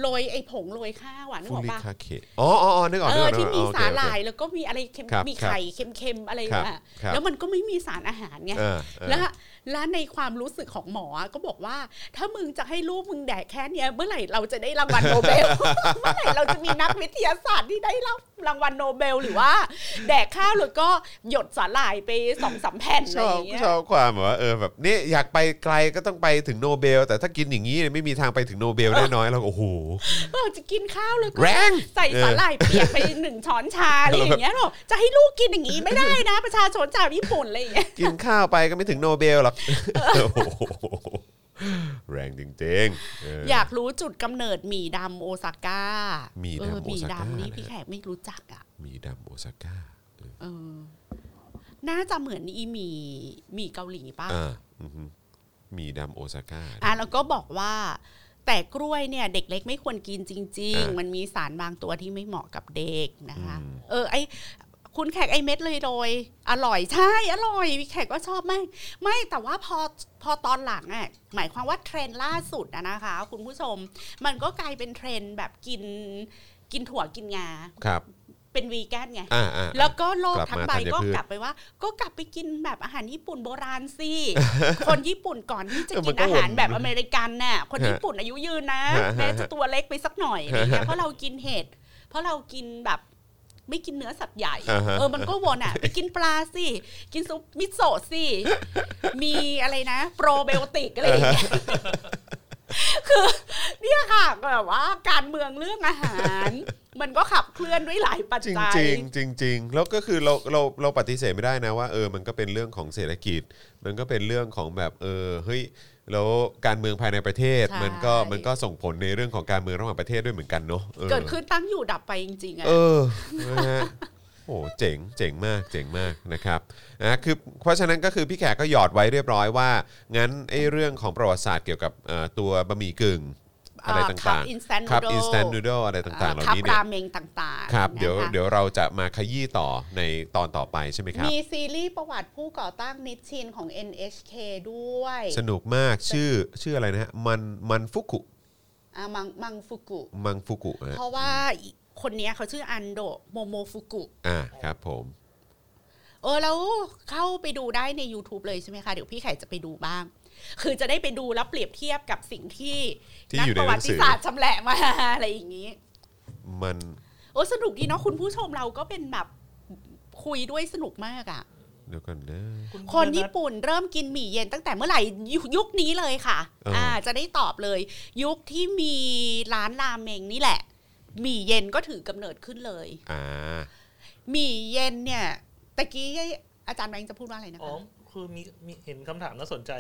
โรยไอผงโรยข้าวอ่ะนึก ฟู ออก ริ ปะ คาเคะอ๋ออ๋ออ๋อนึกออก เอ นึกออกนึกอที่ ออก มี โอเค สา โอ หร่าย เค แล้วก็มีอะไรเค็ม ครับ มีไข่เค็มๆอะไร ครั เงี้ บ ย ครับ แล้วมันก็ไม่มีสารอาหารไง เออเออ แล้วแล้วในความรู้สึกของหมอก็บอกว่า ถ้ามึงจะให้ลูกมึงแดกแค่เนี้ยเมื่อไหร่เราจะได้รางวัลโนเบล เมื่อไหร่เราจะมีนักวิทยาศาสตร์ที่ได้รับรางวัลโนเบลหรือว่า แดกข้าวแล้วก็หยดสาหร่ายไปสองสามแผ่นอะ ช ไร อ อบ ย่างเงี้ย ชอบความแบบว่าเออแบบนี่อยากไปไกลก็ต้องไปถึงโนเบล แต่ถ้ากินอย่างนี้เนี่ยไม่มีทางไปถึงโนเบลแน่นอนเราก็โอ้โห เออจะกินข้าวแล้วก็ แรง ใส่ เออ สาหร่ายเปียกไปหนึ่งช้อนชาอะไรอย่างเงี้ยหรอกจะให้ลูกกินอย่างงี้ไม่ได้นะ ประชาชนชาวญี่ปุ่นอะไรอย่างเงี้ย กินข้าวไปก็ไม่ถึงโนเบลหรอก โอ้โหแรงจริงๆเออ อยากรู้จุดกำเนิดหมี่ดำโอซาก้า หมี่ดำ เออหมี่ โอซาก้า ดำนี่พี่แขกไม่รู้จักอ่ะ มีดำโอซาก้าเออ เออ น่าจะเหมือนอีหมี่หมี่เกาหลีป่ะ อ่าอือฮึมีดำโอซาก้า อ่ะแล้วก็บอกว่า แต่กล้วยเนี่ย เด็กเล็กไม่ควรกินจริง อ่ะ ๆ มันมีสารบางตัวที่ไม่เหมาะกับเด็กนะคะ อืม เออ ไอคุณแขกไอเม็ดเลยโดย อร่อยใช่อร่อยพี่แขกก็ชอบมากไม่แต่ว่าพอพอตอนหลังอ่ะหมายความว่าเทรนด์ล่าสุดอะนะคะ คุณผู้ชม มันก็กลายเป็นเทรนด์แบบกินกินถั่วกินงา ครับ เป็นวีแกนไง อ่าอ่า แล้วก็โลก กลับ ทั้ง มา ใบ ธัญ ก็ พืช กลับไปว่า ก็กลับไปกินแบบอาหารญี่ปุ่นโบราณสิ คนญี่ปุ่นก่อนที่จะ เออมั กิ น น ก็ อาหาร วน แบบอเมริกันน่ะ คน ฮะ ญี่ปุ่นอายุยืนนะ ฮะฮะ แม้จะตัวเล็กไปสักหน่อยอะไรเงี้ ยเพราะเรากินเห็ดเพราะเรากินแบบไม่กินเนื้อสัตว์ ใหญ่ อ่าฮะ เออมันก็วนอ่ะ ไปกินปลาสิ กินซุปมิโซะสิ มีอะไรนะ โปรไบโอติกอะไรอย่างเงี้ ยคือเนี่ยค่ะแบบว่าการเมืองเรื่องอาหาร มันก็ขับเคลื่อนด้วยหลายปัจ จริง จัย จริงจริงจริงๆแล้วก็คือเราเราเราปฏิเสธไม่ได้นะว่าเออมันก็เป็นเรื่องของเศรษฐกิจ มันก็เป็นเรื่องของแบบเออเฮ้ยแล้วการเมืองภายในประเทศ ใช่ มันก็มันก็ส่งผลในเรื่องของการเมืองระหว่างประเทศด้วยเหมือนกันเนาะออ เกิดขึ้นตั้งอยู่ดับไปจริงๆอะ เออนะฮะโอ้เจ๋งเจ๋งมากเจ๋งมากนะครับนะคือเพราะฉะนั้นก็คือพี่แขกก็หยอดไว้เรียบร้อยว่า งั้นไอ้เรื่องของประวัติศาสตร์เกี่ยวกับเอ่อตัวบะหมี่กึ่งอะไรต่าง อินสแตน ๆ ครับ instant noodle อะไรต่างๆเหล่า คับ นี้เนี่ย ราเมงต่างๆ ครับ นะคะ เดี๋ยวเดี๋ยวเราจะมาขยี้ต่อในตอนต่อไปใช่ไหมครับ มีซีรีส์ประวัติผู้ก่อตั้งนิชชินของ NHK ด้วย สนุกมากชื่อชื่ออะไรนะฮะมันมันฟุกุ อ่ะมังมังฟุกุ มังฟุกุนะ เพราะว่าคนเนี้ยเขาชื่ออันโดะโมโมฟุกุ อ่าครับผม เออแล้วเข้าไปดูได้ใน YouTube เลยใช่ไหมคะ เดี๋ยวพี่ไข่จะไปดูบ้าง คือจะได้ไปดูแล้วเปรียบเทียบกับสิ่งที่ ที่ นั อยู่ใน ประ ห วั นัง ติ สือ ศาสตร์ชำแหละมา อะไรอย่างนี้ มัน โอ้สนุกดีเนาะคุณผู้ชมเราก็เป็นแบบ คุยด้วยสนุกมากอ่ะ เดี๋ยวก่อนนะ คนญี่ปุ่นเริ่มกินหมี่เย็นตั้งแต่เมื่อไหร่ยุยุคนี้เลยค่ะ เอออ่ อ่า จะได้ตอบเลย ยุคที่มีร้านรามเมงนี่แหละ หมี่เย็นก็ถือกำเนิดขึ้นเลย อ่า หมี่เย็นเนี่ยตะกี้อาจารย์แบงค์จะพูดว่าอะไรนะ อ๋อ คะ คือมีมีเห็นคำถามน่าสนใจ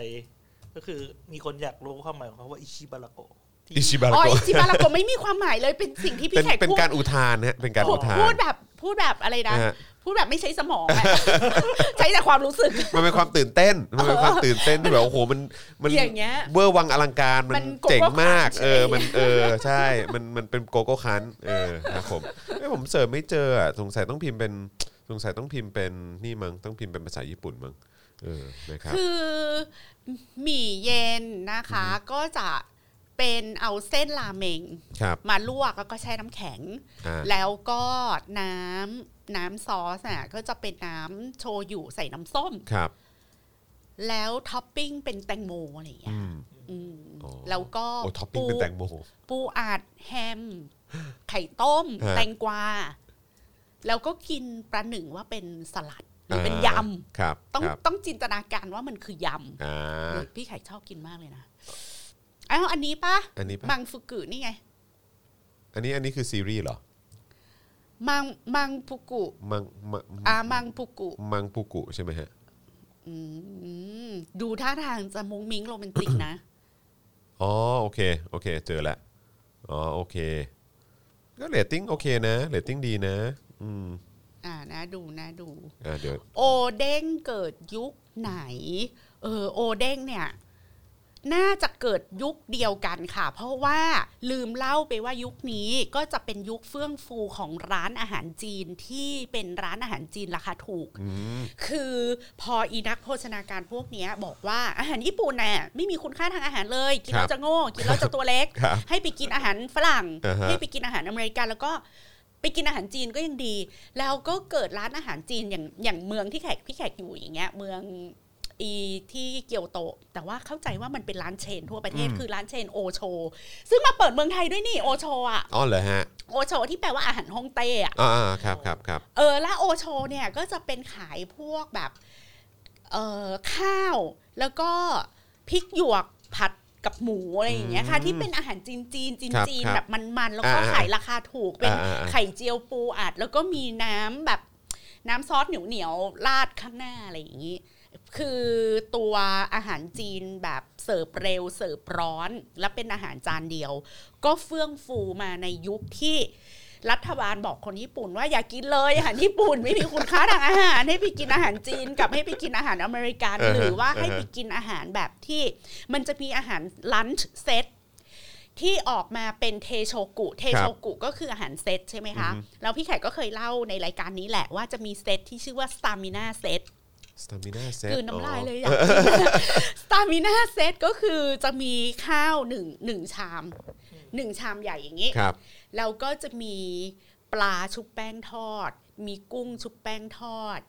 ก็คือมีคนอยากรู้ความหมายของคำว่าอิชิบาระโกะที่ อิชิบาระ อ๋อ โกะ อิจิบาระโกะไม่มีความหมายเลยเป็นสิ่งที่ เป็ พี่ น แขก เป็น พูด การอุทานฮะเป็นการอุทาน พูดแบบพูดแบบอะไรนะ ฮะ พูดแบบไม่ใช้สมองอะ ใช้แต่ความรู้สึก มันเป็นความตื่นเต้น มันเป็นความตื่นเต้นที่แบบโอ้โหมันมัน อย่างเงี้ย เวอร์วังอลังการ มั มัน น โกโก้ เจ๋งมาก คัน เออ ใช่ไหม มันเออใช่มันมันเป็นโกโก้คันเออครับผมเอ้ยผมเสิร์ชไม่เจออะสงสัยต้องพิมพ์เป็นสงสัยต้องพิมพ์เป็นนี่มั้งต้องพิมพ์เป็นภาษาญี่ปุ่นมั้งเออนะครับ คือหมี่เย็นนะคะ ก็จะเป็นเอาเส้นราเมง ครับ มาลวกแล้วก็แช่น้ำแข็ง อ่า แล้วก็น้ำน้ำซอสน่ะก็จะเป็นน้ำโชยุใส่น้ำส้ม ครับ แล้วท็อปปิ้งเป็นแตงโมอะไรอย่างเงี้ อื ย ม อืม อ๋อ แล้วก็ โอ้ท็อปปิ้งเป็นแตงโม ปูอัดแฮม ไข่ต้ม ฮะ แตงกวา แล้วก็กินประหนึ่งว่าเป็นสลัด หรือเป็นย ครับ ำต้อง ครับ ต้องจินตนาการว่ามันคือย อ่า ำเออพี่ไข่ชอบกินมากเลยนะเอ้าอันนี้ปะ อันนี้ปะ มังฟุกุนี่ไง อันนี้อันนี้คือซีรีส์เหรอ มังมังฟุกุ มังมัง อามังปุกุ มังปูกุใช่ไหมฮะ อืมดูท่าทางจะมุ้งมิ้งโรแมนติกนะ อ๋อโอเคโอเค เจอละอ๋อโอเค ก็เรตติ้งโอเคนะเรตติ้งดีนะ อืม อ่านะดูนะดู อ่าเดี๋ยว โอเด้งเกิดยุคไหน เออโอเด้งเนี่ย น่าจะเกิดยุคเดียวกันค่ะ เพราะว่าลืมเล่าไปว่ายุคนี้ก็จะเป็นยุคเฟื่องฟูของร้านอาหารจีนที่เป็นร้านอาหารจีนราคาถูก อืม คือพออีนักโภชนาการพวกเนี้ยบอกว่าอาหารญี่ปุ่นน่ะไม่มีคุณค่าทางอาหารเลย กินแล้วจะโง่กินแล้วจะตัวเล็ก ครับ ให้ไปกินอาหารฝรั่ง อ่าฮะ ให้ไปกินอาหารอเมริกัน แล้วก็ไปกินอาหารจีนก็ยังดี แล้วก็เกิดร้านอาหารจีนอย่างอย่างเมืองที่แขกพี่แขกอยู่อย่างเงี้ยเมืองอีที่เกียวโต แต่ว่าเข้าใจว่ามันเป็นร้านเชนทั่วประเทศคือร้านเชนโอโชซึ่งมาเปิดเมืองไทยด้วยนี่โอโชอะ อ๋อเหรอฮะ โอโชที่แปลว่าอาหารฮ่องเต้อะ อ่าอ่าครับครับครับ เออและโอโชเนี่ยก็จะเป็นขายพวกแบบเออข้าว แล้วก็พริกหยวกผัดกับหมูอะไรอย่างเงี้ยค่ะ ที่เป็นอาหารจีนจีนจีนจีนแบบมันๆแล้วก็ขายราคาถูกเป็นไข่เจียวปูอัด แล้วก็มีน้ำแบบน้ำซอสเหนียวเหนียวๆราดข้างหน้าอะไรอย่างงี้ คือตัวอาหารจีนแบบเสิร์ฟเร็วเสิร์ฟร้อน และเป็นอาหารจานเดียว ก็เฟื่องฟูมาในยุคที่ รัฐบาลบอกคนญี่ปุ่นว่าอย่ากินเลยอาหารญี่ปุ่นไม่มีคุณค่าทางอาหาร ให้ไปกินอาหารจีนกับให้ไปกินอาหารอเมริกัน หรือว่าให้ไปกินอาหารแบบที่มันจะมีอาหารลันช์เซตที่ออกมาเป็นเทโชกุเทโชกุก็คืออาหารเซตใช่ไหมคะ แล้วพี่ไข่ก็เคยเล่าในรายการนี้แหละว่าจะมีเซตที่ชื่อว่าสตามินาเซต สตามิน่าเซ กลืนน้ำลายเลยอยากกิน สตามิน่าเซตก็คือจะมีข้าวหนึ่งหนึ่งชามหนึ่งชามใหญ่อย่างนี้ ครับ แล้วก็จะมีปลาชุบแป้งทอด มีกุ้งชุบแป้งทอด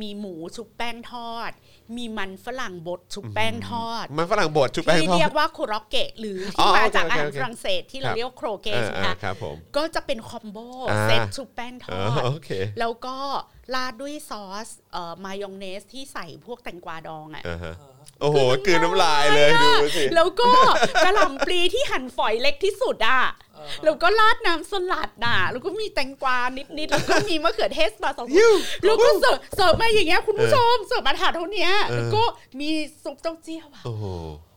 มีหมูชุบแป้งทอด มีมันฝรั่งบดชุบแป้งทอด มันฝรั่งบดชุบแป้ง ที่ ทอ เรีย ด กว่าคุร็อกเกะหรือ อ๋ ที่ อ มา โอเค จาก โอ อา เค หาร โอเค ฝรั่งเศสที่ ค เรา รับ เรียกว่าโครเกะใช่ไหม อ่าๆคะครับผม ก็จะเป็นคอมโบ อ่า เซตชุบแป้งทอด โอเค แล้วก็ราดด้วยซอสเอ่อมายองเนสที่ใส่พวกแตงกวาดองอะ อ่าฮะโอ้โหกลืนน้ำลายเลยดูสิ แล้วก็กระหล่ำปลีที่หั่นฝอยเล็กที่สุดอ่ะ อ่าฮะ แล้วก็ราดน้ำสลัดน่ะ แล้วก็มีแตงกวานิดๆ แล้วก็มีมะเขือเทศมาสองลูก แล้วก็เสิร์ฟเสิร์ฟมาอย่างเงี้ยคุณผู้ชมเสิร์ฟมาถาดเท่าเนี้ย เออ แล้วก็มีซุปเต้าเจี้ยวอ่ะ โอ้โห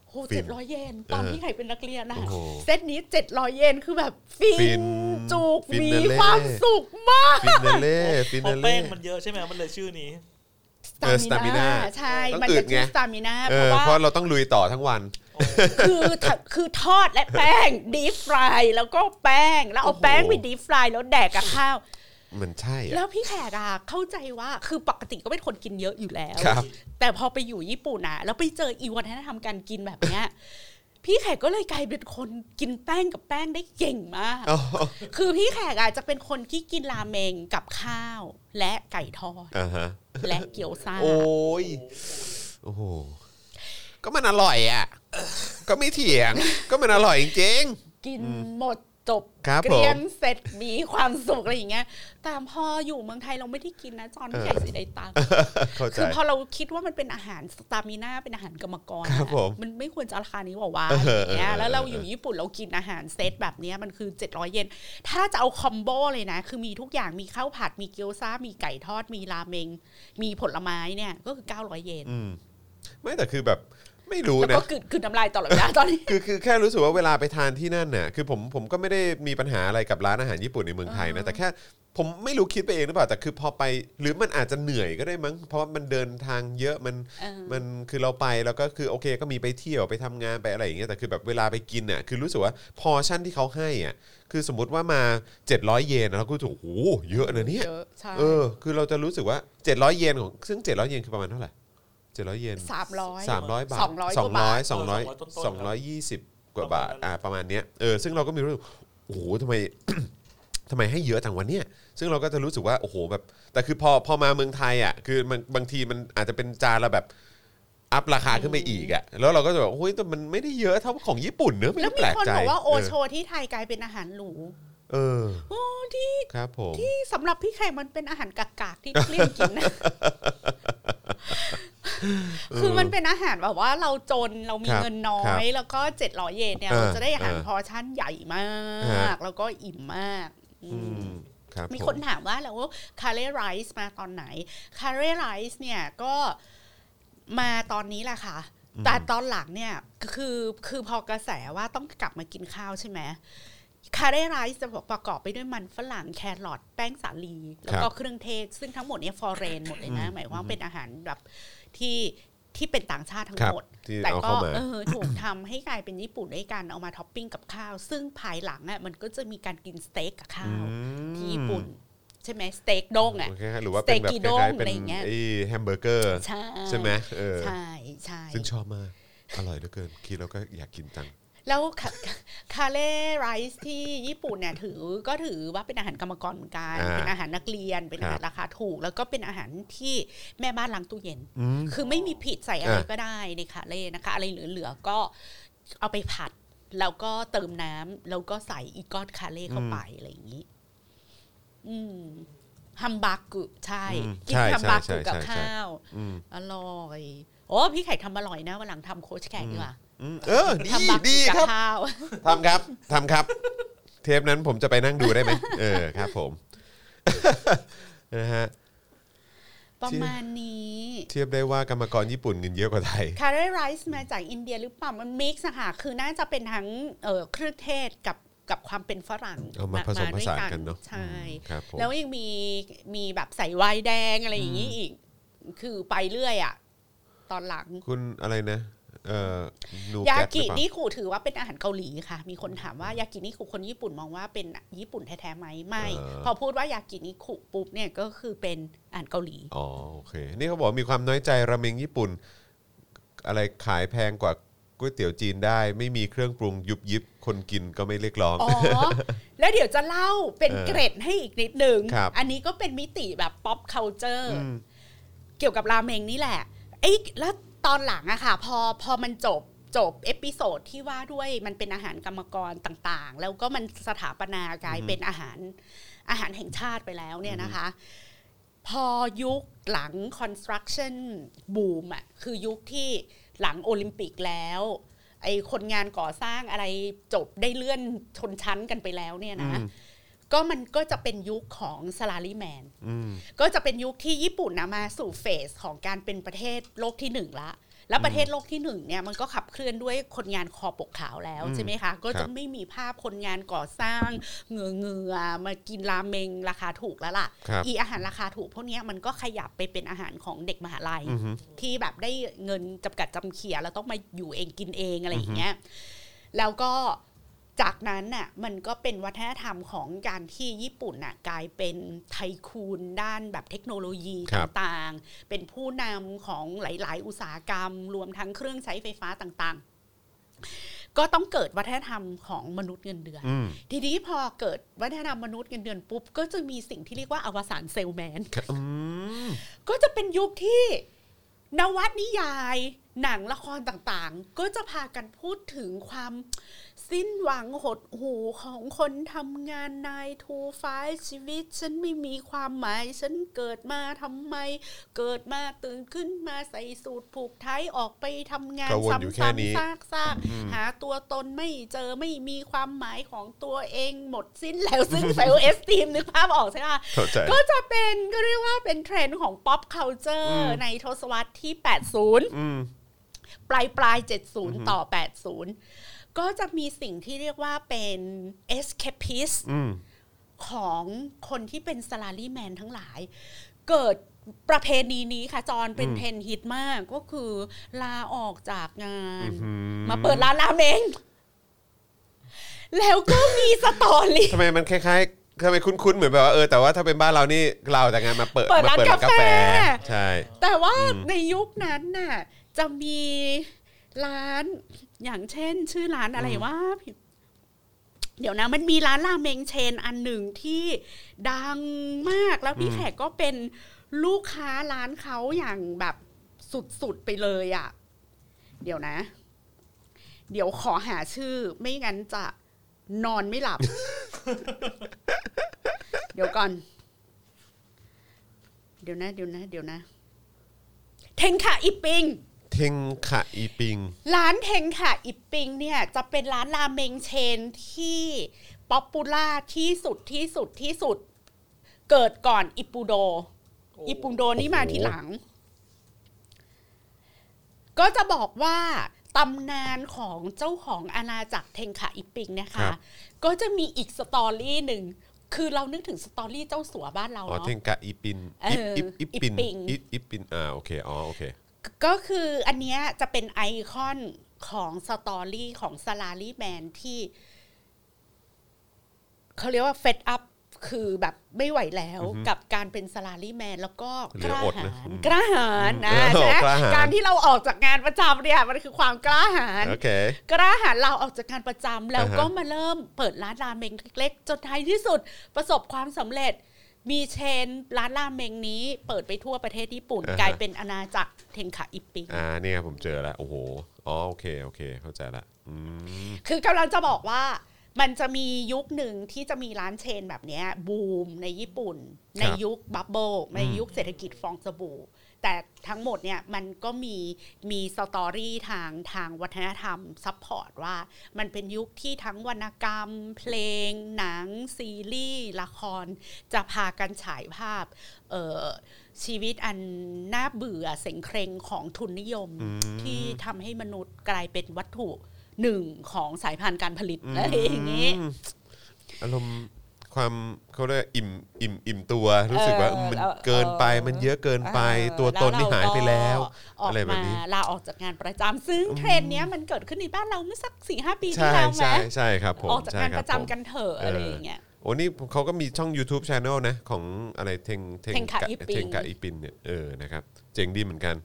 โอ้ ฟิ เจ็ น ดร้อยเยนตอนที่ไข่เป็นนักเรียนนะ โอ้โห เซตนี้เจ็ดร้อยเยนคือแบบฟิ ฟิ น น จุก ฟิน มี เนเล่ ความสุขมาก ฟินาเล่ฟิ เพ นา ราะ เล่ แป้งมันเยอะใช่ไหมมันเลยชื่อนี้ เออ stamina ใช่ ต้อง มัน อึ จะ ด คื ไง อสตามินา เอ เพอราะว่า เพราะเราต้องลุยต่อทั้งวัน คือถคือทอดและแป้งดีฟรายแล้วก็แป้ง แล้วเอา โอ้โห แป้งไปดีฟรายแล้วแดกกับข้าว มันใช่ แล้ อะ วพี่แขกอะเข้าใจว่าคือปกติก็เป็นคนกินเยอะอยู่แล้ว ครับ แต่พอไปอยู่ญี่ปุ่นอะแล้วไปเจออีวัฒนธรรมการกินแบบเนี้ย พี่แขกก็เลยกลายเป็นคนกินแป้งกับแป้งได้เก่งมาก อ๋อ คือพี่แขกอะจะเป็นคนที่กินราเมงกับข้าว และไก่ทอด อ่าฮะ และเกี๊ยวซ่า โอ้ย โอ้โห ก็มันอร่อยอ่ะ ก็ไม่เถียง ก็มันอร่อยจริง กินหมด จบ ครับ เกรียน ผม เสร็จมีความสุขอะไรอย่างเงี้ยแต่พออยู่เมืองไทยเราไม่ได้กินนะจอน เออ ใหญ่สิได้ตังค์ เข้าใจ คือพอเราคิดว่ามันเป็นอาหารสตามิน่าเป็นอาหารกรรมกร ครับ อะ ผม มันไม่ควรจะราคานี้บอกว่า เออ อะไรอย่างเงี้ย เออเออ แล้วเราอยู่ญี่ปุ่นเรากินอาหารเซตแบบเนี้ยมันคือ 700 เยนถ้าจะเอาคอมโบเลยนะ คือมีทุกอย่างมีข้าวผัดมีเกี๊ยวซ่ามีไก่ทอดมีราเมง มีผลไม้เนี่ยก็คือ 900 เยน อืมไม่แต่คือแบบไม่รู้ แล้ว นะ ก็กึดกึดน้ำลายตลอดเวลาตอนนี้ คือคือแค่รู้สึกว่าเวลาไปทานที่นั่นเนี่ยคือผมผมก็ไม่ได้มีปัญหาอะไรกับร้านอาหารญี่ปุ่นในเมืองไทยนะแต่แค่ผมไม่รู้คิดไปเองหรือเปล่าแต่คือพอไปหรือมันอาจจะเหนื่อยก็ได้มั้งเพราะว่ามันเดินทางเยอะมัน เออ มันคือเราไปแล้วก็คือโอเคก็มีไปเที่ยวไปทำงานไปอะไรอย่างเงี้ยแต่คือแบบเวลาไปกินเนี่ยคือรู้สึกว่าพอร์ชั่นที่เขาให้อ่ะคือสมมติว่ามา 700 เยนนะเราก็รู้สึกโอ้โหเยอะนะเนี่ย เยอะใช่ เออคือเราจะรู้สึกว่า 700 เยนของซึ่ง 700 เยนคือประมาณเท่าไหร่700 เยน สามร้อย สามร้อยบาท สองร้อย สองร้อยสองร้อย กว่าบาท สองร้อยยี่สิบกว่าบาท ประมาณอ่าประมาณนั้นเนี้ยเออซึ่งเราก็มีรู้สึกโอ้โหทำไม ทำไมให้เยอะจังวันเนี้ยซึ่งเราก็จะรู้สึกว่าโอ้โหแบบ แต่คือพอพอมาเมืองไทยอ่ะคือมันบางทีมันอาจจะเป็นจานละแบบอัพราคาขึ้นไปอีกอ่ะแล้วเราก็จะแบบโอ้ยแต่มันไม่ได้เยอะเท่าของญี่ปุ่นเนอะไม่ แล้ว ได้ มี แปลก คน ใจ บอกว่าโอโช เ ที่ไทยกลายเป็นอาหารหรู เออ โอ้ที่ ครับผม ที่สำหรับพี่ไข่มันเป็นอาหารกากๆที่เลี่ยงกินนะคือมันเป็นอาหารแบบว่าเราจนเรามี ครับ เงินน้อ ครับ ย แล้วก็เจ็ดร้อยเยนเนี่ย เออ เราจะได้อาหาร เออ พอร์ชั่นใหญ่มาก ฮะ แล้วก็อิ่มมากอื อื ม มครับ มี ผ คนถามว่าแล้วคาเร่ไรซ์มาตอนไหนคาเร่ไรซ์เนี่ยก็มาตอนนี้แหละค่ะ อืม แต่ตอนหลังเนี่ยคือคือพอกระแสว่าต้องกลับมากินข้าวใช่ไหมคาเร่ไรซ์จะประกอบไปด้วยมันฝรั่งแครอทแป้งสาลี แล้วก็เครื่องเทศ ซึ่งทั้งหมดเนี่ยฟอร์เรนหมดเลยนะ หมายความว่าเป็นอาหารแบบที่ที่เป็นต่างชาติทั้ง ครับ หมด ที่ แต่ เอา ก็ เข้ามา เออถูกทำให้กลายเป็นญี่ปุ่นด้วยการเอามาท็อปปิ้งกับข้าว ซึ่งภายหลังอ่ะมันก็จะมีการกินสเต็กกับข้าว ที่ญี่ปุ่น ใช่ไหมสเต็กด้งอ่ะ โอเคฮะหรือว่าเป็นแบบ สเต็กกี ค ด้ง ล้ายๆเป็น อะไรอย่างเงี้ย ไอ้แฮมเบอร์เกอร์ ใช่ ใช่ไหมเออ ใช่ใช่ ซึ่งชอบมาก อร่อยเหลือเกินคิดแล้วก็อยากกินจัง แล้วคาคาเล่ไรซ์ที่ญี่ปุ่นเนี่ยถือก็ถือว่าเป็นอาหารกรรมกรเหมือนกัน อ่า เป็นอาหารนักเรียนเป็นอาคหารรับ ราคาถูก แล้วก็เป็นอาหารที่แม่บ้านล้างตู้เย็น อืม คือไม่มีผิดใส่อะไร อ่ะ ก็ได้ในคาเล่นะคะ อะไรเหลือๆก็เอาไปผัด แล้วก็เติมน้ำแล้วก็ใส่อีกอนคาเล่เข้าไปอะไรอย่างนี้ อืมฮัมบากุใช่ อืม กิน ใช่ ฮัมบากุกับ ใช่ใช่ใช่ ข้าว อืม อร่อย โอ้พี่ไข่ทำอร่อยนะวันหลังทำโค้ชแขกดีกว่า อืมเออดี ทำบัก ดี กับ ครับ ข้าว ทำครับทำครับ เทปนั้นผมจะไปนั่งดูได้ไหมเออครับผม นะฮะ ประมาณนี้ เทียบได้ว่ากรรมกรญี่ปุ่นเงินเยอะกว่าไทย คาเรไรซ์มาจากอินเดียหรือเปล่ามันมิกซ์อะค่ะคือน่าจะเป็นทั้งเอ่อเครื่องเทศกับกับความเป็นฝรั่ง เอามาผสมผ ด้วย สานกันเนาะ ใช่ อืมครับผม แล้วยังมีมีแบบใส่ไวน์แดงอะไรอย่างนี้อีก คือไปเรื่อยอะตอนหลัง คุณอะไรนะ เอ่อนู ยา แกตหรื กิ อเปล่า นี่คูถือว่าเป็นอาหารเกาหลีค่ะ มีคนถามว่ายากินี่คูคนญี่ปุ่นมองว่าเป็นญี่ปุ่นแท้ๆไหมไม่ พอพูดว่ายากินี่คูปุ๊บเนี่ยก็คือเป็นอาหารเกาหลี อ๋อโอเค นี่เขาบอกว่ามีความน้อยใจราเมงญี่ปุ่น อะไรขายแพงกว่าก๋วยเตี๋ยวจีนได้ ไม่มีเครื่องปรุงยุบยิบคนกินก็ไม่เรียกร้อง อ๋อ แล้วเดี๋ยวจะเล่าเป็น เออ เกร็ดให้อีกนิดนึง ครับ อันนี้ก็เป็นมิติแบบ pop culture อืม เกี่ยวกับราเมงนี่แหละไอ้แล้วตอนหลังอะค่ะ พอพอมันจบจบเอพิโซดที่ว่าด้วยมันเป็นอาหารกรรมกรต่างๆ แล้วก็มันสถาปนากลายเป็นอาหารอาหารแห่งชาติไปแล้วเนี่ยนะคะ พอยุคหลัง construction boom อะคือยุคที่หลังโอลิมปิกแล้ว ไอคนงานก่อสร้างอะไรจบได้เลื่อนชนชั้นกันไปแล้วเนี่ยนะ อืม ก็มันก็จะเป็นยุคของซาลารีแมน อืม ก็จะเป็นยุคที่ญี่ปุ่นนะมาสู่เฟสของการเป็นประเทศโลกที่หนึ่งละ แล้วประเทศโลกที่หนึ่งเนี่ยมันก็ขับเคลื่อนด้วยคนงานคอปกขาวแล้ว อืม ใช่ไหมคะก็ ครั จะ บ ไม่มีภาพคนงานก่อสร้างเหงือเงือๆมากินราเมงราคาถูกแล้วล่ะ ครับ อีอาหารราคาถูกพวกเนี้ยมันก็ขยับไปเป็นอาหารของเด็กมหาลัย อือฮึ ที่แบบได้เงินจำกัดจำเขียแล้วต้องมาอยู่เองกินเองอะไรอย่างเงี้ยแล้วก็จากนั้นน่ะมันก็เป็นวัฒนธรรมของการที่ญี่ปุ่นน่ะกลายเป็นไทคูนด้านแบบเทคโนโลยี ค ต รับ่ างๆ เป็นผู้นำของหลาย ๆ อุตสาหกรรม รวมทั้งเครื่องใช้ไฟฟ้าต่างๆ ก็ต้องเกิดวัฒนธรรมของมนุษย์เงินเดือน อืม ทีนี้พอเกิดวัฒนธรรมมนุษย์เงินเดือนปุ๊บ ก็จะมีสิ่งที่เรียกว่าอวสานเซลแมน อืม ก็จะเป็นยุคที่นวัตนิยาย หนังละครต่างๆ ก็จะพากันพูดถึงความสิ้นหวังหดหูของคนทำงานนายทูฟ้าชีวิต ฉันไม่มีความหมาย ฉันเกิดมาทำไม เกิดมาตื่นขึ้นมาใส่สูตรผูกไทยออกไปทำงาน ก็วนอยู่แค่ ซ้ำ นี้ ๆซากซากหาตัวตนไม่เจอไม่มีความหมายของตัวเองหมดสิ้นแล้ว ซึ่งเซลเอสตีมนึกภาพออกใช่ไหมคะ เข้าใจ ก็จะเป็นก็เรียกว่าเป็นเทรนด์ของ pop culture ในทศวรรษที่ อืม 80 ปลายปลาย 70 ต่อ 80 ก็จะมีสิ่งที่เรียกว่าเป็น escapist อืม ของคนที่เป็น s a l a r y m a n ทั้งหลาย เกิดประเพณีนี้ค่ะ จอนเป็น อืม เทรนด์ฮิตมากก็คือลาออกจากงาน อื มาเปิดร้านราเมง แล้วก็มีสตอรี่ ทำไมมันคล้ายๆทำไมคุ้นๆเหมือนแบบว่าเออแต่ว่าถ้าเป็นบ้านเรานี่เราแต่งงานมาเปิด เปิดร้าน ม กาแฟ ใช่ แต่ว่า อืม ในยุคนั้นน่ะจะมีร้านอย่างเช่น ชื่อร้านอะไรว่าเดี๋ยวนะ มันมีร้านราเมงเชนอันหนึ่งที่ดังมากแล้วพี่ อืม แขกก็เป็นลูกค้าร้านเขาอย่างแบบสุดๆไปเลยอะ่ะ เดี๋ยวนะ เดี๋ยวขอหาชื่อ ไม่งั้นจะนอนไม่ หลับ เดี๋ยวก่อน เดี๋ยวนะ เดี๋ยวนะ เดี๋ยวนะ เทงค่ะอิปปิง เทงขะอีปิง ร้านเทงค่ะอิปปิงเนี่ยจะเป็นร้านราเมงเชนที่ป๊อปปูล่าที่สุดที่สุดที่สุด เกิดก่อนอิปูโด โ อิปุงโดนี่มาทีหลัง ก็จะบอกว่าตำนานของเจ้าของอาณาจักรเทงคาอิปิงเนะคะ ครับ ก็จะมีอีกสตอรี่หนึ่ง คือเรานึกถึงสตอรี่เจ้าสัวบ้านเรา อ๋อ เนาะ เทงกะอีปิน เอออิ อิปอิปอิปปินอิอิปปิงปอิปปินอ่าโอเคอ๋อโอเค ก็คืออันเนี้ยจะเป็นไอคอนของสตอรี่ของซาลารีแมนที่ เขาเรียกว่าเฟดอัพคือแบบไม่ไหวแล้วกับการเป็นซาลารีแมนแล้วก็กล้าหาญกล้าหาญนะใช่ไหมการที่เราออกจากงานประจำเนี่ยมันคือความกล้าหาญ โอเค กล้าหาญเราออกจากงานประจำแล้ว อ่าฮะ ก็มาเริ่มเปิดร้านราเมงเล็กๆ จนท้ายที่สุดประสบความสำเร็จ มีเชนร้านราเมงนี้ เปิดไปทั่วประเทศญี่ปุ่น กลายเป็นอาณาจักรเทนคาอิปปิง อ่าเนี่ยผมเจอแล้วโอ้โหอ๋อโอเคโอเคเข้าใจละอืม คือกำลังจะบอกว่ามันจะมียุคหนึ่งที่จะมีร้านเชนแบบเนี้ยบูมในญี่ปุ่น ในยุคบับเบิลในยุคเศรษฐกิจฟองสบู่ แต่ทั้งหมดเนี่ยมันก็มีมีสตอรี่ทางทางวัฒนธรรมซัพพอร์ตว่า มันเป็นยุคที่ทั้งวรรณกรรม เพลง หนัง ซีรีส์ ละคร จะพากันฉายภาพเอ่อชีวิตอันน่าเบื่อเสงเครงของทุนนิยม ที่ทำให้มนุษย์กลายเป็นวัตถุหนึ่งของสายพันธุ์การผลิตอะไรอย่างนี้ อืมอารมณ์ความเขาเรียกอิ่มอิ่มอิ่มตัวรู้สึกว่า เออ มัน เออ เกินไป เออ มันเยอะเกินไป ตัวตนนี่หายไปแล้ว ออก อะไรแบบ มา นี้ ลาออกจากงานประจำซึ่งเทรนด์เนี้ยมันเกิดขึ้นในบ้านเราเมื่อสักสี่ห้าปีที่ ใช่ แล้วไหม ใช่ใช่ครับผม ออกจาก ใช่ งาน ค ป บ ระผจำม กันเถอะ เอออ อะไรอย่างเงี้ย โอ้นี่เขาก็มีช่อง YouTube Channel นะ ของอะไรเทงเทง เทงกะอีปิง เทงกะอีปินเนี่ยเออนะครับเจ๋งดีเหมือนกัน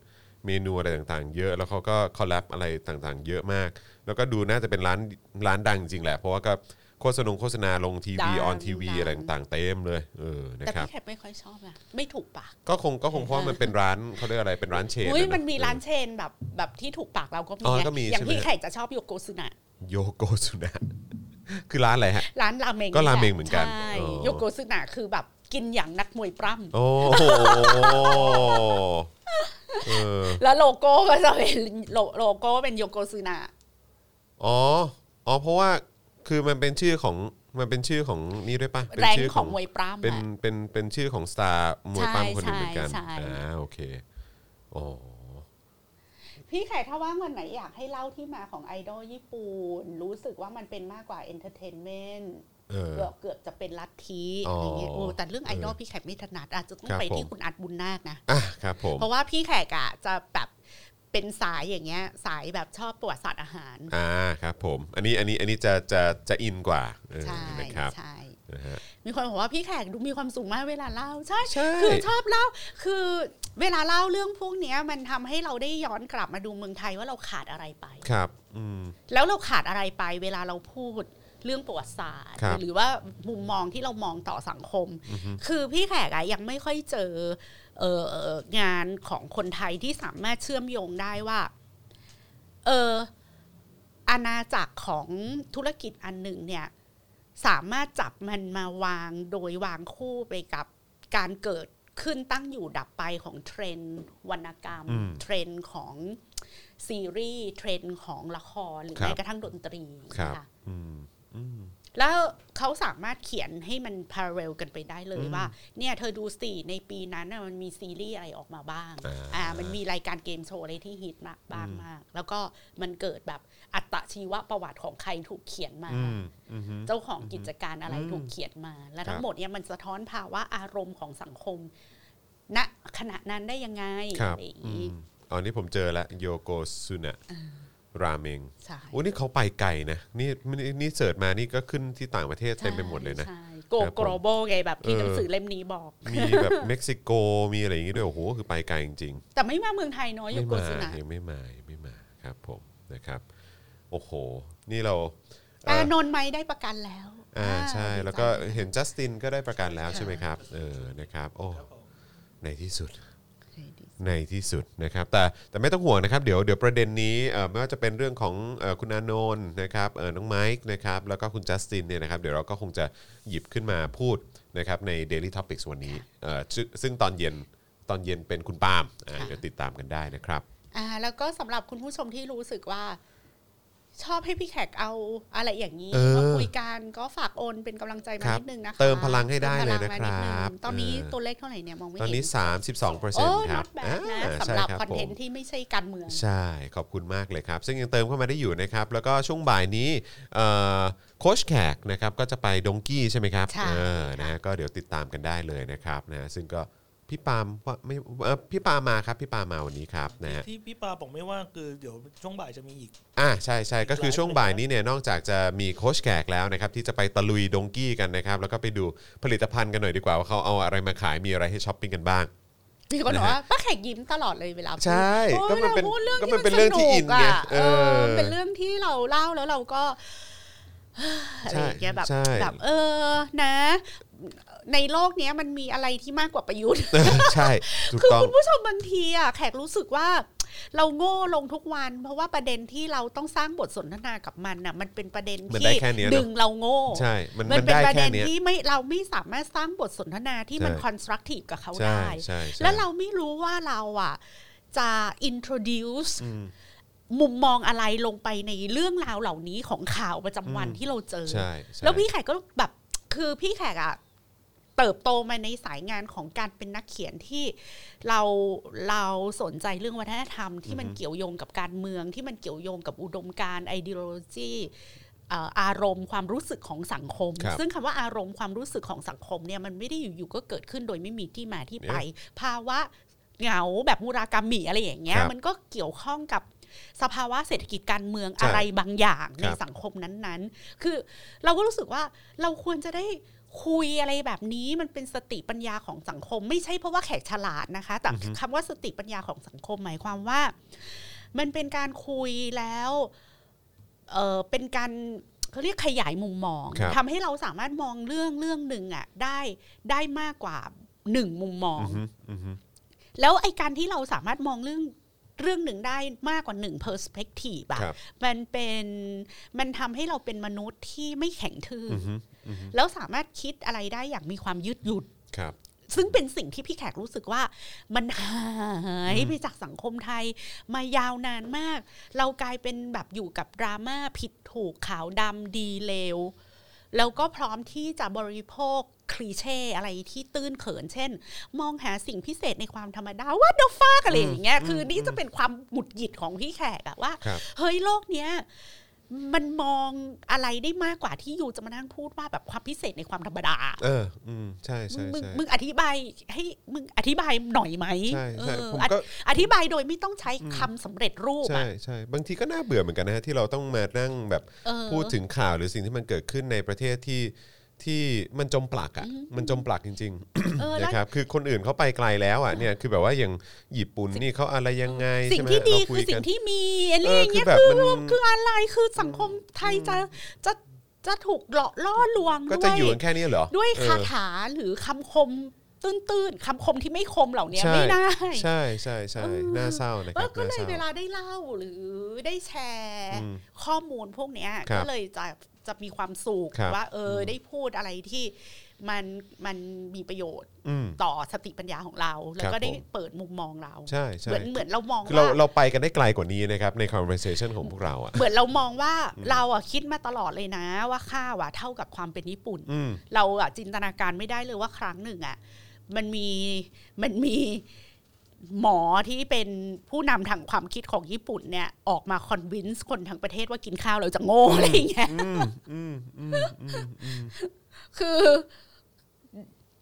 เมนูอะไรต่างๆ เยอะแล้วเขาก็คอลแลบอะไรต่างๆ เยอะมาก แล้วก็ดูน่าจะเป็นร้านร้านดังจริงแหละ เพราะว่าก็โฆษณงโฆษณาลงทีวีออนทีวีอะไรต่างๆเต็มเลยเออนะ แต่ ครับ พี่แขกไม่ค่อยชอบนะไม่ถูกปาก ก็คงก็คงเพราะมันเป็นร้านเขาเรียกอะไรเป็นร้านเชอุ้ยนะะ มันมีร้านเชนแบบแบบที่ถูกปากเราก็มี อ๋อ ไง ก็มี อย่าง ใช่ไหม พี่แขกจะชอบโยโกซุนะ โยโกซุนะ คือร้าน อะไรฮะ ร้านราเมง ก็ราเมงเหมือนกัน ใช่ อ๋อ โยโกซุนะคือแบบกินอย่างนักมวยปล้ำ โอ้โหเออ แล้วโลโก้ก็จะเป็น โลโลโก้เป็นโยโกซึนะ อ๋ออ๋อเพราะว่าคือมันเป็นชื่อของมันเป็นชื่อของนี่ด้วยปะเป็ แร น ง ชื่อ ของมวยปล้ำ เป็น อะ เป็นเป็นชื่อของสตาร์มวยปั้มคนหนึ่งเหมือนกัน ใช่ใช่ อ่าโอเคโอ้ พี่ไข่ถ้าว่างวันไหนอยากให้เล่าที่มาของไอดอลญี่ปุ่น รู้สึกว่ามันเป็นมากกว่าเอนเตอร์เทนเมนต์ เออ เกือบเกือบจะเป็นลัทธิอะไรเงี้ย อ๋อ โอ้แต่เรื่องไอดอล เออ พี่แขกไม่ถนัดอาจจะต้อง ครับ ไป ผม ที่คุณอัดบุญนาคนะ อ่ะครับผม เพราะว่าพี่แขกอะจะแบบเป็นสายอย่างเงี้ย สายแบบชอบประวัติศาสตร์อาหาร อ่าครับผม อันนี้อันนี้อันนี้จะจะจะอินกว่าเออ ใช่ นะครับ ใช่ นะฮะ มีคนบอกว่าพี่แขกดูมีความสุขมากเวลาเล่าใช่ ใช่ คือชอบเล่าคือเวลาเล่าเรื่องพวกเนี้ยมันทำให้เราได้ย้อนกลับมาดูเมืองไทยว่าเราขาดอะไรไป ครับอืม แล้วเราขาดอะไรไปเวลาเราพูดเรื่องประวัติศาสตร์ ครับ หรือว่ามุมมองที่เรามองต่อสังคม คือพี่แขกอะยังไม่ค่อยเจอเอองานของคนไทยที่สามารถเชื่อมโยงได้ว่า เอออาณาจักรของธุรกิจอันหนึ่งเนี่ย สามารถจับมันมาวางโดยวางคู่ไปกับการเกิดขึ้นตั้งอยู่ดับไปของเทรนด์วรรณกรรม อืม เทรนด์ของซีรีส์เทรนด์ของละครหรือ ครับ แม้กระทั่งดนตรี ครับ ค่ะ อืมอืม แล้วเขาสามารถเขียนให้มันพาราเรลกันไปได้เลย อืม ว่า เนี่ยเธอดูสิในปีนั้นน่ะมันมีซีรีส์อะไรออกมาบ้าง อ่า มันมีรายการเกมโชว์อะไรที่ฮิตมากบ้างมาก แล้วก็มันเกิดแบบอัตชีวประวัติของใครถูกเขียนมา อืมอืม เจ้าของกิจการอะไร อืม ถูกเขียนมาครัและบ ทั้งหมดเนี่ยมันสะท้อนภาวะอารมณ์ของสังคมณขณะนั้นได้ยังไง ครับ อะไรอย่างนี้ อ๋อนี่ผมเจอแล้วโยโกซุนะราเมง ใช่ โอ้นี่เขาไปไกลนะนี่นี่นี่เสิร์ชมานี่ก็ขึ้นที่ต่างประเทศเต็มไปหมดเลยนะ ใช่โก ครับผม โกลบอลไงแบบที่ เออ หนังสือเล่มนี้บอก มีแบบ เม็กซิโกมีอะไรอย่างงี้ด้วยโอ้โหคือไปไกลจริงๆ แต่ไม่มาเมืองไทยเนาะยู ไม่ โก มา สนะ ยังไม่มายังไม่มาครับผมนะครับ โอ้โห นี่เราเอ่ อา อน นท์ไหมได้ประกันแล้ว อ่า อ่า ใช่ ดีใจ แล้วก็เห็นจัสตินก็ได้ประกันแล้ว ค่ะ ใช่ไหมครับเออนะครับโอ้ ครับผม ในที่สุด ใช่ดี ในที่สุดนะครับ แต่แต่ไม่ต้องห่วงนะครับ เดี๋ยวเดี๋ยวประเด็นนี้เอ่อไม่ว่าจะเป็นเรื่องของเอ่อคุณอานนท์นะครับเอ่อน้องไมค์นะครับแล้วก็คุณจัสตินเนี่ยนะครับเดี๋ยวเราก็คงจะหยิบขึ้นมาพูดนะครับใน Daily Topics วันนี้เอ่อซึ่งซึ่งตอนเย็นตอนเย็นเป็นคุณปาล์มอ่า ค่ะ เดี๋ยวติดตามกันได้นะครับ อ่าแล้วก็สำหรับคุณผู้ชมที่รู้สึกว่า ชอบให้พี่แขกเอาอะไรอย่างนี้ เออ มาคุยกันก็ฝากโอนเป็นกำลังใจมา ครับ นิดนึงนะคะ เติมพลังให้ได้เลย ติมพงนะมาดง ครับ ตอนนี้ เออ ตัวเลขเท่าไหร่เนี่ยมองไม่ ตอน เห็ นี้ น 32% โอ้ ครั not บ bad นะ อ่า สำหรับ ใช่ คอนเทน ผม ต์ที่ไม่ใช่การเมือง ใช่ขอบคุณมากเลยครับ ซึ่งยังเติมเข้ามาได้อยู่นะครับ แล้วก็ช่วงบ่ายนี้เอ่อโค้ชแขกนะครับก็จะไปดงกี้ใช่ไหมครับ ใช่ เออนะฮะก็เดี๋ยวติดตามกันได้เลยนะครับนะซึ่งก็พี่ปาล์มว่าไม่เอ่อพี่ปาล์มมาครับพี่ปาล์มมาวันนี้ครับนะฮะ ที่พี่ปาบอกไม่ว่าคือเดี๋ยวช่วงบ่ายจะมีอีก อ่าใช่ใช่ก็คือช่วงบ่ายนี้เนี่ยนอกจากจะมีโค้ชแขกแล้วนะครับที่จะไปตะลุยดงกี้กันนะครับแล้วก็ไปดูผลิตภัณฑ์กันหน่อยดีกว่าว่าเขาเอาอะไรมาขายมีอะไรให้ช้อปปิ้งกันบ้าง ีคนบอก นะฮะ ว่าป้าแขกยิ้มตลอดเลยเวลาพูด ใช่ โอ้ย ก็มันเป็น ราพูดเรื่อง ก็มัที่มัน น เป็นเรื่องที่อินไง สะเอ เออ อเป็นเรื่องที่เราเล่าแล้วเราก็ อะไรอย่างเงี้ยแบบ ใช่ แบบ เออนะ ในโลกเนี้ยมันมีอะไรที่มากกว่าประยุทธ์ ใช่ถูก คือ ต้อง คุณผู้ชมบางทีอ่ะแขกรู้สึกว่า เราโง่ลงทุกวัน เพราะว่าประเด็นที่เราต้องสร้างบทสนทนากับมันน่ะ มันเป็นประเด็น มันได้ ที่ แค่เนี้ยเนอะ ดึงเราโง่ ใช่มัน มัมันน เป็น ได้ ประ แค่ เด็น เนี้ย ที่ไม่เราไม่สามารถสร้างบทสนทนาที่มัน ใช่ คอนสตรักทีฟกับเขา ใช่ ได้ ใช่ใช่ แล้วเราไม่รู้ว่าเราอ่ะ จะ introduce อืม มุมมองอะไรลงไปในเรื่องราวเหล่านี้ของข่าวประจำวัน อืม ที่เราเจอ ใช่ใช่ แล้วพี่แขกก็แบบคือพี่แขกอะเติบโตมาในสายงานของการเป็นนักเขียนที่เราเราสนใจเรื่องวัฒนธรรม ที่มัน อือฮึ เกี่ยวโยงกับการเมือง ที่มันเกี่ยวโยงกับอุดมการณ์ไอเดโลจีอารมณ์ความรู้สึกของสังคม ครับ ซึ่งคำว่าอารมณ์ความรู้สึกของสังคมเนี่ยมันไม่ได้อยู่ๆก็เกิดขึ้นโดยไม่มีที่มาที่ไป ภาวะเหงาแบบมูรากามิอะไรอย่างเงี้ ค ย รับ มันก็เกี่ยวข้องกับสภาวะเศรษฐกิจการเมือง ใช่ อะไรบางอย่าง ค ใน รับ สังคมนั้นๆ คือ เราก็รู้สึกว่าเราควรจะได้คุยอะไรแบบนี้มันเป็นสติปัญญาของสังคม ไม่ใช่เพราะว่าแขกฉลาดนะคะ แต่ อือฮึ คำว่าสติปัญญาของสังคมหมายความว่า มันเป็นการคุยแล้วเออเป็นการเขาเรียกขยายมุมมอง ครับ ทำให้เราสามารถมองเรื่องเรื่องหนึ่งอะได้ได้มากกว่าหนึ่งมุมมอง อือฮึอือฮึ แล้วไอการที่เราสามารถมองเรื่องเรื่องหนึ่งได้มากกว่าหนึ่ง perspective อะ ครับ มันเป็นมันทำให้เราเป็นมนุษย์ที่ไม่แข็งทื่ออ อือฮึอือฮึ แล้วสามารถคิดอะไรได้อย่างมีความยืดหยุ่น ครับ ซึ่งเป็นสิ่งที่พี่แขกรู้สึกว่ามันหายไปจากสังคมไทยมายาวนานมาก เรากลายเป็นแบบอยู่กับดราม่าผิดถูกขาวดำดีเลว แล้วก็พร้อมที่จะบริโภคคลีเช่อะไรที่ตื้นเขิน เช่น มองหาสิ่งพิเศษในความธรรมดาว่าเดฟากอะไรอย่างเงี้ย อืม คือนี่ อืม จะเป็นความหงุดหงิดของพี่แขกอะว่า ครับ เฮ้ยโลกเนี้ยมันมองอะไรได้มากกว่าที่อยู่จะมานั่งพูดว่าแบบความพิเศษในความธรรมดา เอออืมใช่ใช่ มึง ใช่ มึงอธิบายให้มึงอธิบายหน่อยไหม ใช่ใช่ เออ ผม อธิ ก็ อธิบายโดยไม่ต้องใช้ อืม คำสำเร็จรูป ใช่ อะ ใช่บางทีก็น่าเบื่อเหมือนกันนะฮะที่เราต้องมานั่งแบบ เออ พูดถึงข่าวหรือสิ่งที่มันเกิดขึ้นในประเทศที่ที่มันจมปลักอ่ะ อืม มันจมปลักจริง เออ ๆ แล้ว นะครับคือคนอื่นเขาไปไกลแล้วอ่ะเนี่ยคือแบบว่าอย่างญี่ปุ่นนี่เขาอะไรยังไง สิ่ใช่งไหม ที่ดี เรา คื ย อสิ่ กั ง น ที่มีอะไร เออ อย่างเงี้ย คือแบบ คือ มัน คืออะไรคือสังคมไทยจะจะจะถูกหลอกล่อลวง ก็ ด้ จะ วย อยู่กันแค่นี้เหรอ ด้วย เออ คาถาหรือคำคม ตื้นๆคำคมที่ไม่คมเหล่านี้ ใช่ ไม่ได้ ใช่ใช่ใช่ เออ น่าเศร้านะค แล้ รั ว บ ก็ น่าศร้าเลยเวลาได้เล่าหรือได้แชร์ อืม ข้อมูลพวกเนี้ย ครับ ก็เลยจะจะมีความสุข ครับ ว่า เอออได้พูดอะไรที่มันมันมีประโยชน์ อืม ต่อสติปัญญาของเรา แล้ว ครั ก็ บ ได้ ผม เปิดมุมมองเรา ใช่ใช่ เหมือนเหมือนเรามอง คือเรา ว่า เราไปกันได้ไกลกว่านี้นะครับใน conversation ของพวกเราอ่ะ เหมือนเรามองว่าเราอ่ะคิดมาตลอดเลยนะ ว่าข้าวอ่ะเท่ากับความเป็นญี่ปุ่น อืม เราอ่ะจินตนาการไม่ได้เลยว่าครั้งหนึ่งอ่ะมันมีมันมีหมอที่เป็นผู้นำทางความคิดของญี่ปุ่นเนี่ยออกมาคอนวินส์คนทั้งประเทศว่ากินข้าวเราจะโง่อะไรอย่างเงี้ย อืมอืมอืมอืมอืม คือ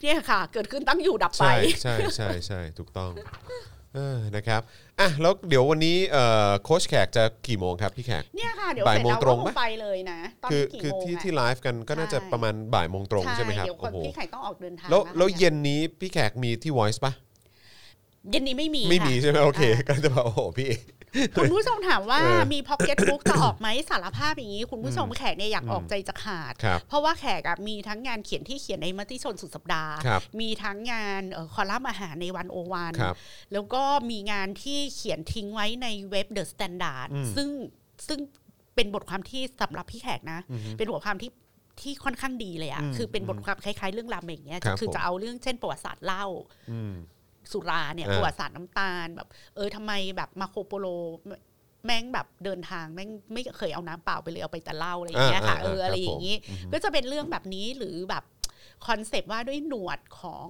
เนี่ยค่ะ เกิดขึ้นตั้งอยู่ดับไป ใช่ใช่ใช่ใช่ถูกต้องเออนะครับอ่ะแล้วเดี๋ยววันนี้เอ่อโค้ชแขกจะกี่โมงครับพี่แขก เนี่ยค่ะ เดี๋ยว บ่า เส ย ร็จ โมง เรา ตร ก็ ง ค ไหม งไปเลยนะ ตอน คือ นี้กี่ คือ โมง ที่ อะ ที่ไลฟ์กันก็น่าจะ ใช่ ประมาณบ่ายโมงตรงใช่ไหมครับ เดี๋ยวค โอ้ น โห พี่ไข่ต้องออกเดินทาง แล้วแล้ว ค่ะ เย็นนี้พี่แขกมีที่ Voice ปะ เย็นนี้ไม่มี ไม่ ค่ะ มีใช่ไหมโอเคก็จะบอกโอ้โหพี่ คุณผู้ชมถามว่า เออ มีพ็อกเก็ตบุ๊กจะออกไหมสารภาพอย่างนี้ คุณผู้ชมแขกเนี่ยอยากออกใจจะขาด ครับ เพราะว่าแขกอะมีทั้งงานเขียนที่เขียนในมติชนสุดสัปดาห์ ครับ มีทั้งงานเอ่อคอลัมน์อาหารในวันโอวัน ครับ แล้วก็มีงานที่เขียนทิ้งไว้ในเว็บเดอะสแตนดาร์ด อืม ซึ่งซึ่งเป็นบทความที่สำหรับพี่แขกนะ เป็นบทความที่ที่ค่อนข้างดีเลยอะ อืม คือเป็นบทความคล้ายๆเรื่องรามอย่างเงี้ย ครับ คือ ผม จะเอาเรื่องเช่นประวัติศาสตร์เล่า อืม สุราเนี่ย เออ ประวัติศาสตร์น้ำตาลแบบ เออทำไมแบบมาโคโปโลแม่งแบบเดินทางแม่งไม่เคยเอาน้ำเปล่าไปเลยเอาไปแต่เหล้าอะไรอย่างเงี้ยค่ะ อ่า เออ อ่า อะไร ครับ อย่างงี้ ผมอือฮึ ก็จะเป็นเรื่องแบบนี้หรือแบบคอนเซปต์ว่าด้วยหนวดของ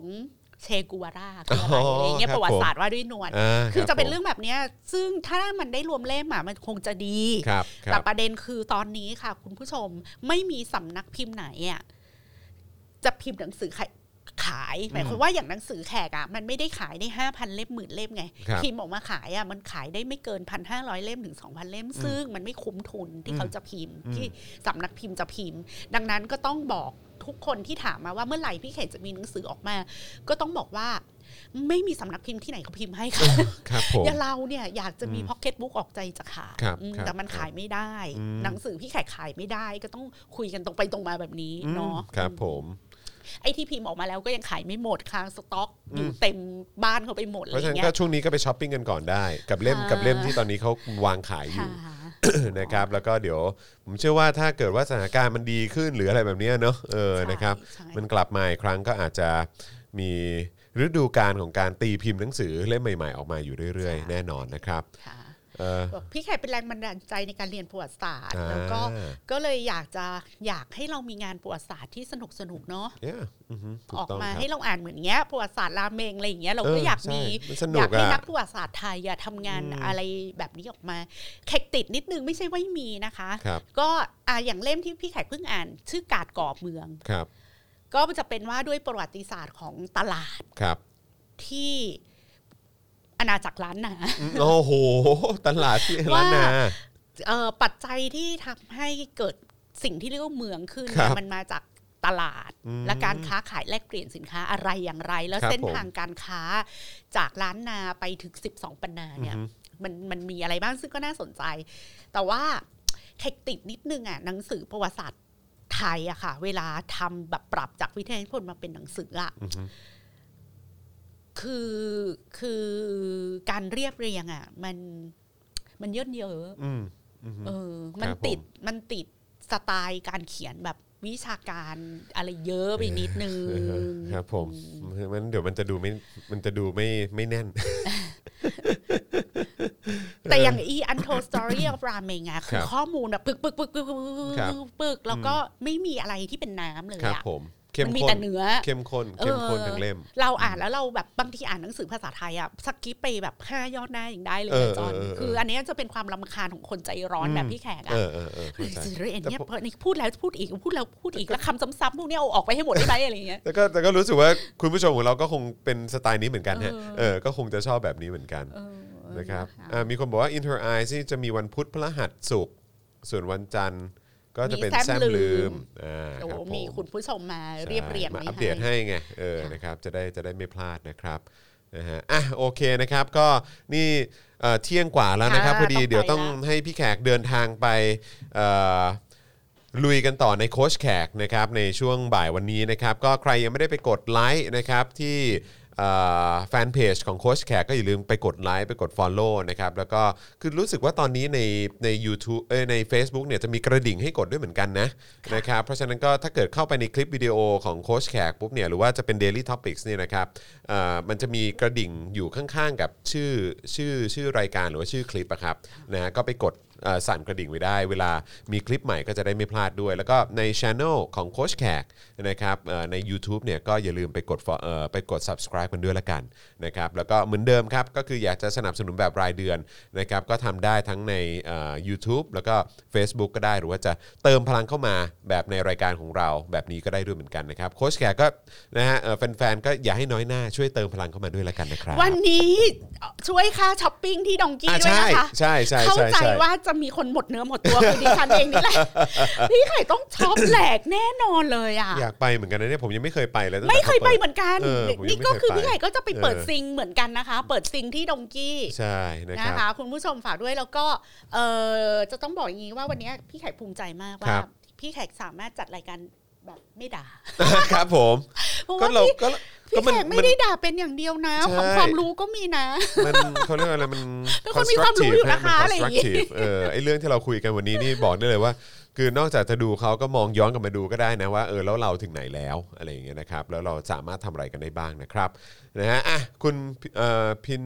เชกูวาร่าคืออะไรอะไรอย่างเงี้ยประวัติศาสตร์ว่าด้วยหนวด อ่า คือจะเป็น ผม เรื่องแบบเนี้ยซึ่งถ้ามันได้รวมเล่มอ่ะมันคงจะดี ครับค แต่ รับ ประเด็นคือตอนนี้ค่ะ คุณผู้ชมไม่มีสำนักพิมพ์ไหนอ่ะจะพิมพ์หนังสือขายขายหมายความว่าอย่างหนังสือแขกอ่ะมันไม่ได้ขายได้ห้าพันเล่มหมื่นเล่มไง ครับ พิมพ์ออกมาขายอ่ะมันขายได้ไม่เกินพันห้าร้อยเล่มถึงสองพันเล่ม ซึ่งมันไม่คุ้มทุนที่เขาจะพิมพ์ ที่สำนักพิมพ์จะพิมพ์ ดังนั้นก็ต้องบอกทุกคนที่ถามมาว่าเมื่อไหร่พี่เขกจะมีหนังสือออกมา ก็ต้องบอกว่า ไม่มีสำนักพิมพ์ที่ไหนเขาพิมพ์ให้ค่ะ ครับผม อย่างเราเนี่ยอยากจะมี อืม พ็อกเก็ตบุ๊กออกใจจะขาด ครับ อืม ครับ แต่มันขายไม่ได้ อืม หนังสือพี่แขกขายไม่ได้ก็ต้องคุยกันตรงไปตรงมาแบบนี้เนาะ ครับผม ไอ้ที่พิมพ์ออกมาแล้วก็ยังขายไม่หมดค้างสต็อกอยู่เต็มบ้านเขาไปหมดอะ เพ ไร ราะ อ ฉะนั้ ย่าง น เงี้ ก็ ย ช่วงนี้ก็ไปช้อปปิ้งกันก่อนได้ กับเล่ม ค่ะ กับเล่มที่ตอนนี้เขาวางขายอยู่ ค่ะ นะครับแล้วก็เดี๋ยวผมเชื่อว่าถ้าเกิดว่าสถานการณ์มันดีขึ้นหรืออะไรแบบเนี้ยเนาะเออ ใช่ นะครับ ใช่ มันกลับมาอีกครั้งก็อาจจะมีฤดูการของการตีพิมพ์หนังสือเล่มใหม่ๆออกมาอยู่เรื่อยๆ แน่นอนนะครับ ค่ะ เออ บอกพี่แขกเป็นแรงบันดาลใจในการเรียนประวัติศาสตร์ อ่า แล้วก็ก็เลยอยากจะอยากให้เรามีงานประวัติศาสตร์ที่สนุกสนุกๆเนาะ เนี่ยอือฮึถู ออก ก ต้อง มา ครับ ให้เราอ่านเหมือนเงี้ยประวัติศาสตร์รามเมงอะไรอย่างเงี้ยเราก็ เออ อยาก ใช่ มี มันสนุก อยากให้ อะ นักประวัติศาสตร์ไทยอะทำงานอะไรแบบนี้ออกมาแขกติดนิดนึงไม่ใช่ว่าไม่มีนะคะ ครับ ก็อ่าอย่างเล่มที่พี่แขกเพิ่งอ่าน ชื่อกาดก่อเมือง ครับ ก็จะเป็นว่าด้วยประวัติศาสตร์ของตลาด ครับ ที่อาณาจักรล้านนา อืมโอ้โห ตลาดที่ร้านนา ว่า เอ่อปัจจัยที่ทำให้เกิดสิ่งที่เรียกว่าเมืองขึ้น ครั เนี่ย บ มันมาจากตลาด อืม และการค้าขายแลกเปลี่ยนสินค้าอะไรอย่างไร แล้ว ครับ เส้น ผม ทางการค้าจากล้านนาไปถึง 12 ปันนาเนี่ย อือฮึ มันมันมีอะไรบ้างซึ่งก็น่าสนใจ แต่ว่าแขกติดนิดนึงอ่ะหนังสือประวัติศาสตร์ไทยอะค่ะ เวลาทำแบบปรับจากวิทยานิพนธ์มาเป็นหนังสืออะ อือฮึ คือคือการเรียบเรียงอะมันมันเยินเยอะ อืมอือฮึ เออ มัน ครับผม ติด มันติดสไตล์การเขียนแบบวิชาการอะไรเยอะไปนิดนึง เออครับผมมันเดี๋ยวมันจะดูไม่มันจะดูไม่ไม่แน่น แต่อย่างอีอันโทสตอรี่ของราเมงอะคคือ รับ ข้อมูลแบบปึกปึกปึกปึกปึกปึก ครับ ปึกแล้วก็ไม่มีอะไรที่เป็นน้ำเลย ครับ อะ ผม เข้ม มันมี ข้ แต่ น เนื้อ เข้มข้นเข้มข้นทั้งเล่ม เราอ่านแล้วเราแบบบางทีอ่านหนังสือภาษาไทยอ่ะสกกิปไปแบบห้ายอดหน้าอย่างได้เลย เออ นะจอน เออเออ คืออันเนี้ยจะเป็นความรำคาญของคนใจร้อน อืม แบบพี่แขก เอ อ่ะ อเออเออเข้าใจ สิเรยนเนี่ย แต่ผม เพิ่นนี่พูดแล้วพูดอีกพูดแล้วพูดอีกแล้วคำซ้ำๆพวกเนี้ยเอาออกไปให้หมดได้ไหมอะไรอย่างเงี้ย แล้วก็แต่ก็รู้สึกว่าคุณผู้ชมของเราก็คงเป็นสไตล์นี้เหมือนกันฮะ เออ เออก็คงจะชอบแบบนี้เหมือนกัน เออ นะครับอ่ามีคนบอกว่า Inter Eyes นี่จะมีวันพุธพฤหัสศุกร์ส่วนวันจันทร์ก็จะเป็นแซมลืมอ่า โอ้ ครับ โห ผม มีคุณผู้ชมมาเรียบเรียง ใช่มา ไว้ อัปเดต ให้ ให้ไงเออ ค่ะ นะครับจะได้จะได้ไม่พลาดนะครับนะฮะอ่ะโอเคนะครับก็นี่เอ่อเที่ยงกว่าแล้วนะครับพอดีเดี๋ยวต้องให้พี่แขกเดินทางไปเอ่อ ลุยกันต่อในโคชแขกนะครับในช่วงบ่ายวันนี้นะครับก็ใครยังไม่ได้ไปกดไลค์นะครับที่แฟนเพจของโคชแขกก็อย่าลืมไปกดไลค์ไปกด Follow นะครับแล้วก็คือรู้สึกว่าตอนนี้ในใน u t u b e เอ้ยใน Facebook เนี่ยจะมีกระดิ่งให้กดด้วยเหมือนกันนะนะครับเพราะฉะนั้นก็ถ้าเกิดเข้าไปในคลิปวิดีโอของโคชแขกปุ๊บเนี่ยหรือว่าจะเป็น Daily Topics เนี่ยนะครับเอ่อมันจะมีกระดิ่งอยู่ข้างๆกับชื่อชื่อชื่อรายการหรือว่าชื่อคลิปอะครับนะฮะก็ไปกด เอ่อสั่นกระดิ่งไว้ได้ เวลามีคลิปใหม่ก็จะได้ไม่พลาดด้วย แล้วก็ในช anel ของโคชแขกนะครับเอ่อใน u t u b e เนี่ยก็อย่าลืมไปกด fo- เอ่อไปกด subscribe กันด้วยละกันนะครับแล้วก็เหมือนเดิมครับ ก็คืออยากจะสนับสนุนแบบรายเดือนนะครับก็ทำได้ทั้งในเอ่อ YouTube แล้วก็ Facebook ก็ได้หรือว่าจะเติมพลังเข้ามาแบบในรายการของเราแบบนี้ก็ได้ด้วยเหมือนกันนะครับโคชแขกก็นะฮะเอ่อแฟนๆก็อย่าให้น้อยหน้าช่วยเติมพลังเข้ามาด้วยละกันนะครับ วันนี้ช่วยค่าช้อปปิ้งที่ดองกี้ อ่ะ ด้วยนะคะ ใช่ใช่ใช่ เข้าใจ ใช่ ว่าจะมีคนหมดเนื้อหมดตัวคือดิฉันเองนี่ แหละ พี่ไข่ต้องช็อปแหลกแน่นอนเลยอ่ะ อยากไปเหมือนกันนะเนี่ยผมยังไม่เคยไปเลยตั้งแต่ ไม่เคยไป ขาด เหมือนกัน เออผมยัง นี่ก็คือ ไม่เคยไป พี่ไข่ก็จะไปเปิด เออ ซิงเหมือนกันนะคะ เปิดซิงที่ดองกี้ ใช่นะครันะบ คะ คุณผู้ชมฝากด้วยแล้วก็เออจะต้องบอกอย่างนี้ว่าวันนี้พี่ไข่ภูมิใจมาก ค ว่า รับ พี่ไข่สามารถจัดรายการแบบไม่ด่า ครับผม เพราะ ก็ ว่า เรา พี่ ก็ ก็ พี่ มัน แขกไม่ได้ด่าเป็นอย่างเดียวนะ ใช่ ของความรู้ก็มีนะ มันเขาเรียกว่าอะไรมัน ก็คนมีความรู้อยู่ constructive นะคะ ฮ อะไร มั อย่างงี้ constructive เออไอเรื่องที่เราคุยกันวันนี้นี่บอกได้เลยว่า คือนอกจากจะดูเขาก็มองย้อนกลับมาดูก็ได้นะว่าเออแล้วเราถึงไหนแล้วอะไรอย่างเงี้ยนะครับแล้วเราสามารถทำอะไรกันได้บ้างนะครับนะฮะอ่ะคุณเอ่อพิน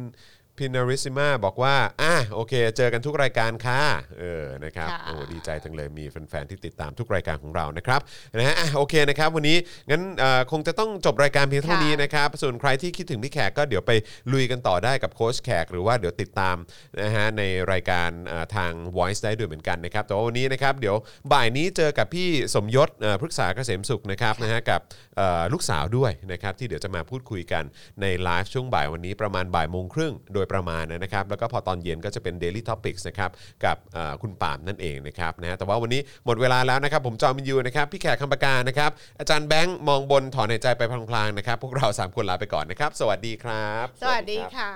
พินาริซิมาบอกว่าอ่ะโอเค เจอกันทุกรายการค่ะเออนะครับ ค่ะ โอ้โหดีใจจังเลยมีแฟนๆที่ติดตามทุกรายการของเรานะครับนะฮะอ่ะโอเคนะครับวันนี้งั้นเอ่อคงจะต้องจบรายการเพียงเท่านี้นะ นะครับส่วนใครที่คิดถึงพี่แขกก็เดี๋ยวไปลุยกันต่อได้กับโค้ชแขก หรือว่าเดี๋ยวติดตามนะฮะในรายการเอ่อทาง Voice ได้ด้วยเหมือนกันนะครับแต่ว่าวันนี้นะครับเดี๋ยวบ่ายนี้เจอกับพี่สมยศเอ่อพฤกษาเกษมสุขนะครับนะฮะกับเอ่อลูกสาวด้วยนะครับที่เดี๋ยวจะมาพูดคุยกันในไลฟ์ช่วงบ่ายวันนี้ประมาณบ่ายโมงครึ่งโดยประมาณนะครับแล้วก็พอตอนเย็นก็จะเป็น Daily Topics นะครับกับเอ่อคุณปาล์มนั่นเองนะครับนะฮะแต่ว่าวันนี้หมดเวลาแล้วนะครับผมจอห์นวินยูนะครับพี่แขกคำปากานะครับอาจารย์แบงค์มองบนถอนหายใจไปพลางๆนะครับพวกเรา 3 คนลาไปก่อนนะครับ สวัสดีครับ สวัสดีค่ะ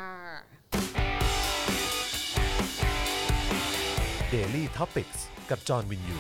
Daily t o p i c กกับจอห์นวินยู